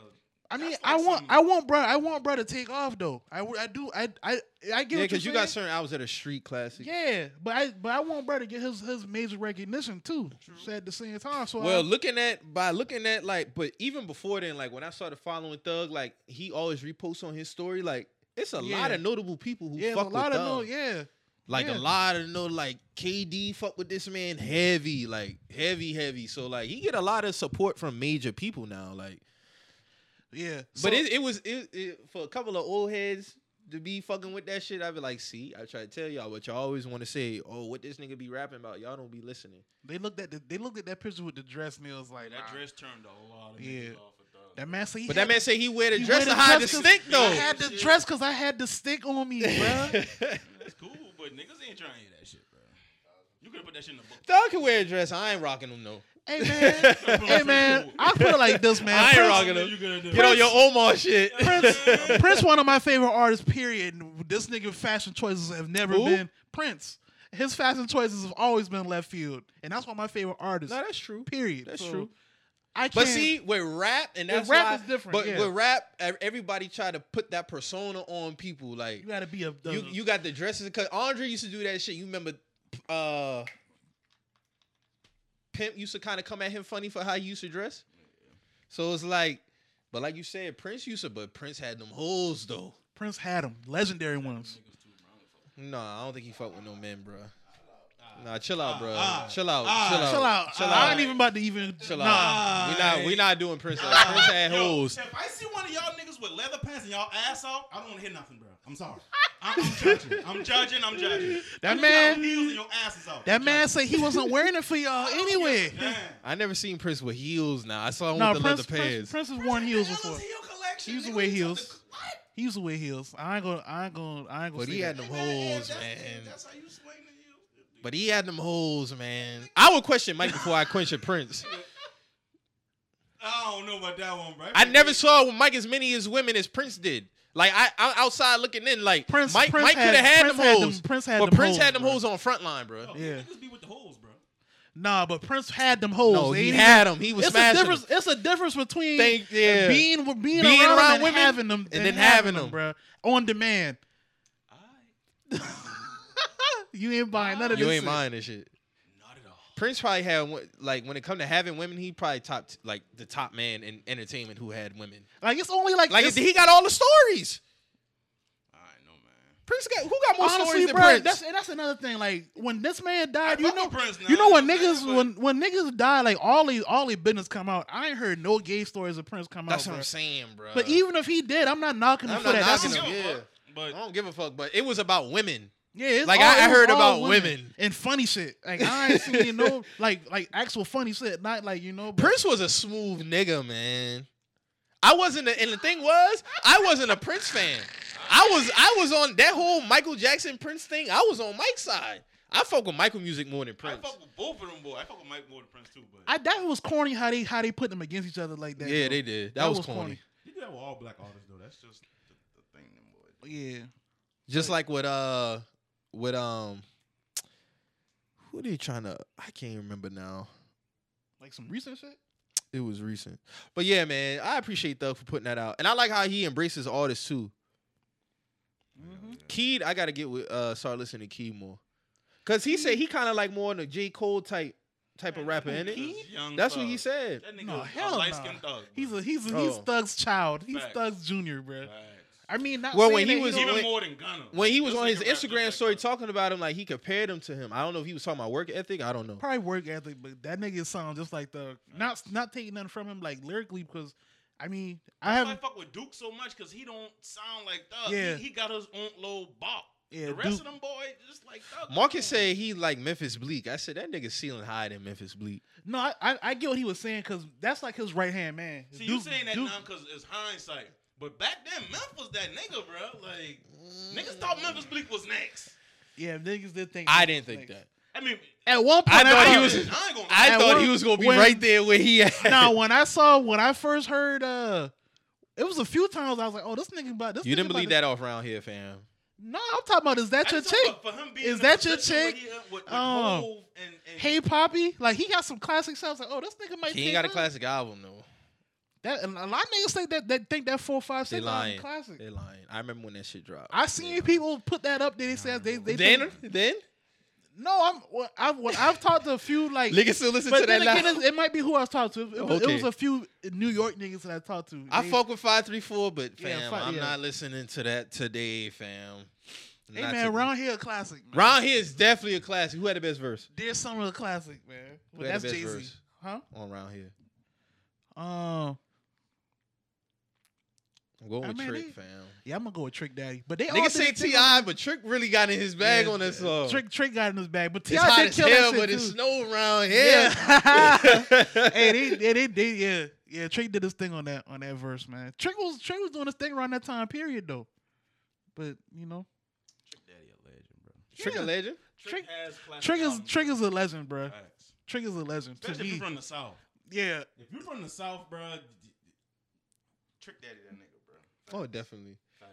S1: I mean,
S4: That's
S1: I
S4: like
S1: want
S4: some-
S1: I want bruh I want bruh to take off though. I, w- I do I I I get
S2: yeah,
S1: what you're
S2: because you got
S1: saying.
S2: certain albums that are street classic.
S1: Yeah, but I but I want Brett to get his his major recognition too. At the same time, so
S2: Well,
S1: I,
S2: looking at by looking at like, but even before then, like when I started following Thug, like he always reposts on his story. Like it's a
S1: Yeah.
S2: lot of notable people who
S1: yeah,
S2: fuck
S1: a lot
S2: with
S1: of
S2: Thug.
S1: no, yeah,
S2: Like
S1: yeah.
S2: a lot of know, like KD fuck with this man heavy, like heavy, heavy. So like he get a lot of support from major people now. Like,
S1: yeah.
S2: but it, it was it, it for a couple of old heads. To be fucking with that shit, I'd be like, see, I try to tell y'all what y'all always want to say. Oh, what this nigga be rapping about? Y'all don't be listening.
S1: they looked at the, they looked at that picture with the dress and it was like
S4: That
S1: nah.
S4: dress turned a lot of
S1: Yeah.
S4: niggas off of Thug.
S1: That man said, he
S2: But
S1: had-
S2: that man said he wear the
S1: he
S2: dress
S1: wear
S2: to hide the
S1: dress 'cause-
S2: stink,
S1: I
S2: though.
S1: had the dress because I had the stick on me,
S2: *laughs*
S1: bruh.
S4: That's cool, but niggas ain't trying to hear that shit, bro. You could have put that shit in the book.
S2: Thug can wear a dress. I ain't rocking them though.
S1: Hey man, hey man, I feel like this man.
S2: I ain't
S1: Prince-
S2: rocking
S4: What
S2: him.
S4: you gonna do?
S2: Get on your Omar shit.
S1: *laughs* Prince,
S2: *laughs*
S1: Prince, one of my favorite artists. Period. And This nigga fashion choices have never
S2: Who?
S1: been Prince. His fashion choices have always been left field, and that's one of my favorite artists.
S2: no, that's true.
S1: period.
S2: That's
S1: So,
S2: true.
S1: I can't.
S2: But see, with rap and
S1: With
S2: that's
S1: rap
S2: why-
S1: is different,
S2: But
S1: yeah.
S2: with rap, ev- everybody try to put that persona on people. Like
S1: you gotta be a.
S2: you, you got the dresses because Andre used to do that shit. You remember, uh, Pimp used to kind of come at him funny for how he used to dress. So it's like, but like you said, Prince used to, but Prince had them holes though.
S1: Prince had them, legendary ones.
S2: No, I don't think he fucked with no men, bro. Nah, chill out, bro. chill out, chill
S1: Ah,
S2: out,
S1: chill out.
S2: Oh, chill
S1: I
S2: out.
S1: ain't even about to even.
S2: Chill
S1: nah.
S2: out. We not, we not doing Prince. Like, Prince had
S4: Yo,
S2: holes.
S4: if I see one of y'all niggas with leather pants and y'all ass out, I don't want to hear nothing, bro. I'm sorry. I- I'm judging. I'm judging. I'm judging.
S1: That
S4: You got
S1: man-
S4: heels and your ass is out.
S1: That
S4: I'm
S1: man
S4: judging.
S1: said he wasn't wearing it for y'all
S2: *laughs*
S1: anyway.
S4: Damn.
S2: I never seen Prince with heels. Now I saw him
S1: No,
S2: with the
S1: Prince,
S2: leather pants.
S1: Prince, Prince has worn heels
S4: Ella's
S1: before.
S4: heel collection,
S1: He used to
S4: nigga,
S1: wear
S4: we talking-
S1: heels.
S4: What?
S1: He used to wear heels. I ain't gonna, I ain't gonna, I ain't gonna.
S2: But
S1: say
S2: he had
S1: that.
S2: them
S4: Man,
S2: holes,
S4: that's-
S2: man.
S4: That's how you swing the heels.
S2: But he had them holes, man. I would question Mike before I question Prince.
S4: I don't know about that one, bro.
S2: I never saw Mike as many as women as Prince did. Like I, I outside looking in, like
S1: Prince-
S2: Mike,
S1: Prince
S2: Mike could have
S1: had-
S2: had,
S1: Prince
S2: them
S1: had
S2: holes,
S1: them- Prince had
S2: but
S1: them
S2: Prince
S1: holes,
S2: had them
S1: bro.
S2: holes on front line, bro.
S4: Oh,
S1: Yeah.
S4: Niggas be with the holes, bro.
S1: Nah, but Prince had them hoes.
S2: No,
S1: They
S2: he
S1: ain't
S2: had them. He was
S1: It's a
S2: smashing.
S1: difference.
S2: them.
S1: It's a difference between
S2: Think- yeah.
S1: being being,
S2: Being
S1: around,
S2: around
S1: and
S2: women
S1: having them,
S2: and then having
S1: bro, on demand.
S4: I
S1: You ain't buying none of
S2: You
S1: this.
S2: ain't
S1: shit.
S2: mind this shit.
S4: not at all.
S2: Prince probably had one- like when it come to having women, he probably topped like the top man in entertainment who had women.
S1: Like it's only like,
S2: Like
S1: it's,
S2: he got all the stories.
S4: I know, man.
S2: Prince got who got more
S1: honestly,
S2: stories than
S1: bro.
S2: Prince?
S1: That's and that's another thing. Like when this man died,
S4: I
S1: you
S4: fuck
S1: know,
S4: with Prince now,
S1: you know when
S4: man,
S1: niggas
S4: but-
S1: when when niggas die, like all these all these business come out. I ain't heard no gay stories of Prince come
S2: That's
S1: out.
S2: what I'm
S1: bruh.
S2: saying, bro.
S1: But even if he did, I'm not knocking him
S2: I'm
S1: for
S2: not
S1: that. That's-
S2: knocking him.
S4: I don't give a
S2: Yeah.
S4: fuck, But
S2: I don't give a fuck, but it was about women.
S1: Yeah, it's
S2: Like,
S1: all-
S2: I- I
S1: it's
S2: heard
S1: all
S2: about women.
S1: and funny shit. Like I ain't seen no *laughs* like like actual funny shit. Not like you know. But
S2: Prince was a smooth nigga, man. I wasn't, a, and the thing was, I wasn't a Prince fan. I was, I was on that whole Michael Jackson Prince thing. I was on Mike's side. I fuck with Michael music more than
S4: I
S2: Prince.
S4: fuck with both of them, boy. I fuck with Mike more than Prince too, but
S1: I that was corny how they how they put them against each other like that.
S2: yeah,
S1: though.
S2: they did. That, was, corny.
S4: you do that with all black artists though. That's just the, the thing, them boys.
S1: Yeah,
S2: Just like with uh, with um, who they trying to? I can't remember now.
S1: like some recent shit.
S2: It was recent, but yeah, man, I appreciate Thug for putting that out, and I like how he embraces artists too. Keed, I gotta get with uh start listening to Keed more. Cause he said he kinda like more on the J. Cole type type of rapper, ain't it?
S4: He's young
S2: That's what
S4: thug.
S2: he said.
S4: That nigga
S1: No,
S4: was
S1: hell
S4: a
S1: nah.
S4: light skinned thug.
S1: He's a he's a, he's
S2: Oh.
S1: Thug's child. He's
S4: Facts.
S1: Thug's junior, bro. I mean, not
S2: Well,
S1: saying
S2: when he
S1: that
S2: was-
S1: don't-
S4: even
S2: when-
S4: more than Gunna.
S2: When he was
S4: This
S2: on his
S4: nigga rap just
S2: Instagram
S4: like
S2: story
S4: Gunna.
S2: talking about him, like he compared him to him. I don't know if he was talking about work ethic. I don't know.
S1: probably work ethic, but that nigga sound just like the not not taking nothing from him like lyrically because I mean I
S4: That's why I
S1: haven't
S4: fuck with Duke so much because he don't sound like Thug.
S1: Yeah.
S4: He, he got his own little bop.
S1: Yeah,
S4: the rest
S1: Duke-
S4: of them boys just like Thug.
S2: Marcus said he like Memphis Bleak. I said that nigga ceiling higher than Memphis Bleak.
S1: no I, I I get what he was saying because that's like his right hand man.
S4: See, you
S1: Duke-
S4: saying that
S1: Duke-
S4: now because it's hindsight. But back then, Memphis was that nigga, bro. Like, niggas thought Memphis Bleak was next.
S1: Yeah, niggas did think.
S2: I didn't think that.
S4: I mean,
S1: At one point,
S2: I thought he
S4: I,
S2: was-
S4: ain't gonna lie.
S2: I
S1: At
S2: thought
S1: one-
S2: he was gonna be
S1: when-
S2: right there where
S1: *laughs*
S2: he *laughs* at.
S1: Now, when I saw when I first heard, uh it was a few times I was like, "Oh, this nigga about this."
S2: you
S1: nigga
S2: didn't
S1: about
S2: believe
S1: to-
S2: that off round here, fam.
S1: No, I'm talking about is that
S4: I
S1: your
S4: just talking
S1: chick?
S4: about for him being
S1: Is
S4: in a
S1: that your
S4: position where
S1: chick?
S4: he, uh, with- with
S1: Oh.
S4: Hov and- and-
S1: Hey Poppy, like he got some classic sounds. Like, oh, this nigga might.
S2: He
S1: take
S2: ain't got a
S1: mine.
S2: classic album though.
S1: That and a lot of niggas think that that think that four five
S2: They
S1: six album
S2: lying.
S1: classic.
S2: They lying. I remember when that shit dropped.
S1: I seen people put that up. there. They said they they.
S2: Then,
S1: think-
S2: then,
S1: no, I'm well, I've well, I've talked to a few like.
S2: niggas still listen
S1: but
S2: to that.
S1: then again,
S2: now.
S1: it, it might be who I was talking to. It, it was- it
S2: Okay.
S1: was a few New York niggas that I talked to.
S2: I
S1: They-
S2: fuck with five three four, but
S1: Yeah,
S2: fam,
S1: fuck-
S2: I'm
S1: yeah.
S2: not listening to that today, fam.
S1: Hey
S2: Not
S1: man,
S2: today.
S1: round here a classic. Man.
S2: Round here is definitely a classic. Who had the best verse?
S1: Dear Summer a classic, man. But
S2: Who had
S1: that's
S2: the best
S1: Jay Z,
S2: verse?
S1: huh?
S2: On round here,
S1: Um,
S2: I'm going
S1: I
S2: with
S1: mean,
S2: Trick,
S1: they-
S2: fam.
S1: yeah, I'm gonna go with Trick Daddy. But they all
S2: Niggas
S1: did
S2: say
S1: it- they
S2: Ti, but Trick really got in his bag
S1: Yeah,
S2: on that
S1: yeah.
S2: song.
S1: Trick Trick got in his bag, but Ti
S2: it's hot
S1: did
S2: as
S1: kill
S2: hell,
S1: that shit
S2: but
S1: too.
S2: it's snow around here.
S1: *laughs*
S2: *laughs*
S1: yeah. hey, they, they, they, they, yeah, yeah. Trick did his thing on that on that verse, man. Trick was Trick was doing his thing around that time period though. But you know,
S4: Trick Daddy a legend, bro.
S2: Trick
S1: Yeah.
S2: a legend.
S1: Trick-
S4: has classic
S1: Trick is
S4: albums.
S1: Trick is a legend, bro.
S4: Facts.
S1: Trick is a legend. To
S4: Especially if
S1: me,
S4: you're from the south.
S1: yeah.
S4: If you're from the south, bro, trick daddy that nigga, bro.
S2: Oh, definitely.
S4: Facts.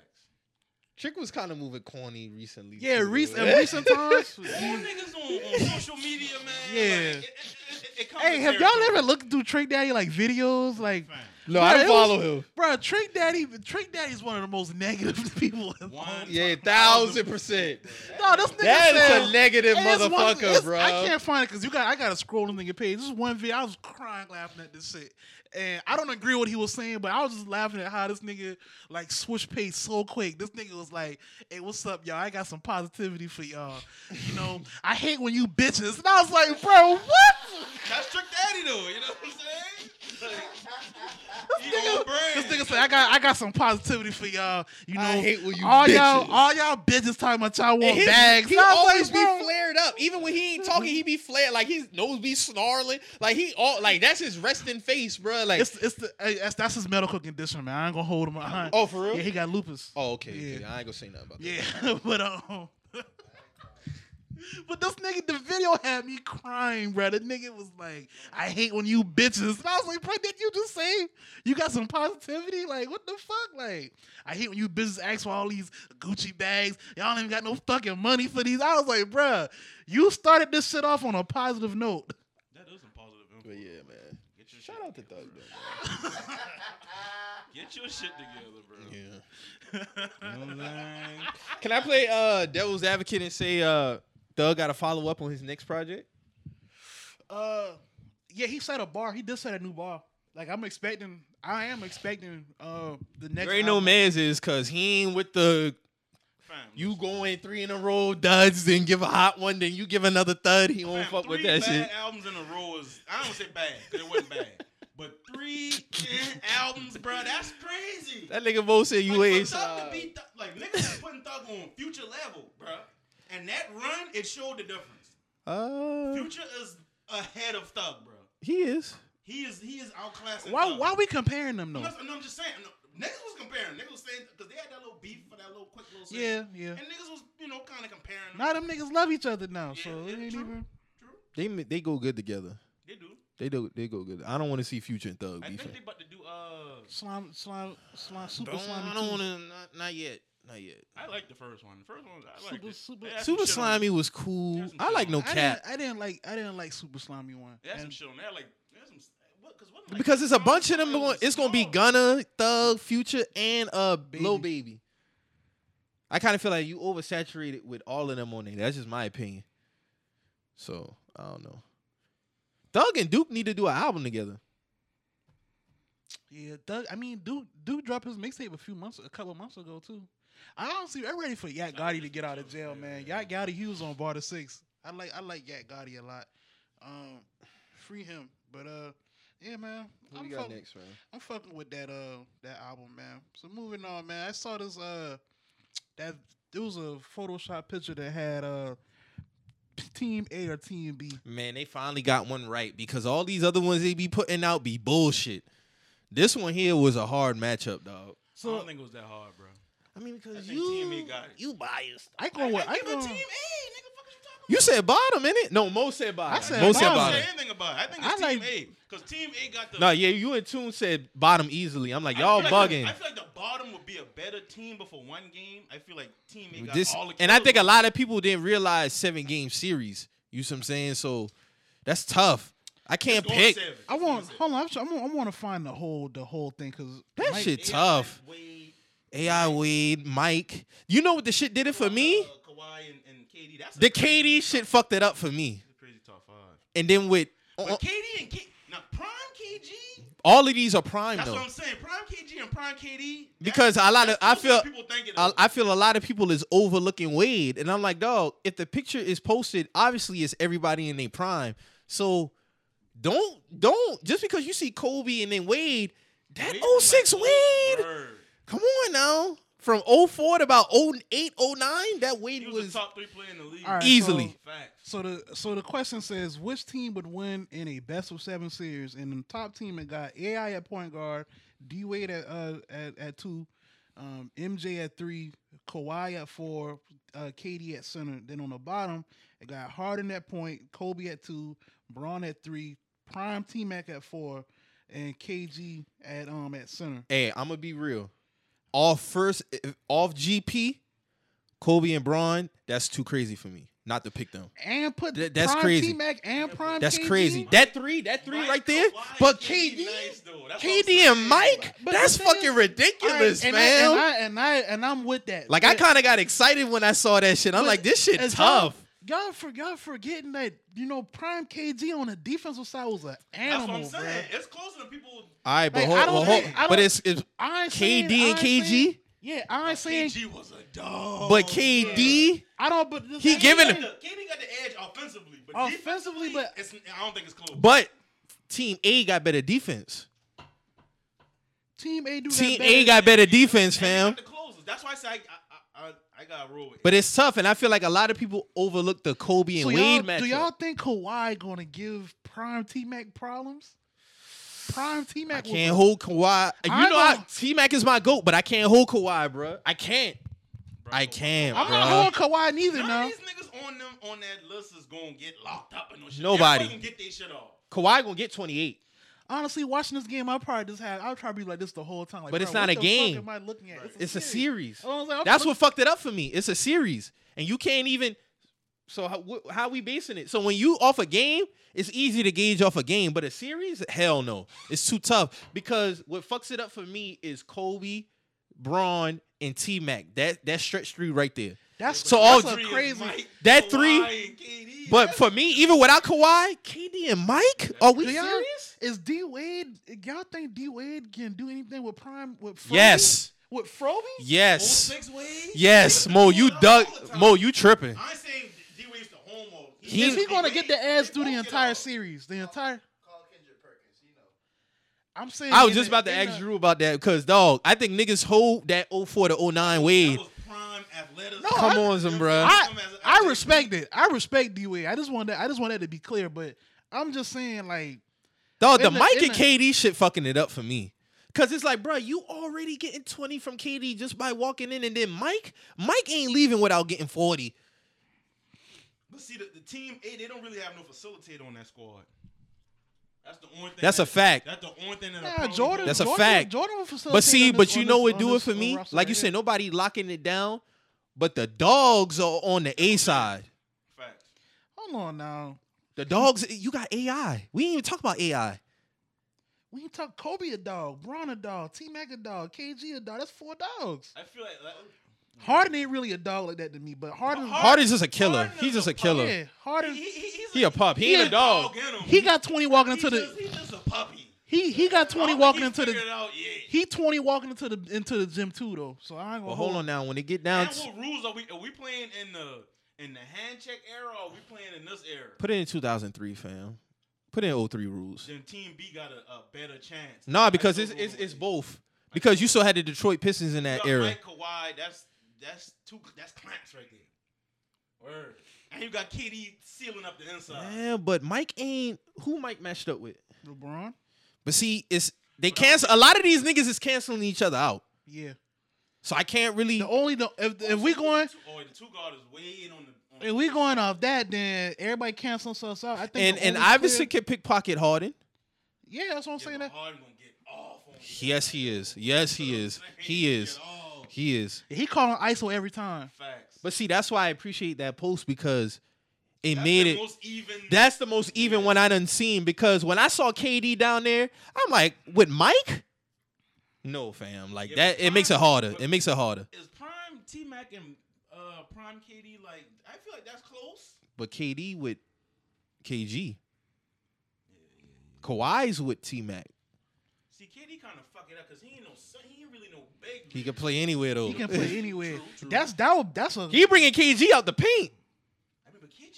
S2: Trick was kind of moving corny recently.
S1: Yeah,
S2: too,
S1: rec-
S2: though. *laughs*
S1: in recent times.
S4: All niggas on, on social media, man.
S1: Yeah.
S4: Like, it, it, it, it comes
S1: Hey,
S4: with
S1: have y'all
S4: territory.
S1: ever looked through Trick Daddy like videos? Like,
S4: Fam.
S2: No,
S1: Bruh,
S2: I
S1: it
S2: didn't
S1: was-
S2: follow him.
S1: bro, Trick Daddy, Trick Daddy is one of the most negative *laughs* people. in
S4: One
S1: all-
S2: Yeah,
S4: time.
S2: thousand percent.
S1: No, this nigga
S2: That
S1: said,
S2: is a negative
S1: Hey, it's one-
S2: motherfucker,
S1: it's-
S2: bro.
S1: I can't find it because you got. I got to scroll on the nigga page. This is one video. I was crying laughing at this shit, and I don't agree with what he was saying, but I was just laughing at how this nigga like switch page so quick. This nigga was like, "Hey, what's up, y'all? I got some positivity for y'all. You know, I hate when you bitches." And I was like, "Bro, what?"
S4: That's Trick Daddy though, you know what I'm saying? Like, he
S1: nigga-
S4: on brand.
S1: This nigga said, "I got, I got some positivity for y'all. You know,
S2: I hate when you
S1: all y'all,
S2: bitches."
S1: all y'all bitches talking about y'all
S2: *laughs* And
S1: want
S2: his-
S1: bags."
S2: He
S1: And I was
S2: always
S1: like,
S2: be
S1: "Bro,
S2: flared up. Even when he ain't talking, he be flared. Like his nose be snarling. Like he all like that's his resting face, bro. Like
S1: It's, it's the hey, that's, that's his medical condition, man. I ain't gonna hold him. I ain't-
S2: oh for real. *laughs*
S1: yeah, he got lupus.
S2: oh okay, okay.
S1: Yeah.
S2: I ain't gonna say nothing about that.
S1: Yeah, *laughs* but um, but this nigga, the video had me crying, bro. The nigga was like, "I hate when you bitches," and I was like, "Bro, did you just say you got some positivity? Like, what the fuck? Like, I hate when you bitches ask for all these Gucci bags. Y'all ain't even got no fucking money for these." I was like, "Bruh, you started this shit off on a positive note."
S4: That is some positive info.
S2: But yeah, man.
S4: Get your
S2: Shout
S4: shit
S2: out to Thug
S4: together,
S2: though.
S4: bro.
S2: man.
S4: Get your shit together, bro.
S2: Yeah.
S4: You know what I'm saying?
S2: Can I play uh Devil's Advocate and say uh Thug got to follow up on his next project?
S1: Uh, yeah, he set a bar. He did set a new bar. Like I'm expecting, I am expecting uh the next.
S2: There ain't no
S1: album.
S2: man's is cause he ain't with the
S4: Fam,
S2: you
S4: listen.
S2: going three in a row duds, then give a hot one, then you give another thud. He won't
S4: Fam,
S2: fuck with
S4: three
S2: that
S4: bad
S2: shit.
S4: albums in a row is I don't say bad, 'cause it wasn't bad. But three eh, albums, bro, that's crazy.
S2: That E nigga Bo said you
S4: like,
S2: ain't.
S4: for Thug to be Thug- like niggas is putting Thug on future level, bro. And that run, it showed the difference.
S2: Uh,
S4: Future is ahead of Thug, bro.
S2: he is.
S4: He is he is outclassing.
S1: Why?
S4: Thug.
S1: Why we comparing them though?
S4: No, no, I'm just saying. No, niggas was comparing. Niggas was saying because they had that little beef for that little quick little. Scene.
S1: Yeah, yeah.
S4: And niggas was you know kind of comparing.
S1: Now them niggas love each other now,
S4: Yeah,
S1: so
S4: yeah,
S1: it ain't
S4: true.
S1: even.
S4: True,
S2: They they go good together.
S4: they do.
S2: They do they go good. I don't want to see Future and Thug
S4: I think
S2: beefing.
S4: they about to do. Uh,
S1: Slime, slime, slime, super slimy.
S2: I don't
S1: too.
S2: want to. Not, not yet. Not yet.
S4: I like the first one. The first one, I like
S1: Super- super-
S2: Super Slimy was cool.
S4: There's some
S2: I like
S4: shit
S2: no
S4: on
S1: I
S2: cap
S1: didn't, I didn't like. I didn't like super slimy one.
S4: That's some
S1: And-
S4: shit on there. Like, there's some. What, cause what, like,
S2: because it's a bunch of them.
S4: Thug
S2: Going,
S4: was
S2: it's gonna be
S4: small.
S2: Gunna, Thug, Future, and uh Lil Baby. I kind of feel like you oversaturated with all of them on there. That's just my opinion. So I don't know. Thug and Duke need to do an album together.
S1: yeah, Doug. I mean, dude, dude dropped his mixtape a few months, a couple months ago too. I don't see. I'm ready for Yak Gotti to get out of jail, man. Yak Gotti, he was on Bar to Six. I like, I like Yak Gotti a lot. Um, free him, but uh, yeah, man.
S2: Who
S1: I'm
S2: we got
S1: fuck-
S2: next, man?
S1: I'm fucking with that uh that album, man. So moving on, man. I saw this uh that it was a Photoshop picture that had uh team A or team B.
S2: Man, they finally got one right because all these other ones they be putting out be bullshit. This one here was a hard matchup, dog.
S4: I
S1: So
S4: don't think it was that hard, bro.
S2: I mean, because
S4: think Team
S2: you
S4: E got it.
S2: you biased.
S1: I go with I,
S4: give
S1: go,
S4: a team A, nigga. Fuck is you talking
S2: You said bottom, innit? No, Mo said bottom.
S1: I said
S2: Mo
S4: about?
S2: said
S1: bottom.
S4: I don't
S2: bottom.
S4: say anything about it. I think
S1: I
S4: it's
S1: like-
S4: Team A because Team A got the.
S2: No, yeah, you and Tune said bottom easily. I'm like,
S4: I
S2: y'all
S4: feel like the-
S2: bugging.
S4: I feel like the bottom would be a better team, but for one game, I feel like Team A got
S2: This,
S4: all the.
S2: and I
S4: kills.
S2: think a lot of people didn't realize seven game series. You see what I'm saying? So that's tough. I can't
S4: It's going
S2: pick.
S4: seven.
S1: I want
S4: It's
S1: hold on, I'm, tr- I'm, I want to find the whole the whole thing because
S2: That shit
S4: going
S2: tough.
S4: seven. Wade,
S2: AI Wade, Mike. You know what the shit did it for me?
S4: uh, Kawhi and, and KD. That's a
S2: The
S4: crazy-
S2: KD shit fucked it up for me.
S4: that's a Crazy top five.
S2: And then with
S4: But KD and K, now prime KG.
S2: all of these are prime
S4: That's
S2: though,
S4: what I'm saying. Prime KG and prime KD. that's-
S2: because a lot of
S4: that's
S2: I
S4: what
S2: feel
S4: people think it
S2: I,
S4: is.
S2: I feel a lot of people is overlooking Wade, and I'm like, dog, if the picture is posted, obviously it's everybody in their prime. So don't don't just because you see Kobe and then Wade, that
S4: Wade
S2: oh
S4: was like,
S2: six 06
S4: oh,
S2: Wade,
S4: word.
S2: come on now, from 04 to about 08, 09, that Wade
S4: He was,
S2: was
S4: a top three player in the league.
S1: All right,
S2: Easily.
S4: Facts.
S1: So the so the question says which team would win in a best of seven series? And the top team it got AI at point guard, D Wade at uh at, at two, um, MJ at three, Kawhi at four, uh, KD at center. Then on the bottom it got Harden at point, Kobe at two, Braun at three, Prime T Mac at four, and KG at um at center.
S2: Hey, I'm gonna be real. Off first, if- off GP, Kobe and Braun. That's too crazy for me not to pick them.
S1: And put
S2: That- that's
S1: Prime
S2: crazy.
S1: T Mac and Prime.
S2: That's
S1: KG?
S2: crazy. That three, that three
S4: Mike,
S2: right there.
S4: why is
S2: But
S4: KD
S2: KD,
S4: nice, though? That's what I'm
S2: KD and
S4: saying.
S2: Mike.
S1: But
S2: that's
S1: the thing
S2: fucking
S1: is- All right,
S2: ridiculous,
S1: and I,
S2: man.
S1: and I and I and I'm with that.
S2: like I
S1: But-
S2: kind of got excited when I saw that shit. I'm
S1: but
S2: *laughs* like, this shit
S1: as
S2: tough.
S1: Y'all, y'all for y'all forgetting that you know Prime KG on the defensive side was an
S4: That's
S1: animal,
S4: what I'm saying.
S1: bruh.
S4: It's closer than people.
S2: All right, but
S1: Like,
S2: hold,
S1: I don't
S2: well, hold-
S1: think- I
S2: but
S1: don't-
S2: it's, it's
S1: I ain't saying-
S2: KD and
S1: I ain't
S2: KG.
S1: saying- yeah, I ain't saying
S4: KG was a dog.
S1: oh,
S2: but KD,
S1: I don't. But the
S2: He
S1: thing-
S2: giving
S4: KD
S2: him-
S4: got the- KD got the edge offensively, but
S1: Offensively,
S4: defensively,
S1: but-
S4: it's, I don't think it's close.
S2: but Team A got better defense.
S1: Team A do
S2: Team
S1: that
S2: A
S1: better.
S2: got better defense,
S4: And they
S2: fam.
S4: got the closers. That's why I say I I, I, I got roll with.
S2: But it's tough, and I feel like a lot of people overlook the Kobe and
S1: So y'all,
S2: Wade matchup.
S1: do y'all think Kawhi gonna give Prime T Mac problems? Prime T
S2: I
S1: Mac was
S2: can't
S1: a-
S2: hold Kawhi. You
S1: I
S2: know, I,
S1: know.
S2: T Mac is my goat, but I can't hold Kawhi, bro. I can't.
S4: Bro,
S2: I can't,
S1: I'm not
S2: bro.
S1: holding Kawhi neither.
S4: None
S1: Now
S4: of these niggas on them on that list is gonna get locked up in no shit.
S2: Nobody.
S4: Everybody gonna get their shit off.
S2: Kawhi gonna get 28.
S1: honestly, watching this game, I probably just had. I would probably be like this the whole time. Like,
S2: But it's
S1: bro,
S2: not
S1: what
S2: a
S1: the
S2: game.
S1: Fuck am I looking at?
S2: It's a series.
S1: Oh, I was like, I'm
S2: That's
S1: look-
S2: what fucked it up for me. It's a series, and you can't even. So how wh- how we basing it? So when you off a game, it's easy to gauge off a game, but a series, hell no, it's too tough. Because what fucks it up for me is Kobe, Braun, and T Mac. That that stretch three right there.
S1: That's
S2: So all
S1: that's
S2: three
S1: a crazy.
S2: That three-
S4: three.
S2: But for me, even without Kawhi, KD, and Mike, are we
S1: Do y'all-
S2: serious?
S1: Is D Wade? Y'all think D Wade can do anything with Prime? With Froby?
S2: Yes,
S1: With Froby?
S2: yes,
S4: six ways.
S2: yes. Mo, you dug. Mo, you tripping?
S4: I ain't saying D Wade's the homo.
S2: He-
S1: Is he gonna get the ass
S4: They
S1: through the
S4: both get
S1: entire
S4: off.
S1: series? The entire.
S5: Call Kendrick Perkins. You know.
S1: I'm saying.
S2: I was
S1: in
S2: just
S1: the-
S2: about to
S1: in
S2: ask
S1: the-
S2: Drew about that because dog, I think niggas hold that 04 to 09
S4: That
S2: Wade.
S4: was prime athleticism.
S1: No,
S2: Come
S1: I-
S2: on, some bruh.
S1: I, I respect it. I respect D Wade. I just want that. I just want that to be clear. But I'm just saying, like,
S2: Dog,
S1: in
S2: the
S1: the-
S2: Mike
S1: in
S2: and
S1: the-
S2: KD shit fucking it up for me. Cause it's like, bruh, you already getting 20 from KD just by walking in, and then Mike, Mike ain't leaving without getting 40.
S4: But see, the, the team A, they don't really have no facilitator on that squad. That's the only thing.
S2: That's a
S4: that-
S2: fact.
S4: That's the only thing that.
S1: nah, Jordan.
S2: That's a
S1: Jordan,
S2: fact.
S1: Jordan will facilitate
S2: But see,
S1: on this-
S2: but you
S1: on
S2: know
S1: this-
S2: what
S1: on
S2: do it
S1: this
S2: for me?
S1: roster
S2: Like
S1: right
S2: you said,
S1: here.
S2: nobody locking it down, but the dogs are on the A side.
S4: Fact.
S1: Hold on now.
S2: The dogs, you got AI. We ain't even talk about AI.
S1: We can talk Kobe a dog, Braun a dog, T Mac a dog, KG a dog. That's four dogs.
S4: I feel like. like
S1: Harden ain't really a dog like that to me, but Harden,
S4: Harden-
S2: Harden's just a killer.
S4: Harden is
S2: He's just
S4: a
S2: a killer.
S1: yeah, Harden,
S4: He,
S1: he,
S4: he, he's
S2: He a pup. He ain't a dog.
S4: in him.
S1: got twenty walking into
S4: he
S1: the
S4: just, He's just a puppy.
S1: he he got
S4: I
S1: twenty
S4: don't
S1: walking
S4: think
S1: into
S4: he
S1: the
S4: figured it out yet.
S1: he twenty walking into the into the gym too though. So I ain't gonna
S2: But hold on now. When it get down,
S4: And
S2: to,
S4: what rules are we? Are we playing in the in the hand check era? or Are we playing in this era?
S2: put it in 2003, fam. Put in 03 rules.
S4: Then Team B got a, a better chance.
S2: Nah, because
S4: I
S2: it's
S4: still go
S2: it's,
S4: with
S2: it's
S4: it.
S2: both. Because you still had the Detroit Pistons in that
S4: You got
S2: era.
S4: Mike Kawhi, that's that's two that's clamps right there. Word. And you got KD sealing up the inside.
S2: Yeah, but Mike ain't who Mike matched up with.
S1: LeBron.
S2: But see, it's they cancel a lot of these niggas is canceling each other out.
S1: Yeah,
S2: So I can't really
S1: the only the if, if we going
S4: Oh, the two guard is way in on the. On
S1: if we going uh, off that, then everybody cancel themselves out. I think
S2: and
S1: the
S2: and
S1: only
S2: Iverson
S1: clear-
S2: can pick pocket Harden.
S1: yeah, that's what I'm
S4: Yeah,
S1: saying.
S4: but
S1: That
S4: Harden gonna get off on it.
S2: Yes, he is. Yes, he is. He is.
S4: Get off.
S2: He is.
S1: he calling ISO every time.
S4: Facts.
S2: But see, that's why I appreciate that post because it
S4: That's
S2: made
S4: the
S2: it.
S4: most even.
S2: That's the most even one I done seen because when I saw KD down there, I'm like, with Mike? No, fam. Like
S4: Yeah,
S2: that
S4: but
S2: it makes it
S4: Prime-
S2: harder.
S4: but-
S2: It makes it harder.
S4: is prime T Mac and uh prime KD like I feel like that's close.
S2: But KD with KG. Kawhi's with T Mac.
S4: See, KD kind of fuck it up because he ain't no son- he ain't really no big.
S2: He
S4: man.
S2: can play anywhere though.
S1: He
S2: *laughs*
S1: can play
S4: *laughs*
S1: anywhere.
S4: True, true.
S1: That's that. would- That's a
S2: He bringing KG out the paint.
S4: I mean, but KG.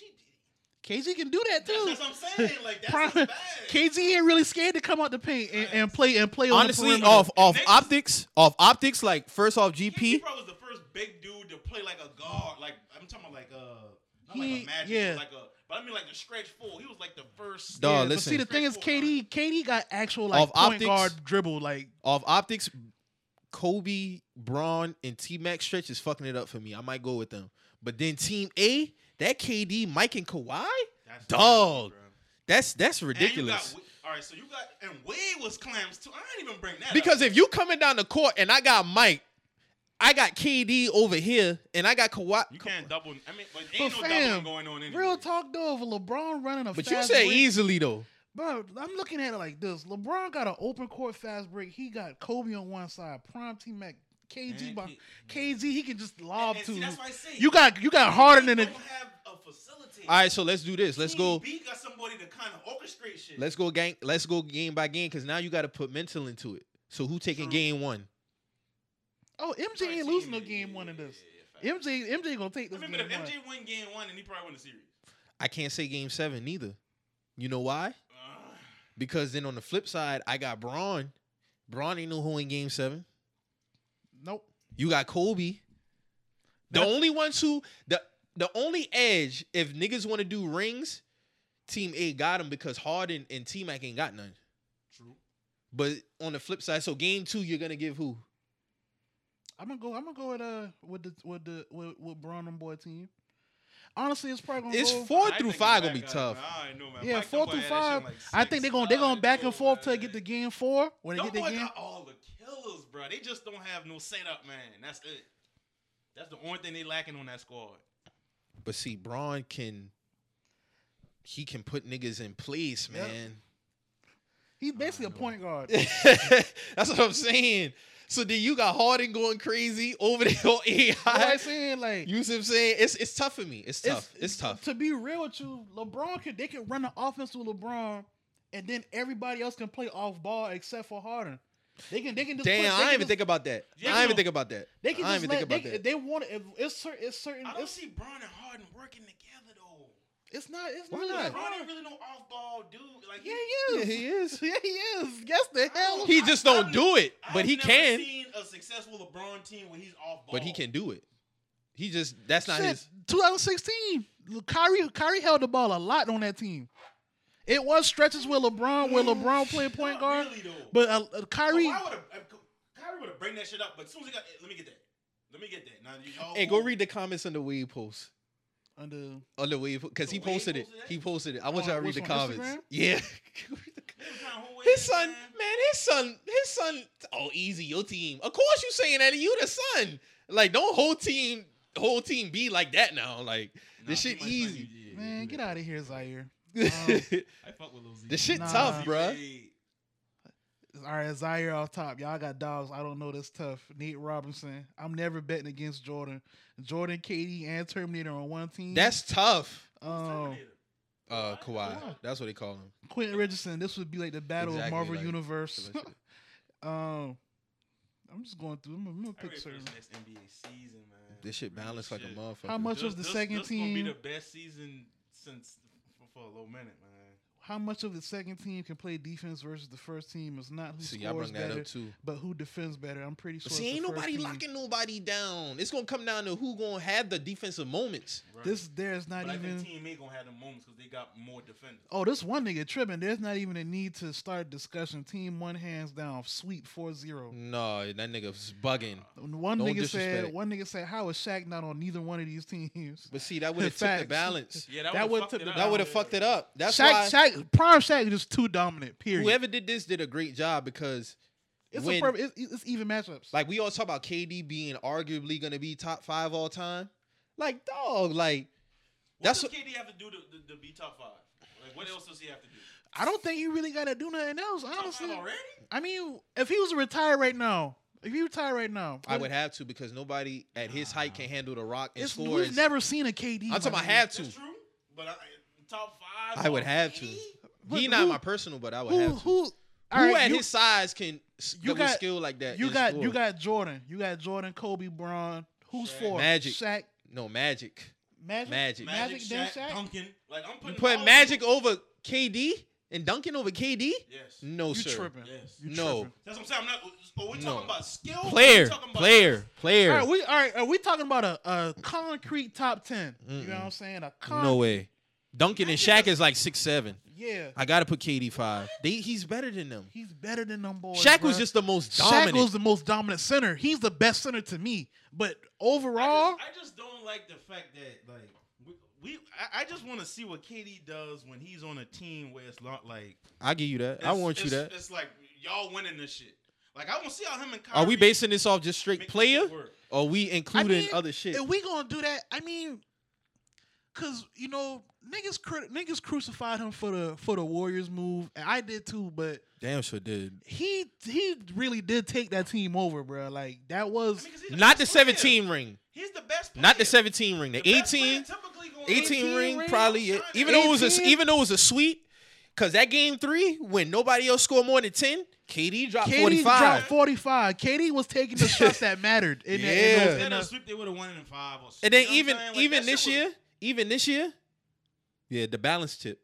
S1: KG can do that
S4: That's,
S1: too.
S4: that's what I'm saying. Like that's
S1: Prime-
S4: his bag.
S1: *laughs* KG ain't really scared to come out the paint and, and play and play on the
S2: Honestly, oh,
S1: perimeter.
S2: off off
S4: Niggas-
S2: optics, off optics, like first off
S4: KG
S2: GP.
S4: probably was the first big dude to play like a guard. Like I'm talking about like uh. Not like
S1: He-
S4: a magic,
S1: yeah.
S4: yeah. like a, but I mean like a stretch four. He was like the first.
S2: Dog,
S1: but
S2: listen.
S1: see, the thing is, KD KD got actual like
S2: Off
S1: point
S2: optics-
S1: guard dribble. Like
S2: Off optics, Kobe, Braun, and T Mac stretch is fucking it up for me. I might go with them. But then team A, that KD, Mike and Kawhi.
S4: That's
S2: Dog.
S4: crazy,
S2: That's that's
S4: And you got
S2: ridiculous.
S4: Wa- all right, so you got and Wade was clams too. I didn't even bring that up.
S2: Because if you coming down the court and I got Mike, I got KD over here, and I got Kawhi.
S4: you can't double. I mean, but
S1: But
S4: ain't no
S1: fam,
S4: doubling going on anyway.
S1: Real talk though, if LeBron running a
S2: But you
S1: fast
S2: say
S1: break,
S2: easily though.
S1: bro. I'm looking at it like this: LeBron got an open court fast break. He got Kobe on one side, Prime Team Mac, KG,
S4: And
S1: by,
S4: he-
S1: KG. He can just lob
S4: And
S1: to.
S4: see, that's why I say
S1: you got you got Harden
S4: they
S1: in it.
S4: don't have a facility.
S2: All right, so let's do this. Let's
S4: Team
S2: go.
S4: B got somebody to kind of orchestrate shit.
S2: Let's go gang. Let's go game by game because now you got to put mental into it. So who taking
S4: True.
S2: game one?
S1: Oh, MJ ain't losing no game one in this. MJ MJ gonna take this.
S4: Remember,
S1: game
S4: if
S1: one.
S4: MJ won game one, then he probably won the series.
S2: I can't say game seven neither. You know why?
S4: Uh,
S2: Because then on the flip side, I got Braun. Braun ain't know who in game seven.
S1: Nope.
S2: You got Kobe. The
S1: That-
S2: only ones who the the only edge if niggas want to do rings, Team A got them because Harden and T Mac ain't got none.
S4: true.
S2: But on the flip side, so game two you're gonna give who?
S1: I'm gonna go. I'm gonna go with uh with the with the with, with Braun on board team. Honestly, it's probably gonna
S2: It's
S1: go.
S2: four
S4: I
S2: through
S4: think
S2: five
S4: the
S2: gonna be
S4: back
S2: tough.
S4: guy- I already know, man.
S1: Yeah,
S4: Mike
S1: four
S4: Dunbar
S1: through
S4: had that shit
S1: five.
S4: in, like,
S1: I think they're
S4: six.
S1: gonna they're
S4: I
S1: gonna back and
S4: know,
S1: forth till
S4: man.
S1: they get the game four. When they
S4: Them
S1: get the
S4: boys
S1: game,
S4: got all the killers, bro. They just don't have no setup, man. That's it. That's the only thing they lacking on that squad.
S2: But see, Braun can he can put niggas in place,
S1: Yeah.
S2: man.
S1: he's basically a point guard.
S2: *laughs* That's what I'm saying. So then you got Harden going crazy over there on
S1: What I'm
S2: AI.
S1: saying like
S2: You see what I'm saying? It's it's tough for me. It's tough. It's, tough.
S1: To be real with you, LeBron can they can run the offense with LeBron, and then everybody else can play off ball except for Harden. They can they can just
S2: Damn,
S1: play, they
S2: I didn't
S1: can
S2: even
S1: just-
S2: think about that.
S4: Yeah,
S2: I
S4: you
S2: didn't even
S4: know,
S2: think about that.
S1: They can just
S2: I didn't even think
S1: let,
S2: about
S1: they,
S2: that.
S1: they want it. It's certain. It's certain.
S4: I don't
S1: It's,
S4: see Braun and Harden working together though.
S1: it's not. It's
S2: Why
S1: really
S2: not?
S1: not.
S4: Braun ain't really no off ball dude. Like
S1: Yeah,
S4: he-
S1: he is.
S2: Yeah, he is.
S1: *laughs* Yeah, he is. Yes, the hell.
S2: He just
S4: I- I
S2: don't do it, but
S4: I've
S2: he
S4: never
S2: can.
S4: Seen a successful LeBron team when he's off ball.
S2: But he can do it. He just that's not
S1: Shit,
S2: his.
S1: 2016. Look, Kyrie, Kyrie held the ball a lot on that team. It was stretches with LeBron, where
S4: Mm.
S1: LeBron played point
S4: Not
S1: guard,
S4: really, though.
S1: but uh, uh, Kyrie.
S4: Why would a, a, Kyrie would have bring that shit up? But as soon as he got, eh, let me get that. Let me get that. Now, you, oh,
S2: Hey, go read the comments on the Wade post.
S1: Under
S2: On the Wade because he
S4: The Wade
S2: posted it.
S4: posted that?
S2: He posted it. I want y'all to
S1: Oh,
S2: read the
S1: what's on
S2: comments.
S1: Instagram?
S2: Yeah.
S1: *laughs*
S2: *laughs* His son, man, his son, his son. Oh, easy, your team. Of course, you saying that you the son. Like, don't whole team, whole team be like that now. Like, Um, this shit easy.
S1: man, get out of here, Zaire.
S4: I fuck with Lil Z.
S2: this shit
S1: Nah.
S2: tough, bruh.
S1: All right, Zaire off top. Y'all got dogs. I don't know. That's tough. Nate Robinson. I'm never betting against Jordan. Jordan, KD, and Terminator on one team.
S2: *laughs* That's tough.
S1: um,
S2: Uh, Kawhi.
S1: Kawhi.
S2: That's what they call *laughs* him.
S1: Quentin Richardson. This would be like the battle
S2: Exactly,
S1: of Marvel
S2: like,
S1: *laughs* Universe.
S2: that shit.
S1: um, I'm just going through. I'm, gonna- I'm gonna pick certain.
S4: next NBA season, man.
S2: This shit
S4: Real
S2: balanced like a motherfucker.
S1: How much was the
S4: this,
S1: second
S4: this This gonna
S1: team?
S4: be the best season since for, for a little minute, man.
S1: how much of the second team can play defense versus the first team is not who
S2: See, I
S1: scores
S2: bring that
S1: better,
S2: up too.
S1: but who defends better. I'm pretty sure.
S2: See,
S1: it's the
S2: ain't
S1: first
S2: nobody
S1: team.
S2: locking nobody down. It's gonna come down to who gonna have the defensive moments.
S4: Right.
S1: This there's not
S4: but I
S1: even.
S4: think Team A gonna have the moments because they got more defenders.
S1: Oh, this one nigga tripping. There's not even a need to start discussion. Team one hands down, sweep 4-0.
S2: No, that nigga's bugging.
S1: One
S2: Don't
S1: nigga
S2: Mm. disrespect.
S1: said. One nigga said, "How is Shaq not on neither one of these teams?"
S2: But see, that would have tipped the
S1: Facts.
S2: balance.
S4: Yeah, that,
S1: That
S4: would
S1: would
S4: have
S1: took
S4: fucked, it
S1: the-
S4: up.
S2: That would have fucked it up. That's why
S1: Shaq, Shaq, prime Shaq is just too dominant. Period.
S2: whoever did this did a great job because
S1: it's
S2: when-
S1: a perfect. It's, it's even matchups.
S2: like we all talk about KD being arguably gonna be top five all time. Like dog, like that's
S4: what
S2: what,
S4: does KD have to do to, to, to be top five? Like, what else does he have to do?
S1: I don't think you really gotta do nothing else.
S4: Top
S1: Honestly,
S4: five already?
S1: I mean, if he was to retire right now, if he retired right now,
S2: I
S1: what-
S2: would have to because nobody at his height can handle the rock and
S1: It's,
S2: score.
S1: we've
S2: as-
S1: never seen a KD.
S2: I'm talking
S1: my
S2: about have to.
S4: That's true. But I, top five.
S2: I would
S4: top
S2: have to.
S4: 80?
S1: But
S2: He not
S1: who-
S2: my personal, but I would
S1: Who?
S2: have to. Who,
S1: Who? all right,
S2: at
S1: you,
S2: his size can s-
S1: you
S2: double
S1: got-
S2: skill like that?
S1: You
S2: and
S1: got
S2: score?
S1: you got Jordan. You got Jordan, Kobe, Braun. Who's
S4: Shaq.
S1: four?
S2: Magic.
S1: Shaq,
S2: no magic.
S1: Magic,
S2: Magic.
S1: Magic,
S4: Magic,
S1: then
S4: Shaq,
S1: Shaq.
S4: Duncan. Like I'm
S2: You
S4: putting. all
S2: put
S4: of
S2: Magic
S4: them-
S2: over KD and Duncan over KD?
S4: Yes.
S2: No,
S1: you
S2: sir.
S1: tripping?
S4: Yes.
S1: You
S2: No.
S1: tripping.
S4: That's what I'm saying. I'm not. But we're talking
S2: No.
S4: about skill. or we
S2: Player,
S4: talking about-
S2: player, player.
S1: All right, we all right. Are we talking about a, a concrete top 10 You know what I'm saying? A con-
S2: no way. Duncan and Shaq is like six seven.
S1: Yeah,
S2: I gotta put KD five. They, he's better than them.
S1: he's better than them boys.
S2: Shaq was
S1: bruh.
S2: just the most
S1: Shaq was
S2: dominant.
S1: the most dominant center. He's the best center to me. But
S4: I
S1: overall,
S4: just, I just don't like the fact that like we, we. I, I just want to see what KD does when he's on a team where it's not like.
S2: I give you that. I
S4: it's-
S2: want you
S4: it's-
S2: that.
S4: It's like y'all winning this shit. Like I want to see how him and Kyrie
S2: Are we basing this off just
S4: make
S2: straight
S4: this
S2: player?
S4: shit work.
S2: Or we including
S1: mean,
S2: other shit?
S1: If we gonna do that, I mean, cause you know niggas cri- niggas crucified him for the for the Warriors move, and I did too. But
S2: Damn sure did.
S1: he he really did take that team over, bro. Like that
S4: I
S1: was
S4: mean, 'cause he's
S2: Not the
S4: best player.
S2: 17 ring.
S4: He's the best.
S2: Not the
S4: player.
S2: 17 ring. The
S4: The best player
S2: 18,
S4: typically gonna
S2: 18 ring,
S1: ring?
S2: probably.
S4: Outside
S2: Even
S4: of
S2: though it was a
S1: 18?
S2: even though it was a sweep, cause that game three when nobody else scored more than 10, KD dropped
S1: KD
S2: 45.
S1: dropped forty five. KD was taking the shots that mattered. In
S2: Yeah.
S1: yeah, the, in those, in
S4: Instead of
S1: those-
S4: sweep, they would have won in five or six.
S2: and then
S4: You know what I'm
S2: even
S4: saying? Like,
S2: even
S4: that shit
S2: this
S4: was-
S2: year, even this year, yeah, the balance tip,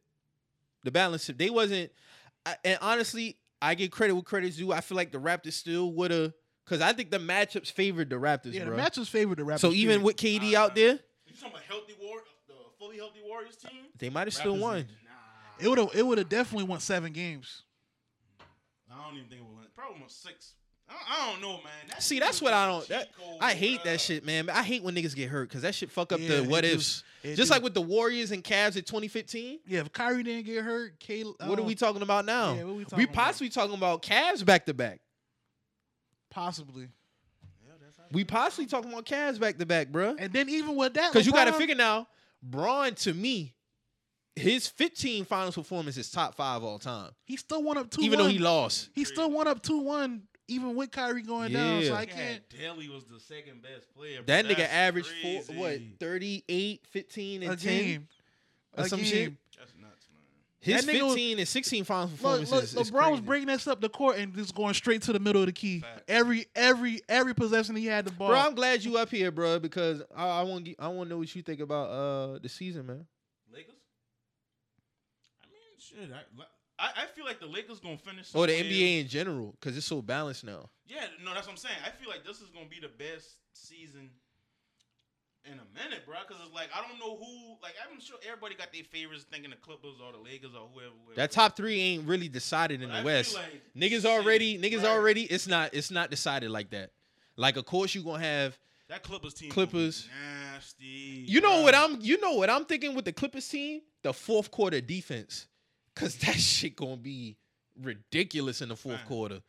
S2: the balance tip. They wasn't, I, and honestly, I get credit with credit's due. I feel like the Raptors still would have, cause I think the matchups favored the Raptors,
S1: yeah, the
S2: bro.
S1: matches favored the Raptors.
S2: so even
S1: period.
S2: with KD
S4: Uh,
S2: out there,
S4: You talking about healthy war, the fully healthy Warriors team?
S2: they might have still
S4: Raptors
S2: won.
S4: is- Nah,
S1: it would have it would have definitely won seven games.
S4: I don't even think it would win. Probably won six. I, I don't know, man. That
S2: See,
S4: shit
S2: that's
S4: was
S2: what I
S4: just
S2: don't. That,
S4: cheat code,
S2: I hate
S4: Oh, bruh.
S2: that shit, man. I hate when niggas get hurt because that shit fuck up
S1: Yeah,
S2: the what
S1: it
S2: ifs.
S1: do. It
S2: Just
S1: do.
S2: like with the Warriors and Cavs in 2015.
S1: Yeah, if Kyrie didn't get hurt, Kayla,
S2: What are we talking about now?
S1: Oh. yeah, what we
S2: we
S1: talking about?
S2: possibly talking about Cavs back to back.
S1: possibly?
S4: Yeah, that's how
S2: We
S4: you-
S2: possibly talking about Cavs back to back, bruh.
S1: And then even with that,
S2: Because you got to
S1: LeBron-
S2: figure now, Braun to me, his 15 finals performance is top five all time,
S1: he still went up two.
S2: even though he lost.
S1: He still went up two one, even with Kyrie going down.
S2: Yeah.
S1: So I
S4: God,
S1: can't.
S4: Daly was the second best player.
S2: That
S4: bruh.
S2: nigga
S4: That's
S2: averaged four,
S4: crazy.
S2: what 38, 15, and
S1: A
S2: 10
S1: game.
S2: or
S1: A
S2: some shit.
S1: game.
S4: That's nuts, man.
S2: His
S1: That nigga was-
S2: 15 and 16 finals
S1: Look,
S2: performances.
S1: look,
S2: is
S1: LeBron was
S2: crazy.
S1: bringing us up the court and just going straight to the middle of the key.
S4: Facts.
S1: Every every every possession he had the ball.
S2: Bro, I'm glad you up here, bro, because I, I want to I want to know what you think about uh the season, man.
S4: Lakers. I mean, shit. I, I, I feel like the Lakers gonna finish.
S2: Or Oh, the
S4: somewhere-
S2: NBA in general, because it's so balanced now.
S4: Yeah, no, that's what I'm saying. I feel like this is gonna be the best season in a minute, bro. Because it's like I don't know who. Like I'm sure everybody got their favorites, thinking the Clippers or the Lakers or whoever. whoever
S2: That top three ain't really decided in
S4: But
S2: the
S4: I feel
S2: West.
S4: like,
S2: niggas
S4: shit,
S2: already, niggas
S4: right.
S2: already. It's not, it's not decided like that. Like, of course you gonna have.
S4: That Clippers team. gonna be
S2: Clippers.
S4: Nasty.
S2: You know
S4: bruh.
S2: what I'm, you know what I'm thinking with the Clippers team, the fourth quarter defense, because that *laughs* shit gonna be ridiculous in the fourth
S4: Man.
S2: quarter.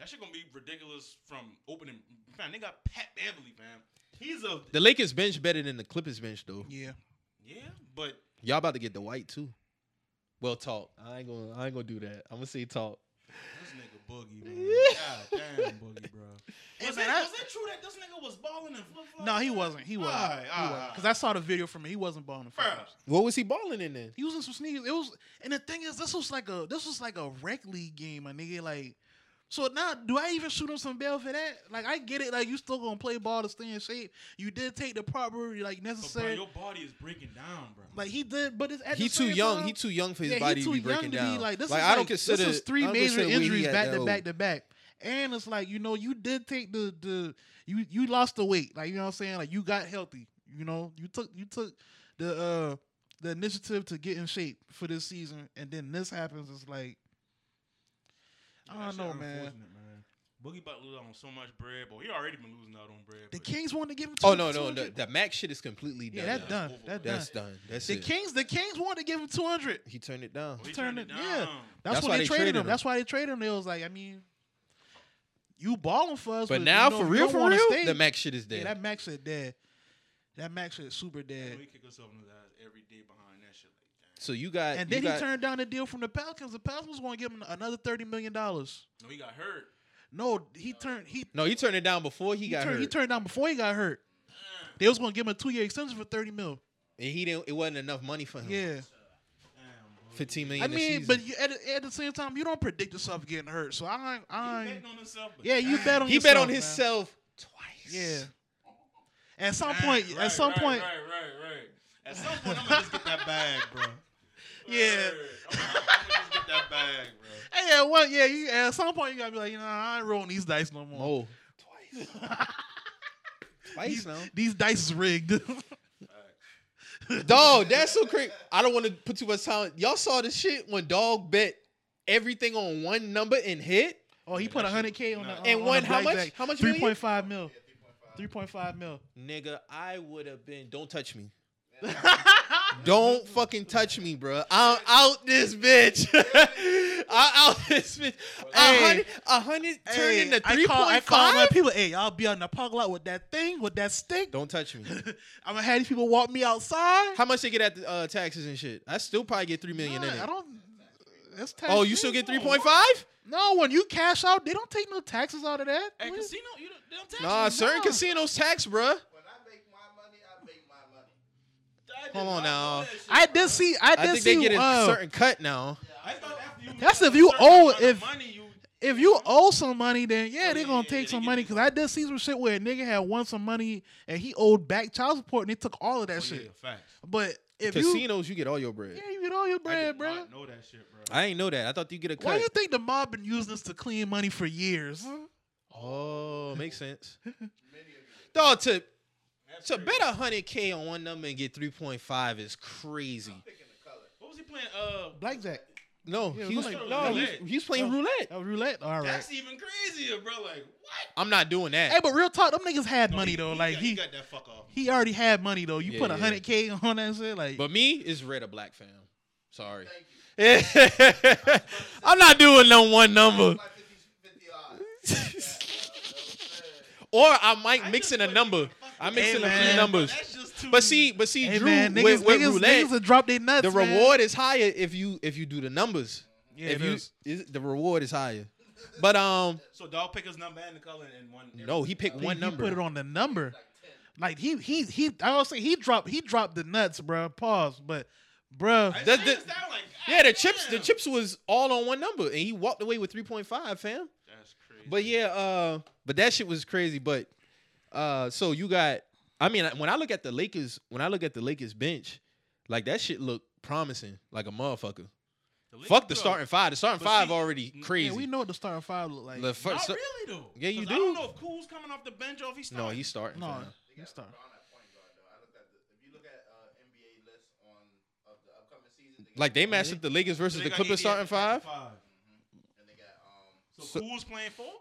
S4: That shit gonna be ridiculous from opening. Man, they got Pat Beverly, man. He's a
S2: The Lakers bench better than the Clippers bench though.
S1: yeah.
S4: yeah, but
S2: Y'all about to get the white too. Well, talk. I ain't gonna. I ain't gonna do that. I'm gonna say talk.
S4: This nigga
S1: *laughs*
S4: Boogie, man. God damn Boogie, bro. Was,
S1: man,
S4: that,
S1: I-
S4: was that true that this nigga was balling in flip flops?
S1: No, he wasn't. He wasn't.
S4: Alright, alright.
S1: Because I saw the video from him. He wasn't balling the
S4: Bruh.
S1: first.
S2: What was he balling in then?
S1: He was in some sneakers. It was, and the thing is, this was like a this was like a rec league game, my nigga. Like, so now do I even shoot him some bail for that? Like, I get it. Like, you still gonna play ball to stay in shape. You did take the proper like
S4: But, bro,
S1: necessary.
S4: your body is breaking down, bro.
S1: like he did, but it's at
S2: He
S1: the
S2: too
S1: same
S2: young.
S1: time-
S2: He too young for his
S1: yeah,
S2: body
S1: he
S2: to
S1: too
S2: be
S1: young
S2: breaking
S1: to
S2: down.
S1: be like this.
S2: like
S1: is
S2: I don't
S1: like-
S2: consider
S1: this is
S2: I
S1: three
S2: don't
S1: major
S2: consider where he
S1: injuries
S2: at
S1: back
S2: that
S1: to
S2: old.
S1: back to back. And it's like you know you did take the the you you lost the weight like you know what I'm saying like you got healthy you know you took you took the uh the initiative to get in shape for this season and then this happens it's like I
S4: That
S1: don't
S4: shit
S1: know, man.
S4: unfortunate, man. Boogie about to lose out on so much bread, but he already been losing out on bread.
S1: the
S4: but-
S1: Kings wanted to give him
S2: Oh no, no,
S1: 200
S2: no. The Mac shit is completely done.
S1: yeah that
S2: now.
S1: done
S4: over
S1: that
S4: with.
S1: done
S2: That's done. That's
S1: the
S2: it.
S1: Kings the Kings wanted to give him 200
S2: he turned it down.
S4: but he
S1: turned it- yeah.
S4: down.
S1: that's,
S2: That's
S1: when
S2: why
S1: they, traded him.
S2: him.
S1: that's why they traded him they was like I mean you balling for us
S2: But
S1: you
S2: now,
S1: know,
S2: for
S1: you
S2: real,
S1: don't
S2: for
S1: wanna
S2: real,
S1: stay.
S2: the Mac shit is
S1: Yeah,
S2: dead.
S1: that Mac shit dead. That Mac shit super
S4: And
S1: dead.
S4: we kick ourselves in the ass every day behind that shit. Like, damn.
S2: so you got.
S1: And
S2: you
S1: then he
S2: got-
S1: turned down the deal from the Pelicans. The Pelicans was going to give him another thirty million dollars.
S4: No, he got hurt.
S1: No, he turned he
S2: No, he turned it down before he,
S1: he,
S2: got
S1: turned
S2: hurt.
S1: he turned down before he got hurt. They was going to give him a two year extension for thirty mil.
S2: and he didn't. It wasn't enough money for him.
S1: Yeah,
S4: Damn,
S2: Fifteen million.
S1: I
S2: a
S1: mean,
S2: season.
S1: but you, at, the- at the same time, you don't predict yourself getting hurt. So I, ain't- I,
S4: Boogie. He
S1: ain't-
S4: betting on himself, but
S1: yeah, you
S4: damn.
S1: bet on
S2: he
S1: yourself,
S2: bet on
S1: man.
S2: himself twice.
S1: Yeah. At some
S4: Damn,
S1: point,
S4: right,
S1: at some
S4: right,
S1: point,
S4: Right, right, right. At some point, I'm gonna just get that bag, bro.
S1: *laughs* Yeah.
S4: I'm gonna, I'm gonna just get that bag, bro.
S1: hey, yeah, well, yeah, you, at some point you gotta be like, you know, I ain't rolling these dice no more.
S2: Oh, twice. twice now.
S1: These dice is rigged. *laughs*
S2: Dog, that's so crazy. I don't want to put too much time. Y'all saw the shit when dog bet everything on one number and hit.
S1: Oh, he
S4: Yeah,
S1: put
S4: that shit
S1: hundred k on
S4: was
S1: the
S4: nuts.
S1: on-
S2: And
S1: on
S2: one-
S1: the
S2: how much-
S1: blackjack.
S2: how much
S1: Three
S2: million?
S1: point five mil.
S5: 3.5.
S1: Three point five mil. *laughs*
S2: Nigga, I would have been. Don't touch me. Don't fucking touch me, bro. I'm out this bitch. *laughs* I'm out this bitch. A
S1: Hey.
S2: hundred, a hundred turn
S1: Hey,
S2: into
S1: I
S2: three
S1: call, I
S2: point
S1: call my
S2: five.
S1: people. Hey, I'll be out in the parking lot with that thing, with that stick. *laughs*
S2: Don't touch me.
S1: I'm gonna have these people walk me outside.
S2: How much they get at the uh, taxes and shit? I still probably get three million in
S1: Nah, I
S2: it.
S1: don't. That's tax
S2: Oh, you still get three point five?
S1: No, when you cash out, they don't take no taxes out of that.
S4: At
S1: What is-
S4: casino, you don't, they don't tax
S2: Nah,
S4: you.
S2: certain
S1: Nah.
S2: casinos tax, bruh.
S5: When I make my money, I make my money.
S4: I did
S2: Hold on
S4: not know
S2: now.
S4: that shit,
S1: I
S4: bro.
S1: did see. I
S2: I
S1: did
S2: think
S1: see.
S2: they get a
S1: uh,
S2: certain cut now.
S4: I thought after you
S1: That's
S4: make
S1: if
S4: a
S1: you
S4: certain
S1: owe-
S4: amount of
S1: if-
S4: money, you
S1: if you owe some money, then yeah,
S4: Oh,
S1: they're
S4: yeah,
S1: gonna
S4: yeah,
S1: take
S4: yeah,
S1: some
S4: they
S1: money.
S4: get-
S1: Cause I did see some shit where a nigga had won some money and he owed back child support, and they took all of that
S4: Oh,
S1: shit.
S4: yeah, facts.
S1: But if you,
S2: Casinos, you get all your bread.
S1: yeah, you get all your
S4: I
S1: bread,
S4: did
S1: bro.
S4: not know that shit, bro.
S2: I ain't know that. I thought you get a cut.
S1: Why do you think the mob been using this to clean money for years?
S2: Oh, makes sense. Dog, to to bet a hundred k on one number and get three point five is crazy.
S4: What was he playing? Uh,
S1: Blackjack.
S2: No,
S1: Yeah,
S2: he was
S1: like
S2: no, he was,
S4: roulette.
S2: he was playing
S1: No.
S2: roulette.
S1: That was roulette. All right.
S4: that's even crazier, bro. Like what?
S2: I'm not doing that.
S1: Hey, but real talk, them niggas had
S4: No,
S1: money
S4: he-
S1: though.
S4: he
S1: Like
S4: got,
S1: he,
S4: got that fuck off.
S1: he already had money though. You
S2: Yeah,
S1: put
S2: yeah.
S1: a hundred k on that shit, like
S2: But me is red or black fam. Sorry.
S5: Thank you.
S2: *laughs* I'm not doing no one number. *laughs*
S5: Like 50, 50 odds.
S2: or I might
S4: I
S2: mix
S4: just
S2: in a
S4: put
S2: number.
S4: fucking-
S2: I mix in a
S1: Hey,
S2: few
S1: man.
S2: numbers.
S4: That's just too.
S2: But see, but see,
S1: hey
S2: Drew,
S1: man, niggas,
S2: with, with
S1: niggas,
S2: roulette,
S1: niggas will drop their nuts.
S2: the
S1: man.
S2: reward is higher if you if you do the numbers.
S1: Yeah,
S2: if
S1: it
S2: you
S1: is.
S2: is- the reward is higher. But um,
S4: so dog pick his number and the color and one.
S2: no, he picked
S1: He-
S2: one
S1: he
S2: number.
S1: put it on the number. Like he he he. I don't say he dropped he dropped the nuts, bro. Pause, but bro,
S4: I
S2: That's the-
S4: understand, like,
S2: yeah, the chips, the
S4: goddamn.
S2: chips was all on one number, and he walked away with three point five, fam.
S4: That's crazy.
S2: But yeah, uh, but that shit was crazy. But uh, so you got, I mean, when I look at the Lakers, when I look at the Lakers bench, like that shit looked promising, like a motherfucker.
S4: Lakers,
S2: Fuck the
S4: bro,
S2: starting five. The starting
S4: But
S2: five
S4: see,
S2: already
S4: yeah,
S2: crazy.
S1: yeah, we know what the starting five look like.
S2: The fir-
S4: Not
S2: so-
S4: really though.
S2: Yeah, you
S4: 'Cause I don't
S2: do.
S4: know if Cool's coming off the bench or if he's
S2: no,
S4: starting.
S2: he's starting.
S1: no,
S2: fam.
S1: you
S5: They
S1: start.
S5: got LeBron at point guard though. I looked at the, if you look at uh, NBA lists on of the upcoming season, they got
S2: Like they
S5: LeBron,
S2: matched up the Lakers versus
S4: So
S2: the
S4: they got
S2: Clippers
S4: 88
S2: starting five.
S5: and they got um.
S4: So,
S2: So-
S4: Cool's playing four.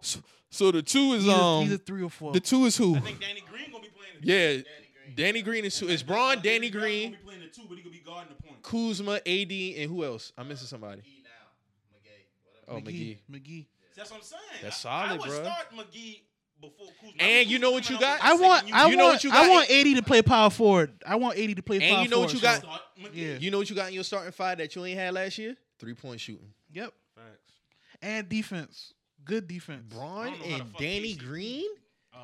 S2: So the two is
S1: He's, a, he's a
S2: um
S1: three or four.
S2: the two is who?
S4: I think Danny Green gonna be playing. The
S2: Yeah,
S5: Danny Green.
S2: Danny Green is who?
S4: two.
S2: It's Braun,
S4: He's
S2: Danny
S4: not
S2: Green,
S4: Gonna be playing the two, but he gonna be guarding the point.
S2: Kuzma, AD, and who else? I'm missing somebody.
S5: He now McGay. Whatever.
S2: Oh, McGee.
S1: McGee.
S4: That's what I'm saying.
S2: That's
S4: I-
S2: solid,
S4: I would
S2: bruh.
S4: start McGee before Kuzma.
S2: And you know what you got?
S1: I want I
S2: You know
S1: want
S2: what you
S1: I
S2: got?
S1: want eighty to play power forward. I want eighty to play.
S2: And
S1: power
S2: you know what
S1: forward, so-
S2: you got?
S1: Yeah.
S2: You know what you got in your starting five that you ain't had last year? Three point shooting.
S1: Yep,
S4: Facts.
S1: and defense. Good defense.
S2: Braun
S4: know how the
S2: and
S4: fuck
S2: Danny
S4: KCP
S2: Green.
S4: Uh,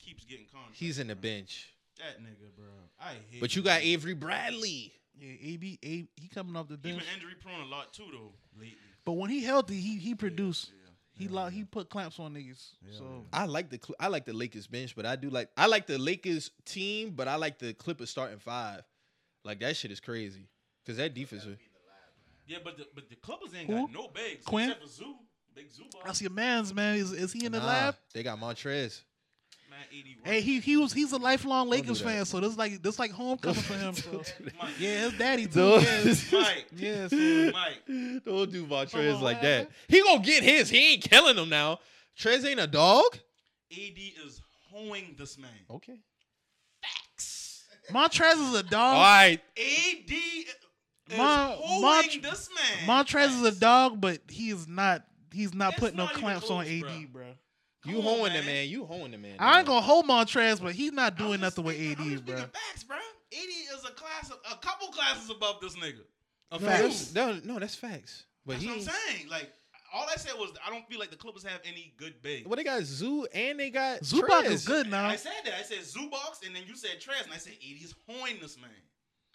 S4: keeps getting contracts.
S2: He's in the
S4: bruh.
S2: bench.
S4: That nigga, bro. I hate.
S2: But you
S4: him,
S2: got
S4: bruh.
S2: Avery Bradley.
S1: Yeah, AB, A- he coming off the
S4: He
S1: bench,
S4: been injury prone a lot too though lately.
S1: but when he healthy, he he produced.
S4: Yeah,
S1: He
S4: yeah,
S1: lo-
S4: yeah.
S1: he put clamps on niggas.
S4: Yeah,
S1: so
S4: yeah.
S2: I like the Cl- I like the Lakers bench, but I do like I like the Lakers team, but I like the Clippers starting five. Like that shit is crazy because that defense. is-
S4: Yeah, but the but the Clippers ain't
S1: Who?
S4: got no bigs
S1: Quinn?
S4: except for Zoo. Big Zoo ball.
S1: that's your man's man. Is, is he in the
S2: Nah,
S1: lab?
S2: They got
S1: *gasps*
S2: Montrez.
S4: Man, 80
S1: Hey, he he was he's a lifelong
S2: Don't do
S1: Lakers
S2: that.
S1: fan, so this like this like homecoming for him.
S2: *laughs*
S1: So.
S2: Don't do
S4: Mike,
S1: Yeah, his daddy too.
S2: Don't-
S1: Yeah,
S4: Mike,
S1: yeah so.
S4: Mike.
S2: Don't do
S1: Come
S2: Montrez
S1: on,
S2: like
S1: man.
S2: that. He gonna get his. He ain't killing him now. Trez ain't a dog.
S4: AD is hoeing this man.
S2: Okay.
S1: Montrez is a
S2: All
S1: dog.
S2: right.
S4: AD is
S1: Mon-
S4: hoeing
S1: Mont-
S4: this man.
S1: Montrez is a dog, but he is not. He's not
S4: That's
S1: putting no
S4: not even
S1: clamps on
S4: close,
S1: AD,
S4: bro.
S1: bro.
S2: You
S4: Come on,
S2: hoeing the
S4: man.
S2: man. You hoeing the man.
S1: I ain't
S2: dog.
S1: gonna hold Montrez, but he's not doing
S4: I'm just
S1: nothing with
S4: speaking- I'm
S1: AD,
S4: just
S1: bro.
S4: speaking Facts, bro. AD is a class, of, a couple classes above this nigga.
S1: No,
S4: A few.
S2: Facts.
S4: That's
S2: No, no, that's facts. But
S4: what I'm
S2: he.
S4: saying. Like all I said was I don't feel like the Clippers have any good bigs.
S2: Well, they got Zoo and they got
S1: Zubac is
S2: Trez.
S1: good now.
S4: I said that. I said Zubox, and then you said Trez, and I said AD is hoeing this man.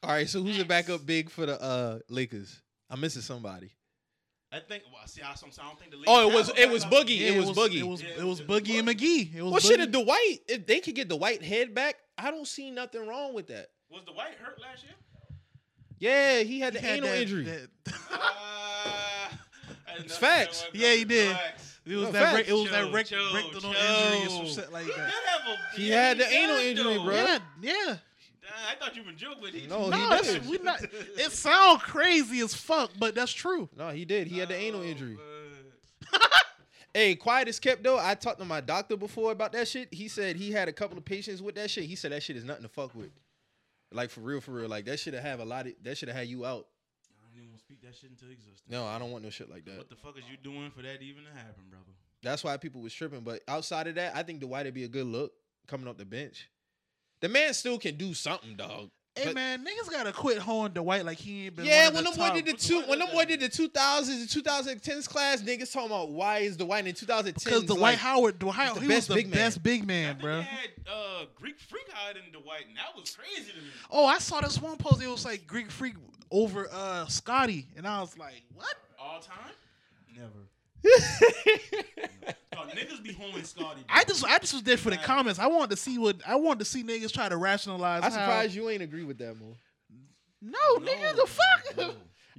S2: All right, so who's the
S4: Facts.
S2: backup big for the uh, Lakers? I'm missing somebody.
S4: I think. Well, see, I, some- I don't think the.
S2: Oh, it
S4: Lakers
S2: was
S4: have a
S2: it was
S4: backup.
S2: Boogie.
S1: Yeah,
S2: it was, Boogie.
S1: It was,
S4: Yeah,
S1: it was Boogie and McGee. It was
S2: well, shit,
S1: Boogie.
S2: if Dwight, if they could get the white head back, I don't see nothing wrong with that.
S4: Was the White hurt
S2: *laughs*
S4: last year?
S2: Yeah, he had the
S1: He had
S2: anal
S1: that-
S2: injury.
S1: that- *laughs*
S4: Uh, Ah, *laughs* I did
S2: It's
S4: not see that
S2: facts.
S4: one
S1: Yeah, he
S4: coming.
S1: did.
S4: Facts.
S1: it was
S2: No,
S1: that.
S2: facts.
S1: Rec- it was that
S4: Chill,
S1: rec-
S4: chill,
S1: rectal
S4: chill.
S1: injury or some shit like
S4: He did
S1: that.
S4: have a.
S2: He
S4: yeah,
S2: had the anal
S4: did,
S2: injury,
S4: though.
S2: bro.
S4: Damn,
S1: Yeah, yeah.
S4: I thought you were joking, but he
S2: No,
S1: no,
S2: Oh, he
S1: that's-
S2: did.
S1: we not. It sound crazy as fuck, but that's true.
S2: No, he did. He had the anal
S4: Oh,
S2: injury.
S4: man.
S2: Hey, quiet as kept though. I talked to my doctor before about that shit. He said he had a couple of patients with that shit. He said that shit is nothing to fuck with. Like for real, for real. Like that should have a lot. Of, that should have had you out.
S4: I don't even want to speak that shit into existence.
S2: No, I don't want no shit like that.
S4: What the fuck is you doing for that even to happen, brother?
S2: That's why people was tripping. But outside of that, I think Dwight would be a good look coming off the bench. The man still can do something, dog.
S1: Hey
S2: But-
S1: man, niggas gotta quit hoeing Dwight like he ain't been.
S2: yeah,
S1: one
S2: when
S1: of
S2: them boy did the
S1: top-
S2: two,
S4: Dwight
S2: when them
S4: does
S2: boy
S4: that.
S2: did the two thousands, the two thousand tens class, niggas talking about why is Dwight in two thousand ten?
S1: because the White Howard, Dwight,
S2: the
S1: he
S2: best
S1: was the
S2: big man.
S1: best big
S4: I
S1: man,
S4: think
S1: bro.
S4: They had uh, Greek freak out in Dwight, and that was crazy to me.
S1: Oh, I saw this one post. It was like Greek Freak over uh Scotty, and I was like, what?
S4: All time?
S1: *laughs*
S4: Never. Dog, niggas be holding Scotty.
S1: I just, I just was there for the comments. I wanted to see what, I wanted to see niggas try to rationalize.
S2: I'm
S1: how-
S2: surprised you ain't agree with that, Mo.
S1: No, oh, nigga, the fuck. *laughs*
S4: No.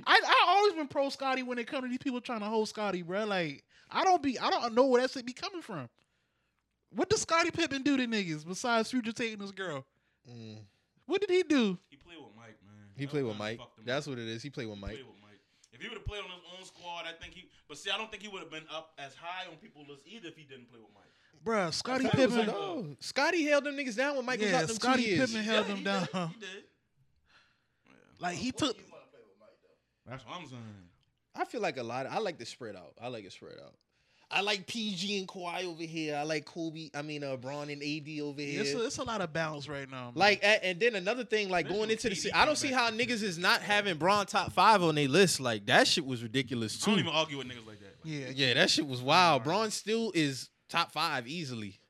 S1: I, I always been pro Scotty when it come to these people trying to hold Scotty, bro. Like I don't be, I don't know where that shit be coming from. What does Scotty Pippen do to niggas besides Future taking this girl?
S2: Mm,
S1: What did he do?
S4: He played with Mike, man.
S2: he
S4: That
S2: played
S4: was
S2: with
S4: kinda
S2: Mike.
S4: fucked him
S2: That's
S4: up.
S2: what it is. He played with
S4: He
S2: Mike.
S4: played with Mike. If he would have played on his own squad, I think he. But see, I don't think he would have been up as high on people's list either if he didn't play with Mike.
S1: Bruh, Scotty
S4: thought it was
S1: Pippen.
S4: like-
S2: No, Scotty held them niggas down when Mike was
S1: Yeah,
S2: out them
S1: Scottie
S2: two years.
S1: Pippen- Held him
S4: he
S1: down.
S4: Did. He did. Yeah.
S1: *laughs* Like he
S5: What
S1: took.
S5: do you want to play with Mike though?
S4: That's what I'm saying.
S2: I feel like a lot. I like the spread out. I like it spread out. I like PG and Kawhi over here. I like Kobe. I mean, uh, Braun and AD over here.
S1: It's a, it's a lot of balance right now. man.
S2: Like a- and then another thing, like
S4: Imagine
S2: going into the,
S4: KD
S2: se- I don't
S4: coming
S2: see
S4: back
S2: how
S4: to the
S2: niggas is not having Braun top five on their list. Like that shit was ridiculous
S4: I don't
S2: too.
S4: even argue with niggas like that. Like,
S1: yeah,
S2: Yeah, that shit was wild. Braun still is top five easily.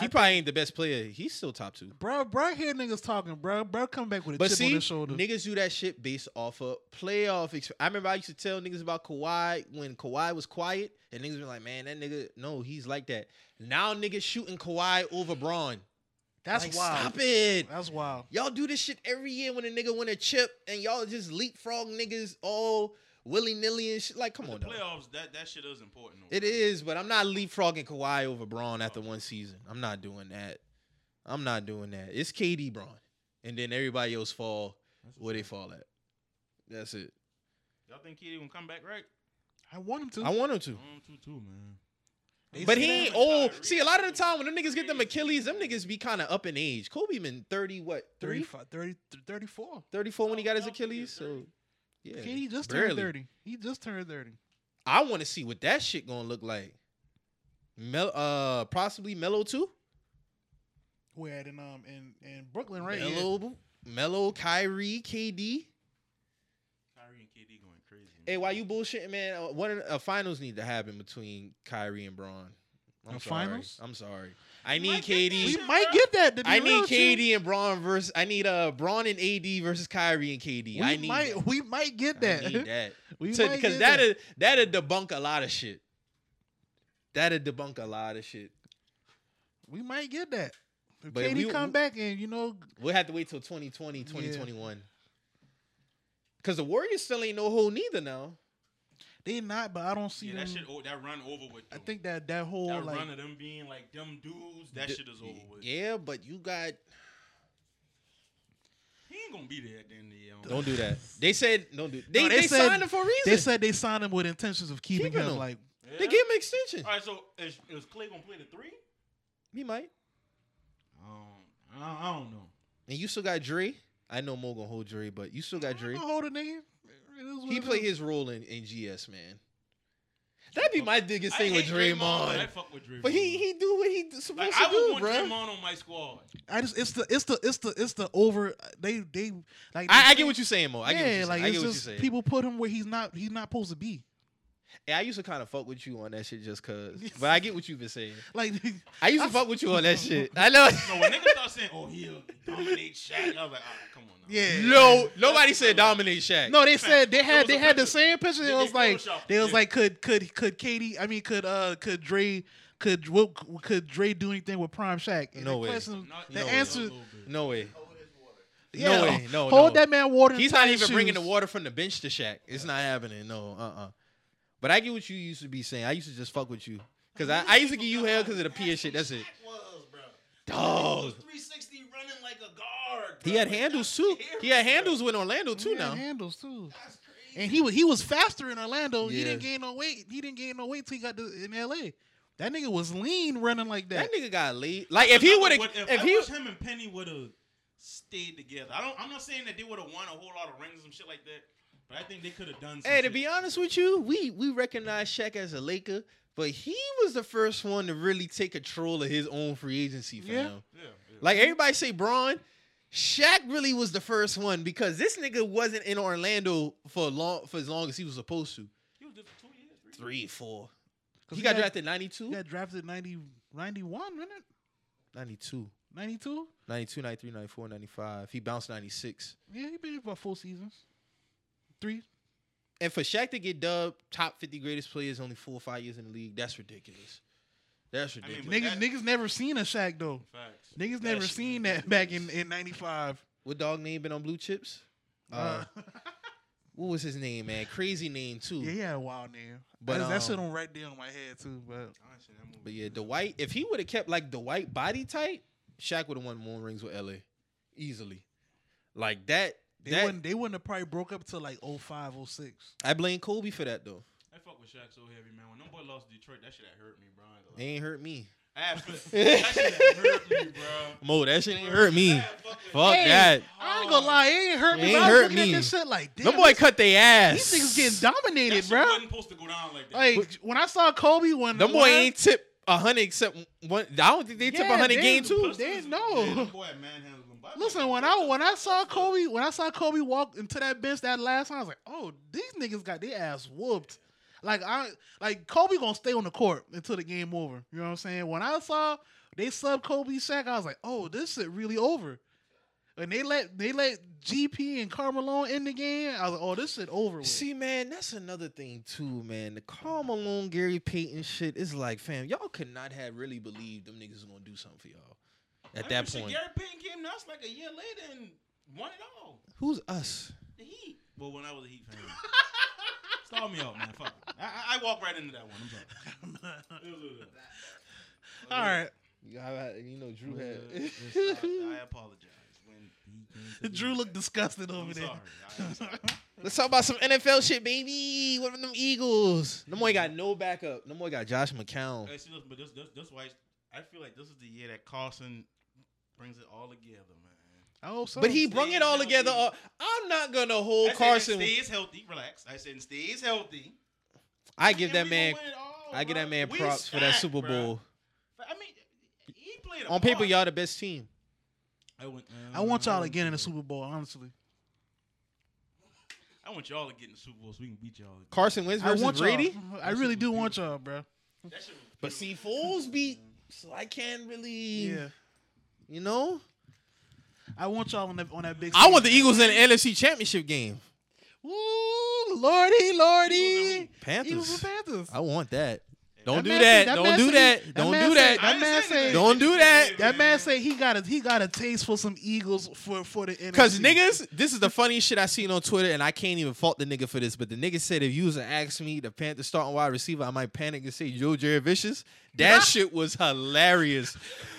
S2: He probably ain't the best player. He's still top two.
S1: bro, bro, hear niggas talking, bro, bro, come back with a
S2: But
S1: chip
S2: see,
S1: on his shoulder.
S2: niggas do that shit based off of playoff. Exp- I remember I used to tell niggas about Kawhi when Kawhi was quiet, and niggas were like, "Man, that nigga, no, he's like that." Now niggas shooting Kawhi over Braun.
S1: That's
S2: Like,
S1: wild.
S2: Stop it.
S1: That's wild.
S2: Y'all do this shit every year when a nigga win a chip, and y'all just leapfrog niggas all willy nilly and shit. Like, come on,
S4: the
S2: dog.
S4: playoffs, that, that shit is important. though.
S2: It is, but I'm not leapfrogging Kawhi over Braun after one season. I'm not doing that. I'm not doing that. It's KD Braun, and then everybody else fall
S4: That's
S2: where they fall at. That's it.
S4: Y'all think KD gonna come back right?
S1: I want him to.
S2: I want him to,
S4: Um, two two man.
S1: They
S2: but
S1: say
S2: he
S1: that.
S2: ain't old. See, a lot of the time when them niggas get them Achilles, them niggas be kind of up in age. Kobe been thirty, what three?
S1: 35, 30, 34.
S2: 34 when he got his
S4: Oh, yeah,
S2: Achilles. So
S4: 30.
S2: yeah,
S1: Kid, he just
S2: barely.
S1: turned 30. He just turned 30.
S2: I want to see what that shit gonna look like. Mel, uh, possibly Melo too.
S1: We're at in um in, in Brooklyn, right? Yeah.
S2: Melo, Melo, Kyrie, KD.
S4: Kyrie and KD going crazy.
S2: Hey,
S4: man.
S2: why you bullshitting, man? Uh, One of the- a finals need to happen between Kyrie and Braun. I'm
S1: A
S2: sorry.
S1: finals?
S2: I'm sorry. I
S4: You
S2: need
S4: might get that
S1: We
S2: KD.
S4: shit.
S1: might get that. To be
S2: I
S1: real
S2: need
S1: with you.
S2: KD and Braun versus. I need uh Braun and AD versus Kyrie and KD.
S1: We
S2: I need
S1: might.
S2: that.
S1: We might get that.
S2: I need that
S1: *laughs* we might get
S2: because that'll that'll debunk a lot of shit. That'll debunk a lot of shit.
S1: We might get that. If
S2: But if
S1: KD
S2: we-
S1: come
S2: we-
S1: back and you know,
S2: We'll have to wait till 2020, 2021. Cause the Warriors still ain't no hole neither now.
S1: they not. But I don't see
S4: Yeah,
S1: them.
S4: that shit. o- that run over with.
S1: I
S4: though.
S1: think that that whole
S4: that
S1: like
S4: run of them being like them dudes. That
S2: D-
S4: shit is over with.
S2: Yeah, but you got
S4: He ain't gonna be there at the end of the year. I
S2: Don't do that. They said don't do. They,
S1: No,
S2: they,
S1: they said-
S2: signed him for a reason.
S1: they said they signed him with intentions of keeping,
S2: Keeping
S1: him.
S2: him.
S1: Like
S4: Yeah.
S2: They gave him an extension.
S4: All right, so is, is Clay gonna play the three?
S2: He might.
S4: Um, I, I don't know.
S2: And you still got Dre. I know Mo gonna hold Dre, but you still got
S1: I'm
S2: Dre.
S1: gonna hold a nigga. It is what
S2: He
S1: it
S2: played
S1: is.
S2: his role in, in GS, man. That'd be my biggest thing with
S4: hate but I
S2: Draymond.
S4: fuck with Draymond.
S2: But he he do what he supposed
S4: like, I
S2: to
S4: would
S2: do,
S4: want
S2: bro.
S4: Draymond on my squad.
S1: I just it's the it's the it's the it's the over. They they like.
S2: I, I get what you're saying, Mo. I get what
S1: yeah,
S2: you're
S1: like
S2: saying. I
S1: it's
S2: get what you're
S1: just
S2: saying.
S1: people put him where he's not he's not supposed to be.
S2: Yeah, I used to kind of fuck with you on that shit just cause. But I get what you've been saying.
S1: Like *laughs*
S2: I used to
S1: I-
S2: fuck with you on
S1: *laughs*
S2: that shit. I know.
S4: No, when niggas start saying, "Oh, he'll dominate Shaq," I was like, "All right, come on." Now.
S1: Yeah.
S2: No, *laughs* nobody said dominate Shaq.
S1: No, they said they
S4: It
S1: had
S4: was
S1: they
S4: a
S1: had the
S4: picture.
S1: same picture. It
S4: They-
S1: was
S4: they
S1: like
S4: photoshopped
S1: they
S4: it,
S1: was
S4: yeah.
S1: like could could could Katie I mean could uh could Dre could what could Dre do anything with Prime Shaq? And
S2: No
S1: the
S2: way.
S1: question-
S4: Not-
S1: the
S2: no way.
S1: answer
S4: A little bit.
S2: No way.
S5: Hold his water.
S1: yeah,
S2: way, no,
S1: hold
S2: no.
S1: that man water. to
S2: He's not
S1: tie
S2: even
S1: his
S2: bringing the
S1: shoes.
S2: water from the bench to Shaq. It's not happening. No, uh, uh But I get what you used to be saying. I used to just fuck with you because I, I used to give you hell because of the PS shit. That's it.
S4: Shaq was, bro. He
S2: Dog.
S4: was 360 running like a guard.
S2: He
S4: bro.
S2: had
S4: Like,
S2: handles
S4: that's
S2: too. He had
S4: scary, bro.
S2: handles with Orlando too.
S1: Yeah,
S2: Now
S1: handles too.
S4: That's crazy.
S1: And he was he was faster in Orlando. He
S2: Yeah.
S1: didn't gain no weight. He didn't gain no weight till he got to in L.A. That nigga was lean running like that.
S2: that nigga got laid. Like if he would have,
S4: What
S2: if
S4: I
S2: he,
S4: wish him and Penny would have stayed together. I don't. I'm not saying that they would have won a whole lot of rings and shit like that, but I think they could have done. Some
S2: Hey, to
S4: shit.
S2: be honest with you, we we recognize Shaq as a Laker, but he was the first one to really take control of his own free agency, fam.
S1: Yeah.
S4: yeah, yeah.
S2: Like everybody say Braun, Shaq really was the first one because this nigga wasn't in Orlando for long for as long as he was supposed to.
S4: he was there for two years, three.
S2: Three, four.
S1: 'Cause
S2: He got
S1: had-
S2: drafted 92?
S1: He got drafted 90, 91, wasn't it?
S2: 92.
S1: 92?
S2: 92, 93, 94, 95. He bounced 96.
S1: Yeah, he been here about four seasons. Three.
S2: And for Shaq to get dubbed top 50 greatest players only four or five years in the league, that's ridiculous. That's
S4: mean,
S2: ridiculous.
S4: But
S1: Niggas,
S4: that-
S1: niggas never seen a Shaq though.
S4: Facts.
S1: Niggas
S2: That
S1: never
S2: shit
S1: seen *laughs*
S2: is
S1: that back in, in 95.
S2: what dog name been on Blue Chips? Uh,
S1: Uh,
S2: what was his name, man? Crazy name too.
S1: yeah, he had a wild name.
S2: But,
S1: But that's, that
S2: um,
S1: shit on right there on my head too. But
S4: Honestly, that movie-
S2: But yeah, Dwight. If he would have kept like Dwight body tight, Shaq would have won more rings with LA easily. Like that.
S1: they
S2: that
S1: wouldn't they wouldn't have probably broke up till like 05, 06.
S2: I blame Kobe for that though.
S4: I fuck with Shaq so heavy, man. When them boy lost to Detroit, that shit had hurt me, bro. I ain't
S2: It ain't
S4: gonna lie.
S2: hurt me.
S4: I had feel- that
S2: *laughs*
S4: shit had hurt me, bro.
S2: Mo, that shit ain't hurt me.
S4: Fuck.
S2: Fuck that.
S1: I ain't gonna lie, it ain't hurt
S2: It
S1: me.
S2: ain't
S1: but I was
S2: hurt
S1: looking
S2: me.
S1: at this shit like damn.
S2: Them boy
S1: this-
S2: cut they
S1: these
S2: ass.
S1: niggas getting
S4: That
S1: dominated,
S4: shit
S1: bro.
S4: wasn't supposed to go down like that.
S1: Like when I saw Kobe when
S2: Them boy
S1: when-
S2: ain't tip hundred except one. I don't think they tip
S1: Yeah,
S2: hundred
S1: they-
S2: game too.
S4: Pistons-
S1: they- no.
S4: yeah, them boy had manhandled them. But I
S1: Listen,
S4: think-
S1: when I when I saw Kobe when I saw Kobe walk into that bench that last time, I was like, oh, these niggas got their ass whooped. Like I like Kobe gonna stay on the court until the game over. You know what I'm saying? When I saw they sub Kobe Shaq, I was like, oh, this shit really over. And they let they let GP and Carmelo in the game. I was like, oh, this shit over. With.
S2: See, man, that's another thing too, man. The Carl Malone, Gary Payton shit is like, fam, y'all could not have really believed them niggas was gonna do something for y'all at that
S4: Remember shit,
S2: point.
S4: Gary Payton came to us like a year later and won it all.
S2: Who's us?
S4: The Heat. Well, when I was a Heat *laughs* fan. Stall me out, man. Fuck. it. I, I, I walked right into that one. I'm sorry. *laughs* It was- it was-
S1: all right,
S2: You have- you know, Drew had.
S4: it
S2: *laughs*
S4: was- I, I apologize. When he came to the
S1: Drew
S4: Heat.
S1: looked disgusted over
S4: I'm
S1: there.
S4: sorry. I,
S1: *laughs*
S4: am sorry.
S2: Let's talk about some NFL shit, baby. What about them Eagles? No more got no backup. No more got Josh McCown.
S4: Hey, see, listen, but this, this, this why I feel like this is the year that Carson brings it all together, man.
S1: I hope so.
S2: But he
S4: Stay
S2: brung it all
S4: healthy.
S2: together. Uh, I'm not gonna hold
S4: I said,
S2: Carson.
S4: and stays healthy. Relax. I said and stays healthy.
S2: I give
S4: And
S2: that
S4: we
S2: man.
S4: gonna win it all,
S2: I give
S4: bro.
S2: that man
S4: We
S2: props for that
S4: stacked,
S2: Super
S4: bro.
S2: Bowl.
S4: I mean, he played a
S2: On paper,
S4: part.
S2: y'all the best team.
S4: I want,
S1: I want y'all again in the Super Bowl. Honestly,
S4: I want y'all to get in the Super Bowl so we can beat y'all. Again.
S2: Carson Wentz
S1: I
S2: versus
S1: want
S2: Brady.
S1: y'all. I really do want y'all, bro.
S4: That shit was
S2: But see, fools beat, so I can't really.
S1: Yeah,
S2: You know,
S1: I want y'all on that on that big.
S2: I want the
S1: stage.
S2: Eagles in the NFC Championship game.
S1: Ooh, lordy, lordy. Eagles and
S2: Panthers.
S1: Panthers.
S2: I want that. Don't
S1: That
S2: do
S1: man
S2: that.
S1: said- that
S2: Don't
S1: man
S2: do
S1: said-
S2: that.
S1: that
S2: Don't
S1: man
S2: do
S1: said-
S2: that.
S1: That man said-
S2: Don't do that.
S1: That man say he got a he got a taste for some Eagles for for the NFC.
S2: Cause niggas, this is the funniest shit I seen on Twitter, and I can't even fault the nigga for this. But the nigga said if you was to ask me the Panthers starting wide receiver, I might panic and say Joe Jerry Vicious.
S1: *laughs*
S2: That shit was hilarious.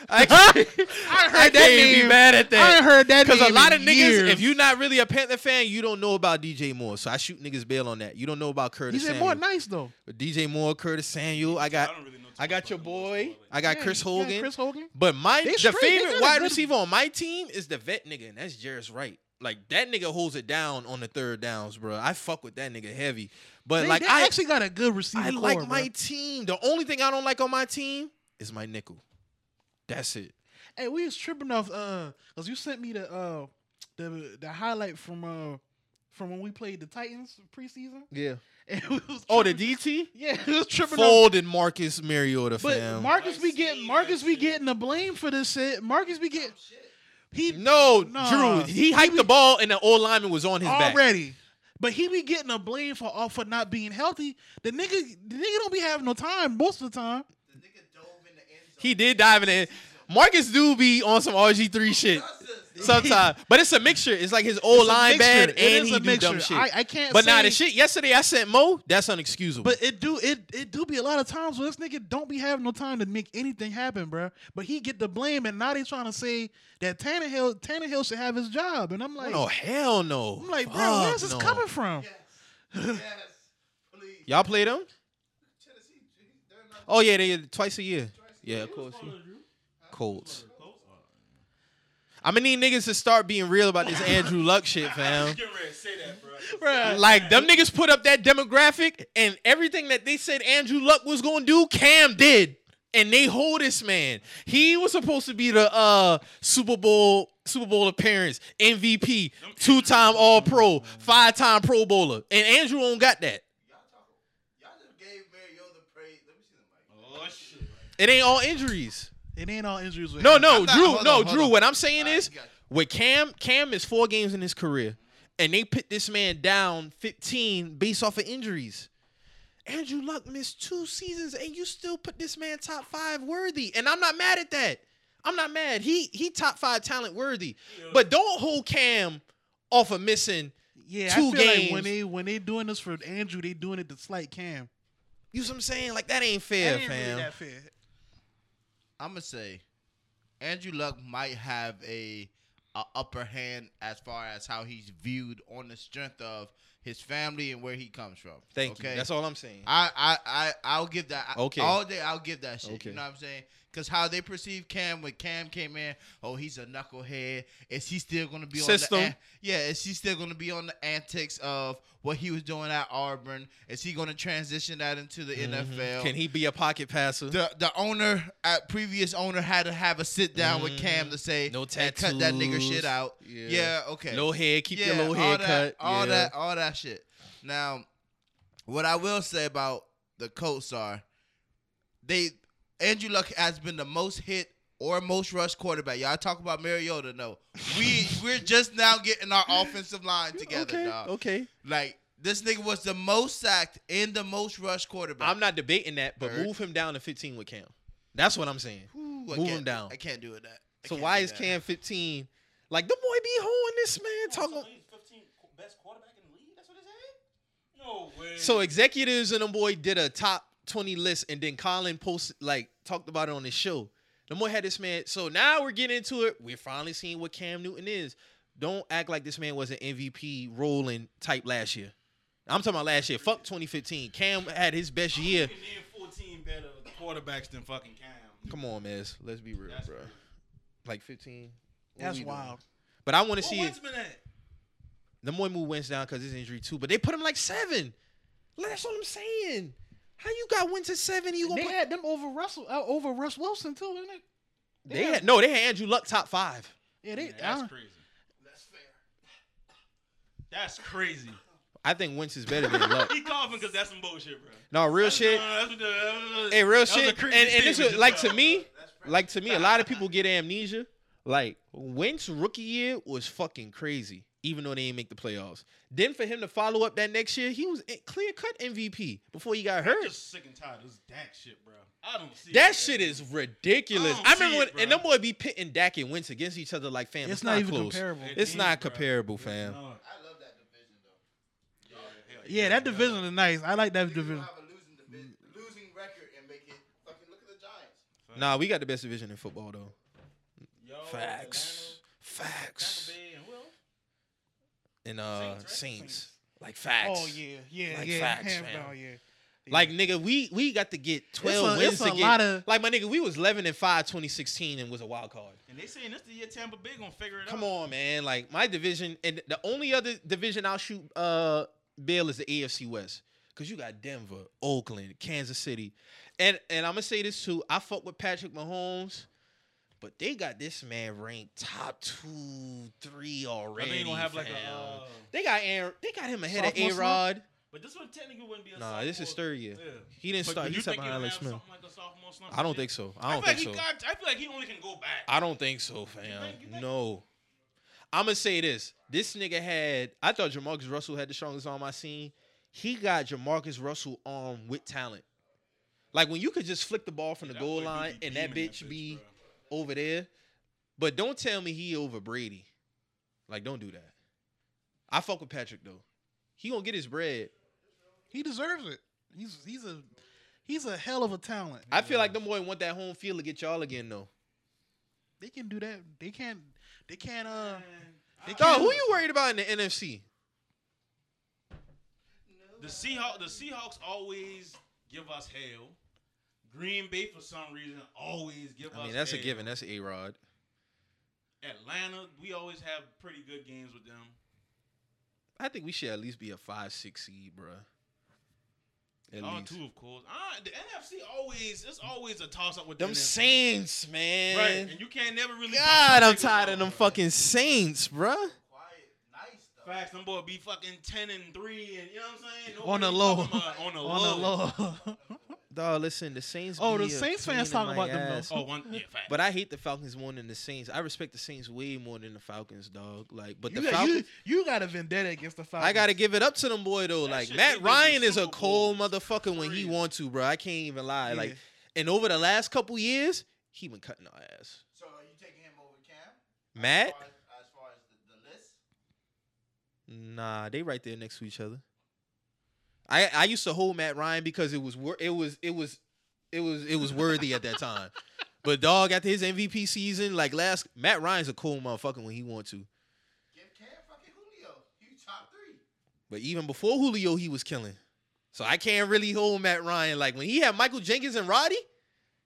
S2: I can't, I
S1: that
S2: can't be
S1: name.
S2: mad at
S1: I
S2: that.
S1: ain't heard that
S2: Because
S1: name
S2: a lot
S1: in
S2: of niggas,
S1: years.
S2: if you're not really a Panther fan, you don't know about DJ Moore. So I shoot niggas bail on that. You don't know about Curtis.
S1: he's in
S2: Samuel.
S1: more nice though.
S2: DJ Moore, Curtis Samuel. I got,
S4: don't really know too
S2: I got
S4: much
S2: your
S4: about the Bulls,
S2: boy.
S4: but, like,
S2: I got
S1: Yeah,
S2: Chris
S1: yeah,
S2: Hogan.
S1: Chris Hogan.
S2: But my
S1: They
S2: the
S1: straight. They got
S2: favorite
S1: a
S2: wide
S1: good-
S2: receiver on my team is the vet nigga, and that's Jarris Wright. Like that nigga holds it down on the third downs, bro. I fuck with that nigga heavy. But
S1: They-
S2: like
S1: they
S2: I
S1: actually got a good receiver.
S2: I like
S1: core,
S2: my
S1: bruh.
S2: team. The only thing I don't like on my team is my nickel. That's it.
S1: Hey, we was tripping off uh because you sent me the uh the the highlight from uh from when we played the Titans preseason. *laughs*
S2: Yeah.
S1: And we was
S2: Oh, the
S1: tripping-
S2: DT
S1: *laughs* yeah, we was tripping off
S2: folded Marcus Mariota,
S1: But
S2: fam.
S1: Marcus be
S4: I've
S1: getting
S4: seen
S1: Marcus
S4: that
S1: be
S4: shit.
S1: getting the blame for this shit. Marcus be getting he
S2: no,
S1: Nah.
S2: Drew. He hiked the ball, and the old lineman was on his back.
S1: already. But he be getting a blame for all for not being healthy. The nigga, the nigga don't be having no time most of the time.
S5: The nigga dove in the end zone.
S2: He did dive in it. Marcus do be on some RG three shit. *laughs* Sometimes, but it's a mixture. It's like his old
S1: It's a
S2: line
S1: mixture.
S2: bad
S1: It
S2: and
S1: is
S2: he
S1: a
S2: do dumb
S1: mixture.
S2: shit.
S1: I, I can't.
S2: but
S1: say,
S2: now the shit yesterday I sent Mo, that's unexcusable.
S1: But it do it it do be a lot of times where this nigga don't be having no time to make anything happen, bruh. But he get the blame, and now they trying to say that Tannehill Tannehill should have his job, and I'm like,
S2: no Oh, hell no.
S1: I'm like, bro,
S2: Fuck
S1: where's this
S2: no.
S1: coming from?
S5: Yes. yes. Please.
S2: Y'all play them?
S5: Tennessee, geez, they're not
S2: Oh yeah, they twice a year. Yeah, of course. Colts.
S4: Colts? Oh,
S2: I'm gonna need niggas to start being real about this Andrew Luck shit, fam.
S4: Get ready, say that, bro.
S2: Like them niggas put up that demographic, and everything that they said Andrew Luck was gonna do, Cam did, and they hold this man. He was supposed to be the uh Super Bowl Super Bowl appearance MVP, two time All Pro, five time Pro Bowler, and Andrew don't got that.
S5: Y'all talk. Y'all just gave Mario the praise. Let me see the mic.
S4: Oh shit.
S2: It ain't all injuries.
S1: It ain't all injuries. With
S2: No,
S1: him.
S2: no,
S1: I'm not-
S2: Drew,
S1: hold on,
S2: no,
S1: hold
S2: Drew.
S1: on.
S2: What I'm saying
S5: All right,
S2: is,
S5: you got it.
S2: with Cam, Cam is four games in his career, and they put this man down 15 based off of injuries. Andrew Luck missed two seasons, and you still put this man top five worthy. And I'm not mad at that. I'm not mad. He he top five talent worthy, but don't hold Cam off of missing.
S1: Yeah,
S2: two
S1: I feel like
S2: games.
S1: when they when they doing this for Andrew, they doing it to slight Cam.
S2: You see what I'm saying? Like that ain't fair,
S1: That ain't really
S2: fam.
S1: that fair.
S5: I'm gonna say Andrew Luck might have a, a upper hand as far as how he's viewed on the strength of his family and where he comes from.
S2: Thank
S5: okay?
S2: you. That's all I'm saying.
S5: I, I I I'll give that. I-
S2: Okay.
S5: All day I'll give that shit.
S2: Okay.
S5: You know what I'm saying? Cause how they perceive Cam when Cam came in, oh he's a knucklehead. Is he still gonna be
S2: System.
S5: on the an- yeah? Is he still gonna be on the antics of what he was doing at Auburn? Is he gonna transition that into the NFL?
S2: Mm-hmm. Can he be a pocket passer?
S5: the the owner uh, previous owner had to have a sit down with Cam to say
S2: Mm-hmm. No
S5: "Hey, cut that nigga
S2: tattoos."
S5: shit out
S2: Yeah.
S5: yeah, okay
S2: Low head, keep your low
S5: all
S2: head cut.
S5: that, all
S2: Yeah.
S5: that all that shit now what I will say about the Colts are they Andrew Luck has been the most hit or most rushed quarterback y'all talk about Mariota no
S2: *laughs*
S5: we we're just now getting our offensive line together
S2: okay,
S5: dog
S2: okay.
S5: like this nigga was the most sacked and the most rushed quarterback
S2: I'm not debating that, but
S5: Bird.
S2: move him down to 15 with Cam. That's what I'm saying.
S5: Ooh, I
S2: Move
S5: can't
S2: him
S5: do-
S2: down.
S5: I can't do it. That. I
S2: So
S5: can't
S2: why
S5: do
S2: is
S5: that.
S2: Cam 15? Like the boy be hoeing this man talking.
S4: He's 15 qu- best quarterback in the league. That's what they said. No way.
S2: So executives and them boy did a top 20 list, and then Colin posted like talked about it on his show. The boy had this man. So now we're getting into it. We're finally seeing what Cam Newton is. Don't act like this man was an MVP rolling type last year. I'm talking about last year. Fuck 2015. Cam had his best year.
S4: You can name 14 better quarterbacks than fucking Cam.
S2: Come on, man. Let's be real,
S4: That's
S2: bro.
S4: crazy.
S2: Like 15. What
S1: That's
S2: we doing?
S1: wild.
S2: But I want to
S4: What
S2: see it.
S4: Wentz been at?
S2: The more move Wentz down because his injury too, but they put him like seven. Like, That's what I'm saying. How you got Wentz at seven? and You gonna
S1: They
S2: put-
S1: had them over Russell uh, over Russ Wilson too, didn't it?
S2: They had no. They had Andrew Luck top five.
S1: Yeah, they.
S4: Yeah, that's
S1: I-
S4: crazy. That's crazy.
S2: I think Wentz is better than
S4: *laughs*
S2: Luck.
S4: He coughing because that's some bullshit, bro.
S2: No real shit.
S4: That's what the- that was-
S2: Hey, real
S4: that was a
S2: shit. And,
S4: creepy
S2: and this
S4: statement
S2: was like
S4: just
S2: to
S4: now.
S2: me, like to me, a lot of people get amnesia. Like Wentz rookie year was fucking crazy, even though they didn't make the playoffs. Then for him to follow up that next year, he was clear cut MVP before he got
S4: I'm
S2: hurt.
S4: just sick and tired. of This Dak shit, bro. I don't see
S2: That shit is ridiculous.
S4: I don't
S2: I,
S4: see
S2: remember when
S4: it,
S2: and
S4: bro.
S2: them boy be pitting Dak and Wentz against each other like fam. It's,
S1: it's not even
S2: close.
S1: comparable.
S2: It's
S4: It
S2: not
S4: is, bro.
S2: comparable,
S4: It's
S2: fam.
S4: not.
S5: I love that division though.
S1: Yeah, that division is nice. I like that
S5: You can
S1: division.
S5: have a losing division, losing record, and make it fucking look at the Giants.
S2: Nah, we got the best division in football though.
S4: Yo,
S2: Facts.
S4: Atlanta,
S2: Facts.
S4: Tampa Bay, and who else?
S2: And uh
S4: Saints, right?
S2: Saints. Like facts.
S1: Oh yeah, yeah,
S2: Like
S1: yeah,
S2: facts,
S1: hands
S2: fam.
S1: down, yeah.
S2: Like nigga, we we got to get
S1: It's
S2: twelve
S1: a-
S2: wins
S1: it's
S2: to
S1: a
S2: get.
S1: lot of-
S2: like my nigga, we was eleven and 5 2016 and was a wild card.
S4: And they saying this the year Tampa Bay gonna figure it
S2: Come
S4: out.
S2: on, man. Like my division and the only other division I'll shoot uh Bill is the AFC West. Cause you got Denver, Oakland, Kansas City. And and I'm gonna say this too. I fuck with Patrick Mahomes, but they got this man ranked top two, three
S4: I
S2: already.
S4: think they gonna have like a.
S2: fam.
S4: Uh,
S2: they got Aaron, they got him ahead of
S1: Sophomore
S2: A
S1: slump?
S2: Rod.
S4: but this one technically wouldn't be a.
S2: Nah, this is
S4: sophomore-
S2: third year.
S4: Yeah.
S2: He didn't
S4: But
S2: start.
S4: do
S2: He's
S4: you think
S2: behind
S4: he'll
S2: Alex
S4: have
S2: Smith.
S4: something like a sophomore slump
S2: I don't
S4: this year?
S2: think so. I don't
S4: feel
S2: think so.
S4: like he got- I feel like he only can go back.
S2: I don't think so, fam.
S4: think- you think-
S2: No. I'm gonna say this. This nigga had. I thought Jamarcus Russell had the strongest arm I seen. He got Jamarcus Russell arm with talent. Like when you could just flick the ball from the
S4: That boy
S2: goal
S4: do
S2: line
S4: be
S2: and that
S4: beaming
S2: bitch be
S4: bro.
S2: over there. But don't tell me he over Brady. Like don't do that. I fuck with Patrick though. He gonna get his bread.
S1: he deserves it. He's he's a he's a hell of a talent.
S2: I feel like them boy want that home field to get y'all again though.
S1: They can do that. They can't. They can't. Uh, they
S2: Dog,
S1: can't.
S2: who you worried about in the NFC?
S4: The Seahawks, the Seahawks always give us hell. Green Bay for some reason always give us.
S2: I mean, that's a
S4: hell.
S2: given. That's A Rod.
S4: Atlanta, we always have pretty good games with them.
S2: I think we should at least be a five six seed, bro. At
S4: All
S2: least.
S4: two, of course. Uh, the NFC always, it's always a toss up with
S2: Them
S4: the NFC.
S2: Saints, man.
S4: Right, and you can't never really.
S2: God, I'm
S4: pick
S2: tired of
S4: them
S2: them fucking Saints, bruh.
S5: Quiet, nice though.
S4: Facts, them boy be fucking ten and three, and you know what
S1: On
S4: I'm saying.
S1: the
S4: Nobody
S1: low.
S4: talking about-
S2: *laughs*
S4: on the
S1: *laughs* On the
S4: low.
S1: low.
S2: Dog, listen, the Saints.
S1: Oh,
S2: be
S1: the
S2: a
S1: Saints
S2: pain
S1: fans
S2: in
S1: talk
S2: my
S1: about them, though.
S2: ass.
S4: Oh, one, yeah, facts.
S2: But I hate the Falcons more than the Saints. I respect the Saints way more than the Falcons, dog. Like,
S1: *laughs*
S2: but
S1: you,
S2: the
S1: got,
S2: Falcons,
S1: you, you got a vendetta against the Falcons.
S2: I gotta give it up to them boy though.
S4: That
S2: like
S4: shit
S2: Matt
S4: they did
S2: Ryan
S4: with
S2: is a
S4: Super
S2: cold
S4: Bowls.
S2: motherfucker when he
S4: Crazy.
S2: want to, bro. I can't even lie.
S1: Yeah.
S2: Like, and over the last couple years, he been cutting our ass.
S5: So are you taking him over Cam?
S2: Matt,
S5: As far as, as, far as the, the list,
S2: nah, they right there next to each other. I I used to hold Matt Ryan because it was wor- it was it was it was it was worthy at that time. But dog, after his MVP season, like last Matt Ryan's a cool motherfucker when he want to.
S5: give Cam fucking Julio. You top three.
S2: But even before Julio, he was killing. So I can't really hold Matt Ryan. Like when he had Michael Jenkins and Roddy,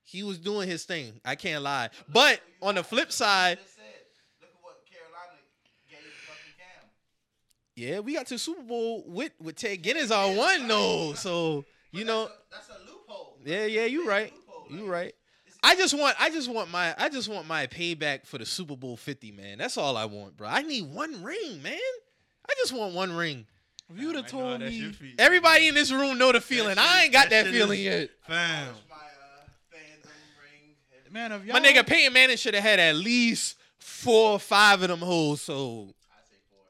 S2: he was doing his thing. I can't lie. But on the flip side,
S5: Just said, look at what Carolina gave fucking Cam.
S2: yeah, we got to the Super Bowl with with Ted Guinness on one though. So
S5: But
S2: you know,
S5: that's a, that's a loophole.
S2: yeah, yeah, you right, you right. I just want, I just want my, I just want my payback for the Super Bowl Fifty, man. That's all I want, bro. I need one ring, man. I just want one ring.
S1: If you'd have
S4: I know
S1: told
S4: that's your
S1: me,
S4: feet.
S2: Everybody in this room know the feeling. I ain't got
S4: that
S2: that
S4: shit is-
S2: feeling yet.
S4: Fam.
S5: My uh, fandom ring. every-
S1: man, if y'all,
S2: My nigga Peyton Manning should have had at least four or five of them hoes. So
S5: I say four.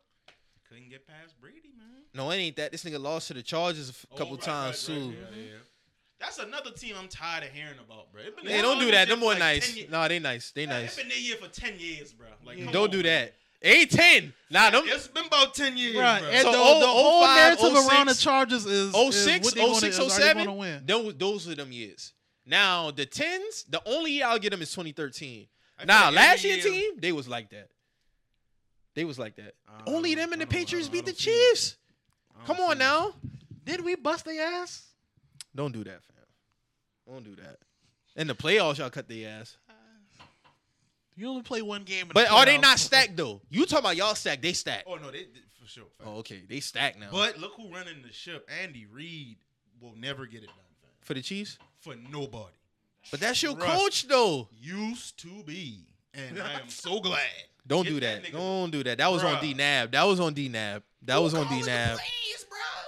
S4: Couldn't get past Brady, man.
S2: no, it ain't that. This nigga lost to the Chargers a f-
S4: Oh,
S2: couple
S4: right,
S2: times
S4: right, right,
S2: too.
S4: yeah, yeah. That's another team I'm tired of hearing about, bro. It been-
S2: Hey,
S4: how
S2: don't
S4: long
S2: do that.
S4: this
S2: Them
S4: shit
S2: more
S4: for, like, 10
S2: nice.
S4: years?
S2: Nah, they nice. They
S4: Yeah,
S2: nice.
S4: It been there year for ten years, bro. Like,
S1: Yeah.
S4: come
S2: Don't
S4: on,
S2: do
S4: bro.
S2: that. Eight ten. Nah, them.
S4: It's been about ten years,
S1: Bruh,
S4: bro.
S1: and
S2: So
S1: the,
S2: oh-
S1: the whole
S2: oh five,
S1: narrative
S2: oh
S1: around the
S2: six,
S1: Chargers is
S2: Oh
S1: is
S2: six,
S1: what they
S2: oh
S1: gonna,
S2: six,
S1: is
S2: oh
S1: are they gonna
S2: seven.
S1: win.
S2: Those those are them years. Now the tens. The only year I'll get them is twenty thirteen.
S4: I feel
S2: Now
S4: like
S2: last
S4: every
S2: year team they was like that. They was like that.
S4: I don't
S2: Only
S4: know.
S2: them and
S4: I
S2: the
S4: don't- I
S2: Patriots
S4: don't- I
S2: beat the
S4: don't see it.
S2: Chiefs.
S4: I don't
S2: Come
S4: see
S2: on
S4: it.
S2: now.
S1: Did we bust their ass?
S2: Don't do that, fam. Don't do that. In the playoffs, y'all cut their ass.
S1: You only play one game. In the
S2: But are they not
S1: playoffs.
S2: stacked though? You talking about y'all stacked? They stacked.
S4: Oh no, they, they for sure. fam.
S2: Oh, okay, they stacked now.
S4: But look who running the ship. Andy Reid will never get it done, fam.
S2: for the Chiefs,
S4: For nobody.
S2: but that's your
S4: Russ.
S2: coach though.
S4: Used to be, and I am so glad.
S2: Don't
S4: Get
S2: do
S4: that
S2: that.
S4: nigga.
S2: Don't do that. That was on
S4: Bruh.
S2: D Nab. That was on D Nab. That was on D Nab.
S4: Please,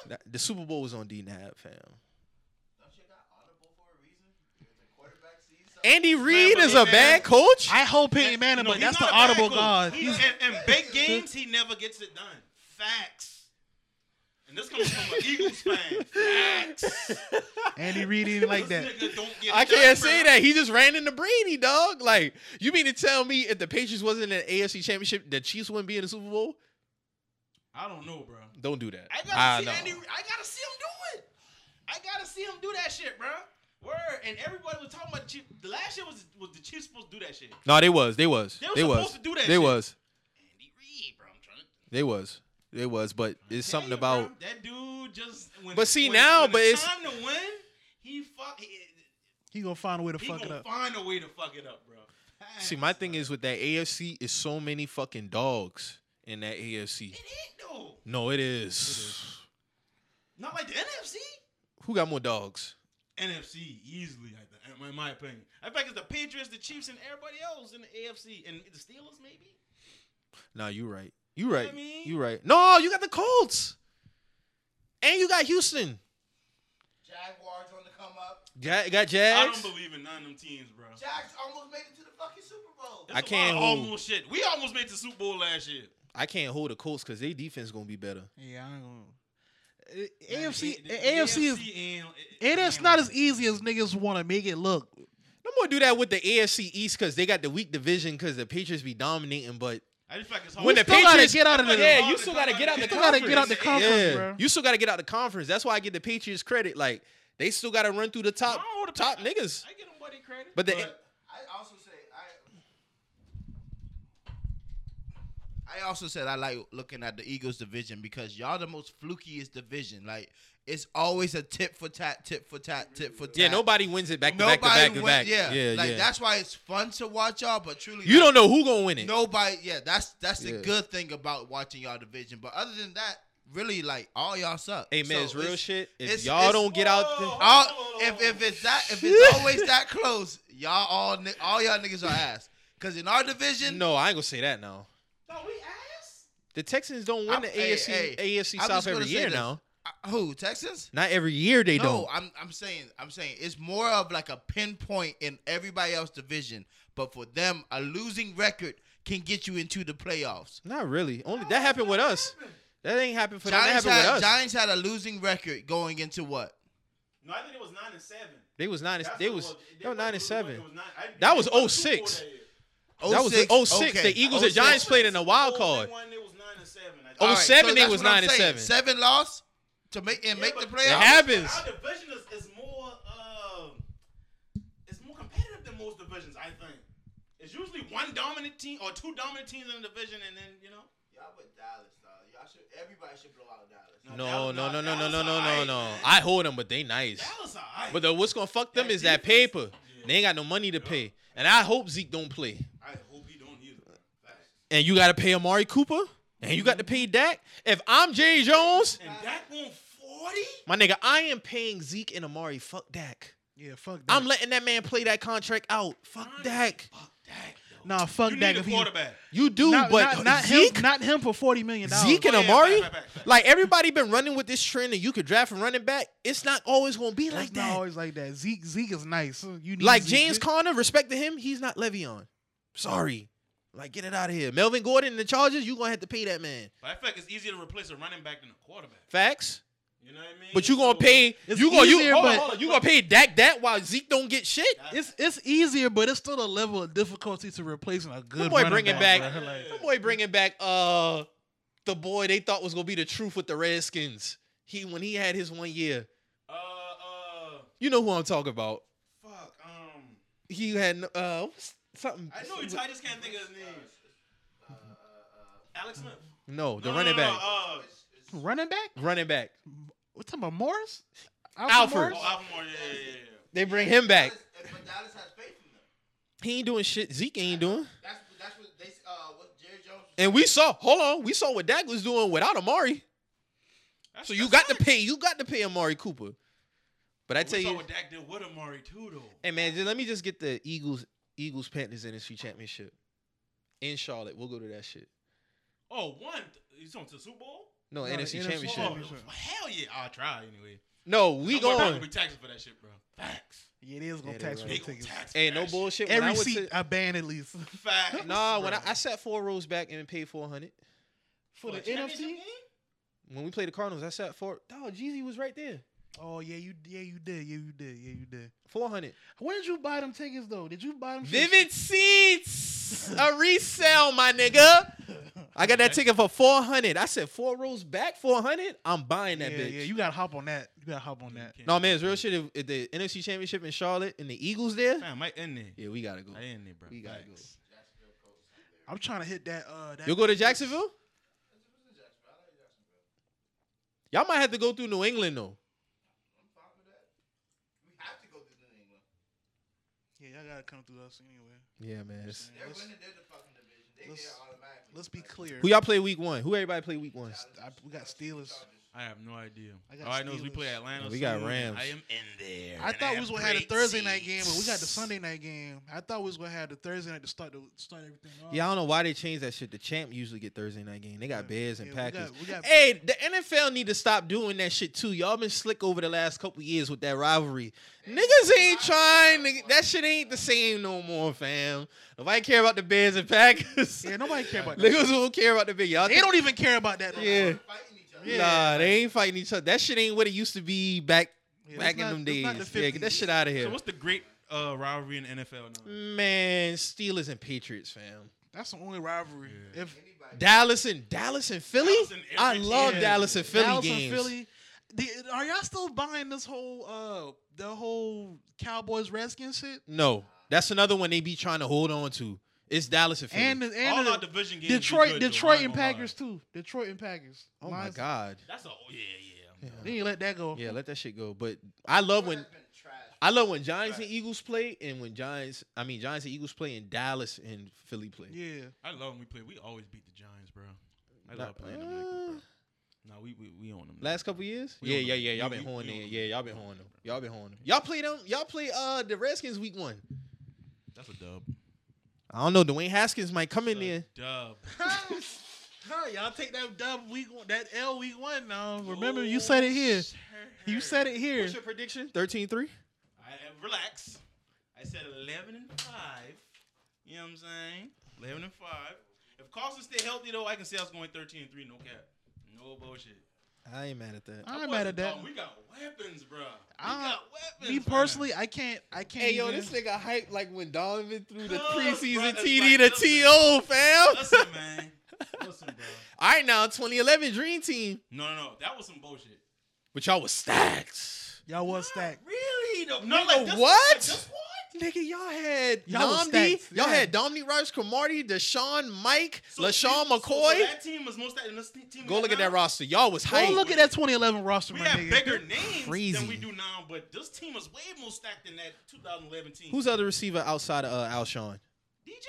S4: bro.
S2: The Super Bowl was on D Nab, fam.
S5: Don't you got audible for a reason? Because the quarterback sees something.
S2: Andy Reid
S4: but
S2: is
S4: he
S2: a
S4: bad.
S2: bad coach.
S1: I hope Peyton Manning,
S4: No,
S1: but
S4: he's
S1: that's
S4: not
S1: the
S4: a bad
S1: audible
S4: coach.
S1: god.
S4: He-
S1: He's-
S4: and, and big games, he never gets it done. Facts. And this comes from
S1: *laughs*
S4: an Eagles fan. Facts.
S1: Andy Reid ain't like
S4: This *laughs*
S1: that.
S4: nigga don't get it
S2: I
S4: done,
S2: can't say
S4: bro.
S2: that. He just ran into Brady, dog. Like, you mean to tell me if the Patriots wasn't in the AFC Championship, the Chiefs wouldn't be in the Super Bowl?
S4: I don't know, bro.
S2: Don't do that.
S4: I gotta
S2: Ah,
S4: see
S2: no.
S4: Andy. I gotta see him do it. I gotta see him do that shit, bro. Word. And everybody was talking about the Chiefs. The last year was was the Chiefs supposed to do that shit.
S2: No, they was. They was.
S4: They was
S2: They was.
S4: supposed to do that
S2: They
S4: shit.
S2: was.
S4: Andy Reid, bro. I'm trying to.
S2: They was. They was. But it's
S4: tell
S2: something
S4: you,
S2: about
S4: bro, that dude just. When,
S2: But see,
S4: when-
S2: now,
S4: when
S2: but it's-
S4: time to win. He fuck. He,
S1: He gonna find a way to
S4: he
S1: fuck it
S4: gonna
S1: up.
S4: find a way to fuck it up, bro.
S2: See, my
S4: Facts,
S2: thing
S4: bro.
S2: is with that AFC is so many fucking dogs in that AFC.
S4: It ain't though.
S2: No, it is.
S4: Not like the NFC.
S2: Who got more dogs?
S4: NFC easily, I think, in my opinion. I think it's the Patriots, the Chiefs, and everybody else in the AFC, and the Steelers maybe.
S2: Nah, you right. You right.
S4: I mean-
S2: You right. No, you got the Colts. And you got Houston.
S5: Jaguars on the come up.
S2: Got, got
S4: I
S2: Jags.
S4: don't believe in none of them teams, bro.
S5: Jags almost made it to the fucking Super Bowl.
S4: It's
S2: I
S4: a
S2: can't
S4: lot of
S2: hold-
S4: almost shit. We almost made the Super Bowl last year.
S2: I can't hold the Colts because their defense gonna be better.
S1: Yeah, I ain't gonna. Uh, AFC, AFC is
S4: and,
S1: it is not as easy as niggas want to make it look.
S2: No more do that with the AFC East because they got the weak division because the Patriots be dominating. But
S4: I just feel like it's hard.
S2: when the
S1: still gotta
S2: Patriots
S1: get out of the-
S2: yeah, you still gotta get out
S1: You
S2: the
S1: still gotta get out the
S2: conference.
S1: conference, bro.
S2: You still gotta get out the conference. That's why I give the Patriots credit. Like they still gotta run through the top
S4: I don't hold the-
S2: top niggas.
S4: I get them buddy credit.
S2: But the
S5: But I also say I. I also said I like looking at the Eagles division because y'all the most flukiest division. Like
S6: It's always a tip for tat, tip for tat, tip for tat.
S2: Yeah, nobody wins it back to
S6: Nobody
S2: back to back to
S6: win-
S2: back.
S6: Yeah,
S2: yeah,
S6: like
S2: yeah.
S6: that's why it's fun to watch y'all. But truly,
S2: you
S6: like,
S2: don't know who gonna win it.
S6: Nobody. Yeah, that's that's the
S2: Yeah.
S6: good thing about watching y'all division. But other than that, really, like all y'all suck.
S2: hey man,
S6: So
S2: it's real shit. If
S6: it's-
S2: y'all
S6: it's-
S2: don't get out, the,
S6: All, if if it's that if it's always that close, y'all all ni- all y'all niggas are ass. Cause in our division,
S2: no, I ain't gonna say that now.
S4: No, we ass.
S2: The Texans don't win
S6: I'm-
S2: the
S6: hey,
S2: AFC
S6: hey,
S2: AFC
S6: I'm
S2: South
S6: just gonna
S2: every
S6: say
S2: year
S6: this.
S2: now.
S6: uh, who Texans?
S2: Not every year they
S6: No,
S2: don't.
S6: I'm I'm saying I'm saying it's more of like a pinpoint in everybody else division, but for them, a losing record can get you into the playoffs.
S2: Not really. Only that happened with us. That ain't happened for them. That
S6: Giants
S2: happened
S6: had,
S2: with us.
S6: Giants had a losing record going into what?
S4: No, I think it was nine and seven.
S2: They was nine. And,
S4: That's
S2: they
S4: what it
S2: was
S4: It
S2: they were
S4: was-
S2: nine
S4: it
S2: and
S4: was-
S2: seven.
S4: it was nine- I-
S2: That
S4: they
S2: was
S4: won two
S2: 06.
S4: four that Oh year.
S2: That
S6: 06,
S2: was the 06.
S6: okay,
S2: The Eagles and
S6: 06.
S2: Giants played in a wild
S4: Four,
S2: card.
S4: they won, Oh it was nine and seven, I think.
S2: Oh,
S6: All
S2: seven, they
S6: that's
S2: was
S6: what I'm
S2: nine and
S6: saying.
S2: seven.
S6: Seven loss to make and
S4: Yeah,
S6: make the
S4: but-
S6: playoffs.
S2: It happens.
S4: Our division is, is more uh, it's more competitive than most divisions, I think. It's usually one dominant team or two dominant teams in a division, and then you know.
S5: Y'all with Dallas, dog. Y'all should. Everybody should blow out Dallas.
S2: No, no, no, no, no, no, no, no,
S4: Dallas
S2: no.
S4: alright,
S2: I hold them, but they nice.
S4: Dallas, alright.
S2: But the, what's gonna fuck them
S4: That
S2: is that
S4: defense.
S2: paper.
S4: Yeah.
S2: They ain't got no money to pay, and I hope Zeke don't play.
S4: I hope he don't either. Facts.
S2: And you got to pay Amari Cooper, and you got to pay Dak. If I'm Jerry Jones,
S4: And Dak won forty.
S2: my nigga, I am paying Zeke and Amari. Fuck Dak.
S1: Yeah, fuck that.
S2: I'm letting that man play that contract out. Fuck Dak.
S4: Fuck Dak. though.
S1: nah, fuck
S4: you
S1: that.
S4: need a
S1: If he-
S4: quarterback.
S2: You do,
S1: not,
S2: but
S1: not, not
S2: Zeke,
S1: him, not him for forty million dollars.
S2: Zeke and
S4: Oh, yeah,
S2: Amari.
S4: back, back, back, back.
S2: Like everybody been running with this trend that you could draft a running back. It's not always gonna be like
S1: It's
S2: that.
S1: Not always like that. Zeke, Zeke is nice. You need
S2: Like
S1: Zeke.
S2: James Conner, respect to him, he's not Le'Veon. Sorry. Like, get it out of here. Melvin Gordon and the Chargers, you gonna have to pay that man.
S4: But I feel like it's easier to replace a running back than a quarterback.
S2: Facts.
S4: You know what I mean?
S2: But you gonna
S4: So,
S2: pay
S1: It's
S2: you gonna you
S1: easier,
S2: hold on,
S1: but-
S2: hold on. you gonna pay Dak that while Zeke don't get shit?
S4: Dak-
S1: It's it's easier, but it's still a level of difficulty to replacing a good.
S2: Good boy
S1: running
S2: bringing back,
S1: back.
S4: back.
S1: bruh. Like,
S2: the boy bringing back uh the boy they thought was gonna be the truth with the Redskins. He when he had his one year.
S4: uh uh
S2: You know who I'm talking about.
S4: fuck um
S2: He had uh what's- something
S4: I know you I just can't think of his name. Alex Smith.
S2: No, the
S4: No, no,
S2: running
S4: no, no,
S2: back.
S4: uh,
S1: running back?
S2: running back.
S1: We're talking about Morris.
S2: Alfred.
S1: Morris?
S4: oh, Alfamore, yeah, yeah, yeah, yeah.
S2: They bring him back.
S5: Dallas- But Dallas has faith in them.
S2: He ain't doing shit. Zeke ain't doing.
S5: That's that's what they uh what Jerry Jones.
S2: And we saw, hold on, we saw what Dak was doing without Amari.
S4: That's-
S2: So you
S4: that's
S2: got to
S4: fine.
S2: pay, you got to pay Amari Cooper. But I
S4: We
S2: tell
S4: saw
S2: you,
S4: what Dak did with Amari too, though.
S2: hey man, just let me just get the Eagles, Eagles Panthers NFC Championship in Charlotte. We'll go to that shit.
S4: Oh, one. You talking to the Super Bowl?
S2: No,
S1: No, NFC
S2: NFC,
S4: Oh,
S2: Championship.
S1: Championship.
S4: hell yeah! I'll try anyway.
S2: No, we
S4: I'm gonna
S2: going.
S4: be taxed for that shit, bro. Facts.
S1: Yeah, it is gonna
S2: Yeah, they
S1: tax
S2: right.
S1: you
S4: They
S1: with
S4: gonna
S1: tickets.
S4: tax for
S2: Hey, no
S4: that
S2: bullshit. when I
S1: Every
S2: went
S1: seat
S2: to-
S1: I ban at
S2: *laughs*
S1: least
S4: Shit. Facts.
S2: nah, when I,
S1: Bruh.
S2: I sat four rows back and paid four hundred
S1: for the
S4: What, championship
S1: NFC.
S4: game?
S2: when we played the Cardinals. I sat four. Oh, Jeezy was right there.
S1: Oh yeah, you yeah you did yeah you did yeah you did.
S2: Four hundred.
S1: Where did you buy them tickets though? Did you buy them? from-
S2: Vivid seats, a resale, my nigga.
S1: *laughs*
S2: I got that ticket for four hundred. I said four rows back, four hundred. I'm buying
S1: Yeah,
S2: that bitch.
S1: yeah, you gotta hop on that. You gotta hop on that.
S4: Can't
S2: no
S4: do
S2: man, it's
S4: that.
S2: real shit. If, if the NFC Championship in Charlotte and the Eagles there,
S4: Fam, I in there.
S2: yeah, we gotta go.
S4: I in there, bro.
S2: We gotta go.
S4: Facts.
S1: I'm trying to hit that. Uh, that
S2: You'll go to Jacksonville. Y'all might have to go through New England though.
S5: We have to go through New England.
S1: Yeah, y'all gotta come through us anyway.
S2: Yeah, man. it's-
S5: They're
S1: Let's-
S5: winning. They're the fucking division. They get
S1: let's-
S5: it automatically.
S1: Let's be
S5: Like,
S1: clear.
S2: Who y'all play week one? Who everybody play week one?
S1: I, we got Steelers.
S4: I have no idea.
S1: I got
S4: All I know is we
S1: Steelers.
S4: play Atlanta.
S2: Yeah, we got
S4: soon, and
S2: Rams.
S4: I am in there.
S1: I
S4: and
S1: thought we
S4: have
S1: was gonna have a
S4: great
S1: Thursday night game,
S4: seats.
S1: but we got the Sunday night game. I thought we was gonna have the Thursday night to start to start everything off.
S2: Yeah, I don't know why they changed that shit. The champ usually get Thursday night game. They got Bears and
S1: Yeah, we got-
S2: Packers.
S1: we got-
S2: hey, the NFL need to stop doing that shit too. Y'all been slick over the last couple years with that rivalry. Niggas ain't trying. To, that shit ain't the same no more, fam. Nobody care about the Bears and Packers.
S1: *laughs*
S2: *laughs*
S1: Yeah, nobody care about that.
S2: Niggas don't care about the big. Y'all
S1: They
S2: think-
S1: don't even care about that. no more.
S2: *laughs* Yeah.
S5: Fighting each other.
S1: Yeah.
S2: Nah, they ain't fighting each other. That shit ain't what it used to be back
S1: Yeah,
S2: back
S1: it's
S2: in
S1: not-
S2: them
S1: it's
S2: days.
S1: not the
S2: yeah, get that
S1: 50s.
S2: shit out of
S4: So
S2: here.
S4: what's the great uh, rivalry in the NFL now?
S2: Man, Steelers and Patriots, fam.
S1: That's the only rivalry.
S4: Yeah.
S1: If
S5: Anybody.
S2: Dallas and Dallas and Philly.
S4: Dallas and every
S2: I
S4: team.
S2: love
S1: Yeah.
S2: Dallas and Philly
S1: Dallas
S2: games.
S1: and Philly, the- are y'all still buying this whole uh the whole Cowboys Redskins shit?
S2: No, that's another one they be trying to hold on to. It's Dallas and Philly.
S1: And the-
S4: All
S1: and
S4: our
S1: the-
S4: division games. be
S1: Detroit,
S4: good, though, I
S1: Detroit
S4: ain't
S1: and
S4: gonna lie.
S1: Packers too. Detroit and Packers.
S2: oh my
S1: Mine's-
S2: god,
S4: That's a oh, yeah yeah.
S1: Then you let that go.
S2: Yeah, let that shit go. But I love when
S5: That's been trash.
S2: I love when Giants and Eagles play, and when Giants, I mean Giants and Eagles play, and Dallas and Philly play.
S1: Yeah.
S4: I love when we play. We always beat the Giants, bro. I
S2: Nah,
S4: love playing them. Like, that, bro. No, we we we own them. now.
S2: Uh, Last couple years?
S4: We
S2: yeah,
S4: on
S2: yeah,
S4: them.
S2: yeah. Y'all
S4: We-
S2: been
S4: we-
S2: horning.
S4: we on
S2: it.
S4: them.
S2: Yeah, y'all been horning. them. Y'all been horning. them. Y'all play them. Y'all play uh the Redskins week one.
S4: That's a dub.
S2: I don't know. Dwayne Haskins might come in
S4: A
S2: there.
S4: dub.
S1: *laughs* Huh, y'all take that dub week one, that L week one. Now remember,
S4: Oh,
S1: you said it here. You said it here.
S2: What's your prediction? 13-3?
S4: I, I- relax. I said eleven and five. You know what I'm saying? Eleven and five. If Carson stay healthy though, I can say I was going 13 and three. No cap. No bullshit.
S2: I ain't mad at that.
S1: I'm
S4: I
S1: mad
S4: wasn't,
S1: at that.
S4: dog. We got weapons, bro. We
S1: I-
S4: got weapons.
S1: Me
S4: bruh.
S1: personally, I can't. I can't.
S2: Hey yo,
S1: even-
S2: this nigga hyped like when Donovan threw the
S4: Cuz, bro,
S2: preseason
S4: it's
S2: TD
S4: like,
S2: to
S4: listen.
S2: TO,
S1: *laughs*
S2: fam.
S4: Listen, man. Listen, bro.
S2: All right, now 2011 Dream Team,
S4: No, no, no. That was some bullshit.
S2: but y'all was stacked.
S1: y'all was stacked.
S4: Really? though. No,
S2: Nigga,
S4: like this,
S2: what?
S4: Like, this what?
S2: Nigga, y'all had
S1: Y'all was
S2: Domdi,
S1: stacked,
S2: y'all
S1: yeah.
S2: had Dominique Rice, Cromartie, Deshaun, Mike, LaShawn
S4: so- so
S2: McCoy.
S4: that team was most. And this team
S2: Go
S4: we
S2: look at
S4: got
S2: that
S4: now,
S2: roster. Y'all was
S1: Go
S2: hype.
S1: look at that 2011 roster,
S4: We
S1: my
S4: have
S1: nigga.
S4: bigger names
S2: Crazy.
S4: than we do now, but this team is way more stacked than that 2011 team.
S2: Who's the other receiver outside of uh, Alshon
S4: DJ?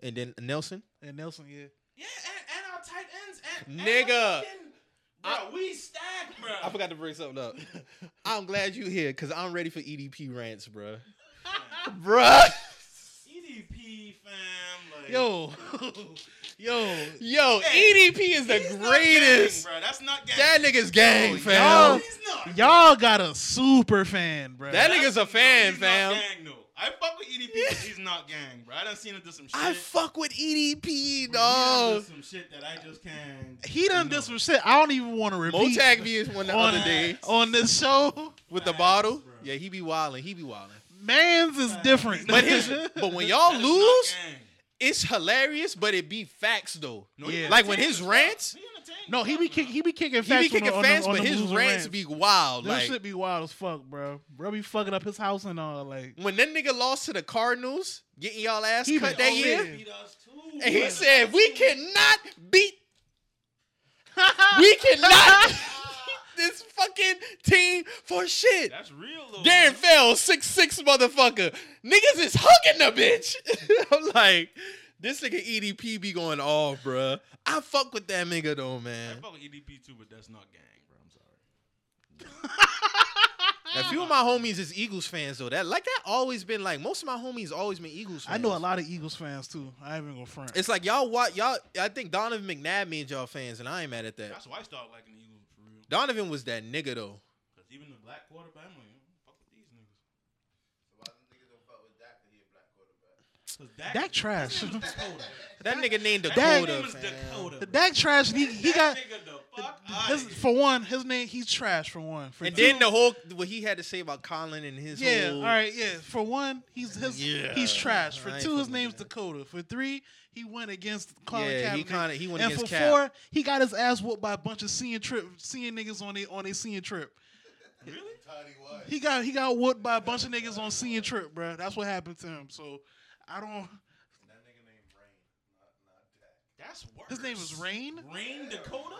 S2: and then Nelson?
S1: And Nelson, yeah.
S4: Yeah, and, and our tight ends. And,
S2: Nigga.
S4: Bro, we stacked, bro.
S2: I forgot to bring something up. *laughs* I'm glad you here because I'm ready for EDP rants, *laughs* bruh. bruh.
S4: EDP, E fam. Like,
S1: Yo, yo,
S2: Yo,
S4: Hey,
S2: EDP is the
S4: he's not
S2: greatest.
S4: gang, bro. That's not gang.
S2: That nigga's gang,
S1: Yo,
S2: fam.
S1: y'all-
S4: He's not.
S1: y'all got a super fan, bro.
S2: That nigga's a
S4: No,
S2: fan,
S4: he's
S2: fam.
S4: Not gang, no. I fuck with E EDP, but he's not gang, bro. I done seen him do some shit.
S2: I fuck with EDP,
S4: Bro, he done
S2: dog.
S4: did some shit that I just can't.
S1: he done
S4: no.
S1: did some shit. I don't even want to repeat
S2: Motag V is one the
S1: on,
S2: other day
S1: on this show.
S2: with the
S4: Facts,
S2: bottle.
S4: bro.
S2: Yeah, he be wildin'. He be wildin'.
S1: Man's is different,
S2: But his, but when y'all
S4: That is not
S2: lose,
S4: gang.
S2: it's hilarious, but it be facts though.
S4: No, he
S1: Yeah.
S2: Like when
S4: entertaining
S2: his
S4: as fuck.
S2: rants,
S4: He entertaining
S1: *laughs* no,
S4: as
S1: he
S4: fuck,
S1: be
S4: bro.
S1: kick, he be kicking
S2: he
S1: facts.
S2: be kicking
S1: on, the-
S2: fans,
S1: on, the- on
S2: but
S1: the
S2: his
S1: losers'
S2: rants be wild.
S1: Them
S2: Like
S1: shit be wild as fuck, bro. Bro, be fucking up his house and all. Like,
S2: when that nigga lost to the Cardinals, getting y'all ass
S1: He
S2: cut
S1: been
S2: that
S1: all
S2: year,
S1: in.
S4: Beat us too,
S2: and he
S4: bro.
S2: said, "We cannot beat, we cannot *laughs* this fucking team for shit."
S4: That's real, though.
S2: Darren
S4: bro.
S2: Fell, six six motherfucker. Niggas is hugging the bitch. *laughs* I'm like, this nigga EDP be going off, bruh. I fuck with that nigga though,
S4: I
S2: man.
S4: fuck with EDP too, but that's not gang, bro. I'm sorry.
S2: A few of my homies is Eagles fans though. That like that always been like most of my homies always been Eagles fans.
S1: I know a lot of Eagles fans too. I ain't even gonna front.
S2: It's like y'all what y'all I think Donovan McNabb made y'all fans and I ain't mad at that.
S4: That's why I started liking the Eagles for real.
S2: Donovan was that nigga though.
S4: Cause even the black quarterback, I'm like, fuck with these niggas.
S5: Why them niggas don't fuck with Dak 'cause he a black quarterback?
S4: Cause Dak,
S1: Dak trash.
S4: His name was
S1: *laughs*
S4: Dakota.
S2: That nigga named
S4: That
S2: Dakota.
S4: nigga was
S2: fam.
S4: Dakota. bro.
S1: Dak trash. He, he
S4: That
S1: got
S4: nigga the fuck
S1: his,
S4: outta here.
S1: for one. His name he's trash for one. For
S2: And
S1: two-
S2: then the whole what he had to say about Colin and his
S1: yeah,
S2: whole
S1: all right, yeah. For one, he's his he's trash. For
S2: I ain't
S1: two, his
S2: fucking with
S1: name's
S2: that.
S1: Dakota. For three, he went against Colin
S2: yeah,
S1: Kaepernick.
S2: he kind of he went
S1: and for
S2: against Cap.
S1: four, he got his ass whooped by a bunch of seeing trip, seeing niggas on they on a seeing trip.
S4: Really?
S5: Tiny was.
S1: He got he got whooped by a bunch of niggas on seeing trip, bruh. That's what happened to him. So I don't.
S5: That nigga named Rain, not not Dak.
S4: That's worse.
S1: His name is Rain.
S4: Rain Dakota.
S5: Rain Dakota.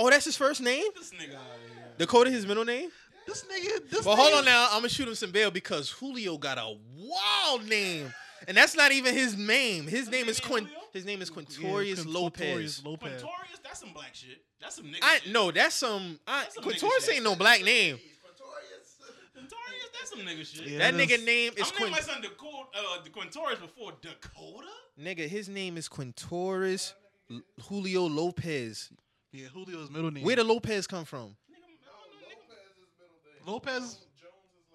S2: Oh, that's his first name?
S4: Get This nigga out of here.
S2: Dakota, his middle name?
S1: This nigga. This
S2: But
S1: nigga,
S2: hold on now, I'm gonna shoot him some bail because Julio got a wild name. And that's not even his name. His
S4: That's
S2: name
S4: his
S2: is
S4: name,
S2: Quin
S4: Julio?
S2: his name is
S1: Yeah,
S2: Quintorius
S1: Quin-
S2: Lopez.
S1: Quintorius Lopez.
S4: Quintorius, that's some black shit. That's some nigga
S2: I
S4: shit.
S2: no, that's some I,
S4: That's some nigga
S2: Quintorius
S4: shit.
S2: ain't no black name.
S5: He's Pretorius.
S4: Quintorius, that's some nigga shit.
S1: Yeah.
S2: That
S1: that's-
S2: nigga name
S4: I'm
S2: is
S4: naming
S2: Quin
S4: my son Dakota, uh, the Quintorius before Dakota.
S2: nigga, his name is Quintorius L- Julio Lopez.
S1: Yeah, Julio's middle name.
S2: Where the Lopez come from?
S4: Nigga, I don't know, nigga.
S5: No, Lopez is middle name.
S1: Lopez?
S5: Jones is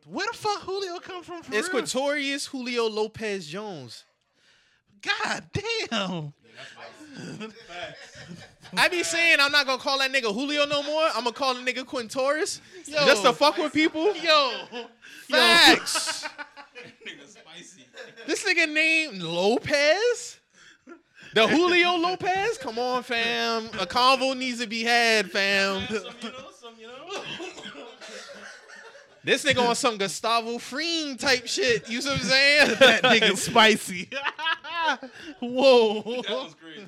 S5: last name.
S1: Where the fuck Julio come from? For
S2: It's
S1: real?
S2: Quintorius Julio Lopez Jones.
S1: God damn.
S4: Facts. *laughs*
S2: I be saying I'm not gonna call that nigga Julio no more. I'm gonna call the nigga Quintoris just to fuck with people. Yo, facts.
S4: nigga spicy.
S2: This nigga named Lopez. The Julio Lopez. Come on, fam. A convo needs to be had, fam.
S4: some, you know, some, you know.
S2: *laughs* This nigga on some Gustavo Fring type shit. You see what I'm saying? *laughs*
S1: That *laughs* nigga spicy. Whoa.
S4: that was crazy.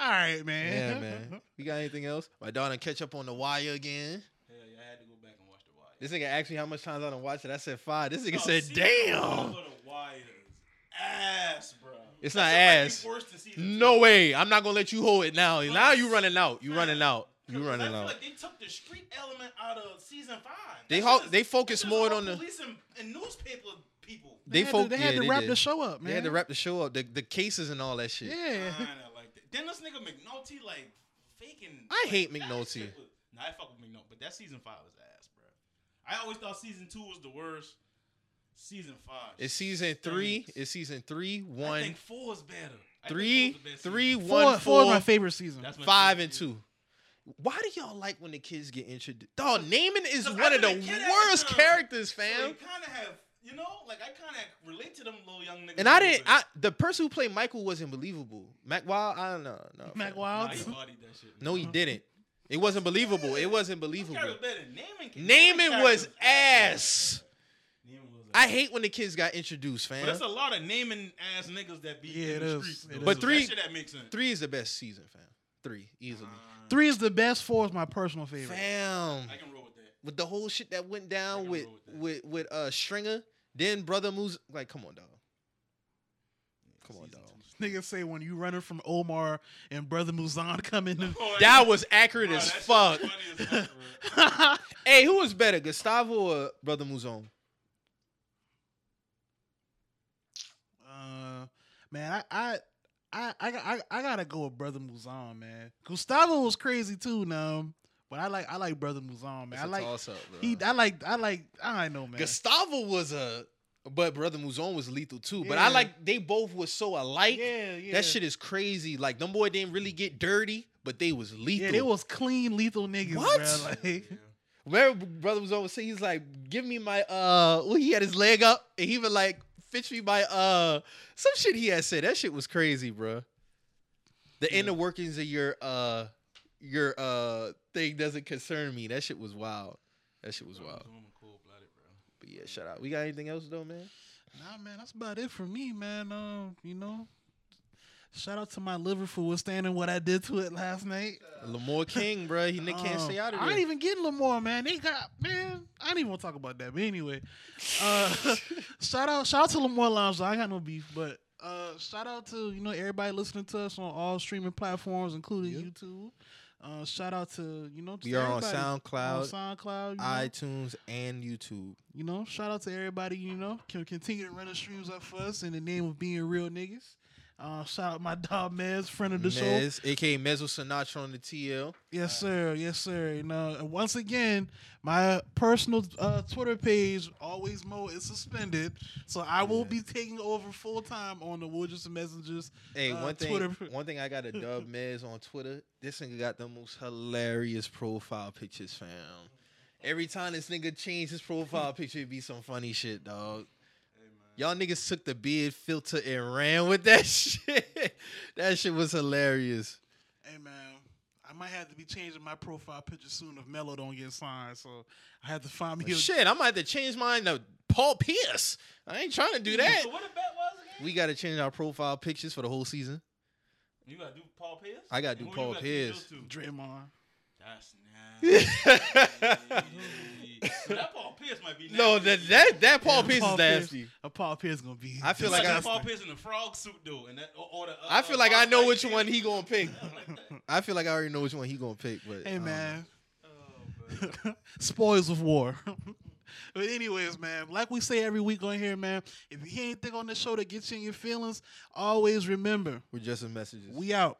S1: I All right, man. *laughs*
S2: Yeah, man. We got anything else? My daughter catch up on the wire again.
S3: Hell yeah, I had to go back and watch the wire.
S2: This nigga asked me how much times I done watched it. I said five. This nigga
S4: Oh,
S2: said,
S4: season
S2: damn.
S4: one of The Wire is ass, bro.
S2: It's not
S4: That's
S2: ass.
S4: like the worst of season
S2: No
S4: two.
S2: way. I'm not gonna let you hold it now. Now you running out. You running out. You
S4: Because I
S2: running
S4: feel
S2: out.
S4: like they took the street element out of season five.
S2: They
S4: That
S2: ho-
S4: shit
S2: they
S4: is-
S2: focus
S4: that shit is
S2: more
S4: about
S2: on the-
S4: police and, and newspaper people.
S1: They,
S2: They
S1: had
S2: folk-
S1: to, they had to
S2: yeah, they
S1: wrap
S2: did.
S1: the show up, man.
S2: They had to wrap the show up. The the cases and all that shit.
S1: Yeah.
S4: Kinda like that. Then this nigga McNulty like faking.
S2: I
S4: like,
S2: hate
S4: that
S2: McNulty.
S4: shit was- Nah, I fuck with McNulty, but that season five was ass, bro. I always thought season two was the worst. Season five.
S2: It's season three.
S4: stinks.
S2: It's season three,
S4: I
S2: one,
S4: think four is better. I think
S2: three,
S4: four is the best
S2: three,
S4: season.
S1: Four,
S2: one,
S1: four is my
S2: four,
S1: favorite season.
S4: That's my
S2: five,
S4: favorite
S2: and
S4: season.
S2: two. Why do y'all like when the kids get introduced? Dog, Naaman is
S4: Cause I
S2: one of
S4: was
S2: the
S4: a kid at the
S2: worst
S4: time.
S2: characters,
S4: So
S2: fam.
S4: they kind of have, you know, like I kind of relate to them little young niggas.
S2: And I didn't. I the person who played Michael wasn't believable. Mac Wild, I don't know. No, fam.
S1: *laughs* Mac
S4: nah,
S1: Wild.
S2: *laughs*
S4: he bodied that shit.
S2: No, he didn't. It wasn't believable. It wasn't believable. Naaman
S4: Naaman
S2: was ass.
S4: Naaman was
S2: I hate when the kids got introduced,
S4: But
S2: fam.
S4: there's a lot of naming ass niggas that be
S1: Yeah,
S4: in
S1: it
S4: the
S1: is.
S4: streets.
S1: It
S4: though.
S1: is.
S2: But
S4: So
S2: three-
S4: that shit that makes sense.
S2: Three is the best season, fam. Three easily.
S1: Three is the best. Four is my personal favorite.
S2: Fam,
S4: Uh-huh. Uh, I can roll with that.
S2: with the whole shit that went
S4: I
S2: down
S4: can
S2: with
S4: roll with that.
S2: with with uh Stringer, then brother moves. Like, come on, dog. Come on, dog.
S1: Niggas say when you running from Omar and brother Muzan come in.
S4: *laughs* Oh,
S2: That was accurate
S4: bro,
S2: as
S4: that shit
S2: fuck.
S4: was funny
S2: *laughs*
S4: as fuck, bro.
S2: Hey, who was better, Gustavo or brother Muzon?
S1: Uh, man, I, I, I, I, got- I, I gotta go with brother Muzan, man. Gustavo was crazy too, now, but I like, I like brother Muzan, man.
S2: It's
S1: I
S2: a
S1: like,
S2: toss-up, bro.
S1: he, I like, I like, I know, man.
S2: Gustavo was a, but brother Muzon was lethal too. But
S1: Yeah.
S2: I like they both were so alike.
S1: yeah, yeah.
S2: That shit is crazy. Like them boy didn't really get dirty, but they was lethal.
S1: Yeah, they was clean, lethal niggas.
S2: What?
S1: bruh, Like, *laughs*
S2: Remember, brother was always saying he's like, "Give me my uh." Well, he had his leg up, and he would like fetch me my uh. Some shit he had said. That shit was crazy, bro. The inner workings of your uh, your uh thing doesn't concern me. That shit was wild. That shit was wild.
S4: I'm cold-blooded, bro.
S2: But yeah, shout out. We got anything else though, man?
S1: nah, man, that's about it for me, man. Um, you know, shout out to my liver for withstanding what I did to it last night. *laughs*
S2: Lamar King, bro. He Nick can't
S1: Um,
S2: stay out of
S1: Uh, I
S2: there.
S1: ain't even getting Lamar, man. They got man. I ain't even want to talk about that. But anyway, uh, *laughs* shout out, shout out to Lamar Lounge. I got no beef, but uh, shout out to you know everybody listening to us on all streaming platforms, including
S2: Yep.
S1: YouTube. Uh, shout out to you know. just
S2: We are on
S1: everybody.
S2: SoundCloud,
S1: on SoundCloud, you know?
S2: iTunes and YouTube.
S1: You know, shout out to everybody, you know, can continue to run the streams up for us in the name of being real niggas. Uh, shout out my *laughs* dog Mez, friend of the show.
S2: Mez, aka Mezzo Sinatra on the TL.
S1: Yes, sir. Yes, sir. You know, and once again, my personal uh, Twitter page, Always Mo, is suspended. So I will be taking over full time on the Woodress and Messengers.
S2: Hey,
S1: uh,
S2: one thing,
S1: Twitter. *laughs*
S2: one thing I got to dub Mez on Twitter. This nigga got the most hilarious profile pictures, fam. Every time this nigga changed
S1: *laughs*
S2: his profile picture, it be some funny shit, dog. Y'all niggas took the beard filter and ran with that *laughs* shit. that shit was hilarious.
S1: Hey, man. I might have to be changing my profile picture soon if Mello don't get signed. So I have to find me a
S2: Shit, I might have to change mine to Paul Pierce. I ain't trying
S1: *laughs*
S2: to do that.
S4: So what the bet was again?
S2: We got to change our profile pictures for the
S1: *laughs*
S2: whole season.
S4: you gotta do Paul Pierce.
S2: I gotta do
S4: And who you
S2: Paul
S4: gotta give
S2: Pierce.
S4: those to?
S1: Draymond.
S2: *laughs*
S4: That's nasty. *laughs* So that Paul Pierce might be.
S2: no,
S4: nasty.
S2: that that, that Paul
S1: Yeah,
S2: Pierce
S1: Paul
S2: is nasty.
S1: A Paul Pierce gonna be.
S2: I feel
S4: It's like,
S2: like I-
S4: that Paul Pierce in the frog suit though, and that or, or the. Uh,
S2: I feel like I
S4: Bob
S2: know
S4: White
S2: which
S4: shit.
S2: one he gonna pick.
S4: *laughs* Like that.
S2: I feel like I already know which one he gonna pick, but
S1: Hey man,
S4: Oh, bro.
S1: *laughs* spoils of war. but anyways, man, like we say every week on here, man, if you hear anything on the show that gets you in your feelings, always remember
S2: we're just in messages.
S1: we out.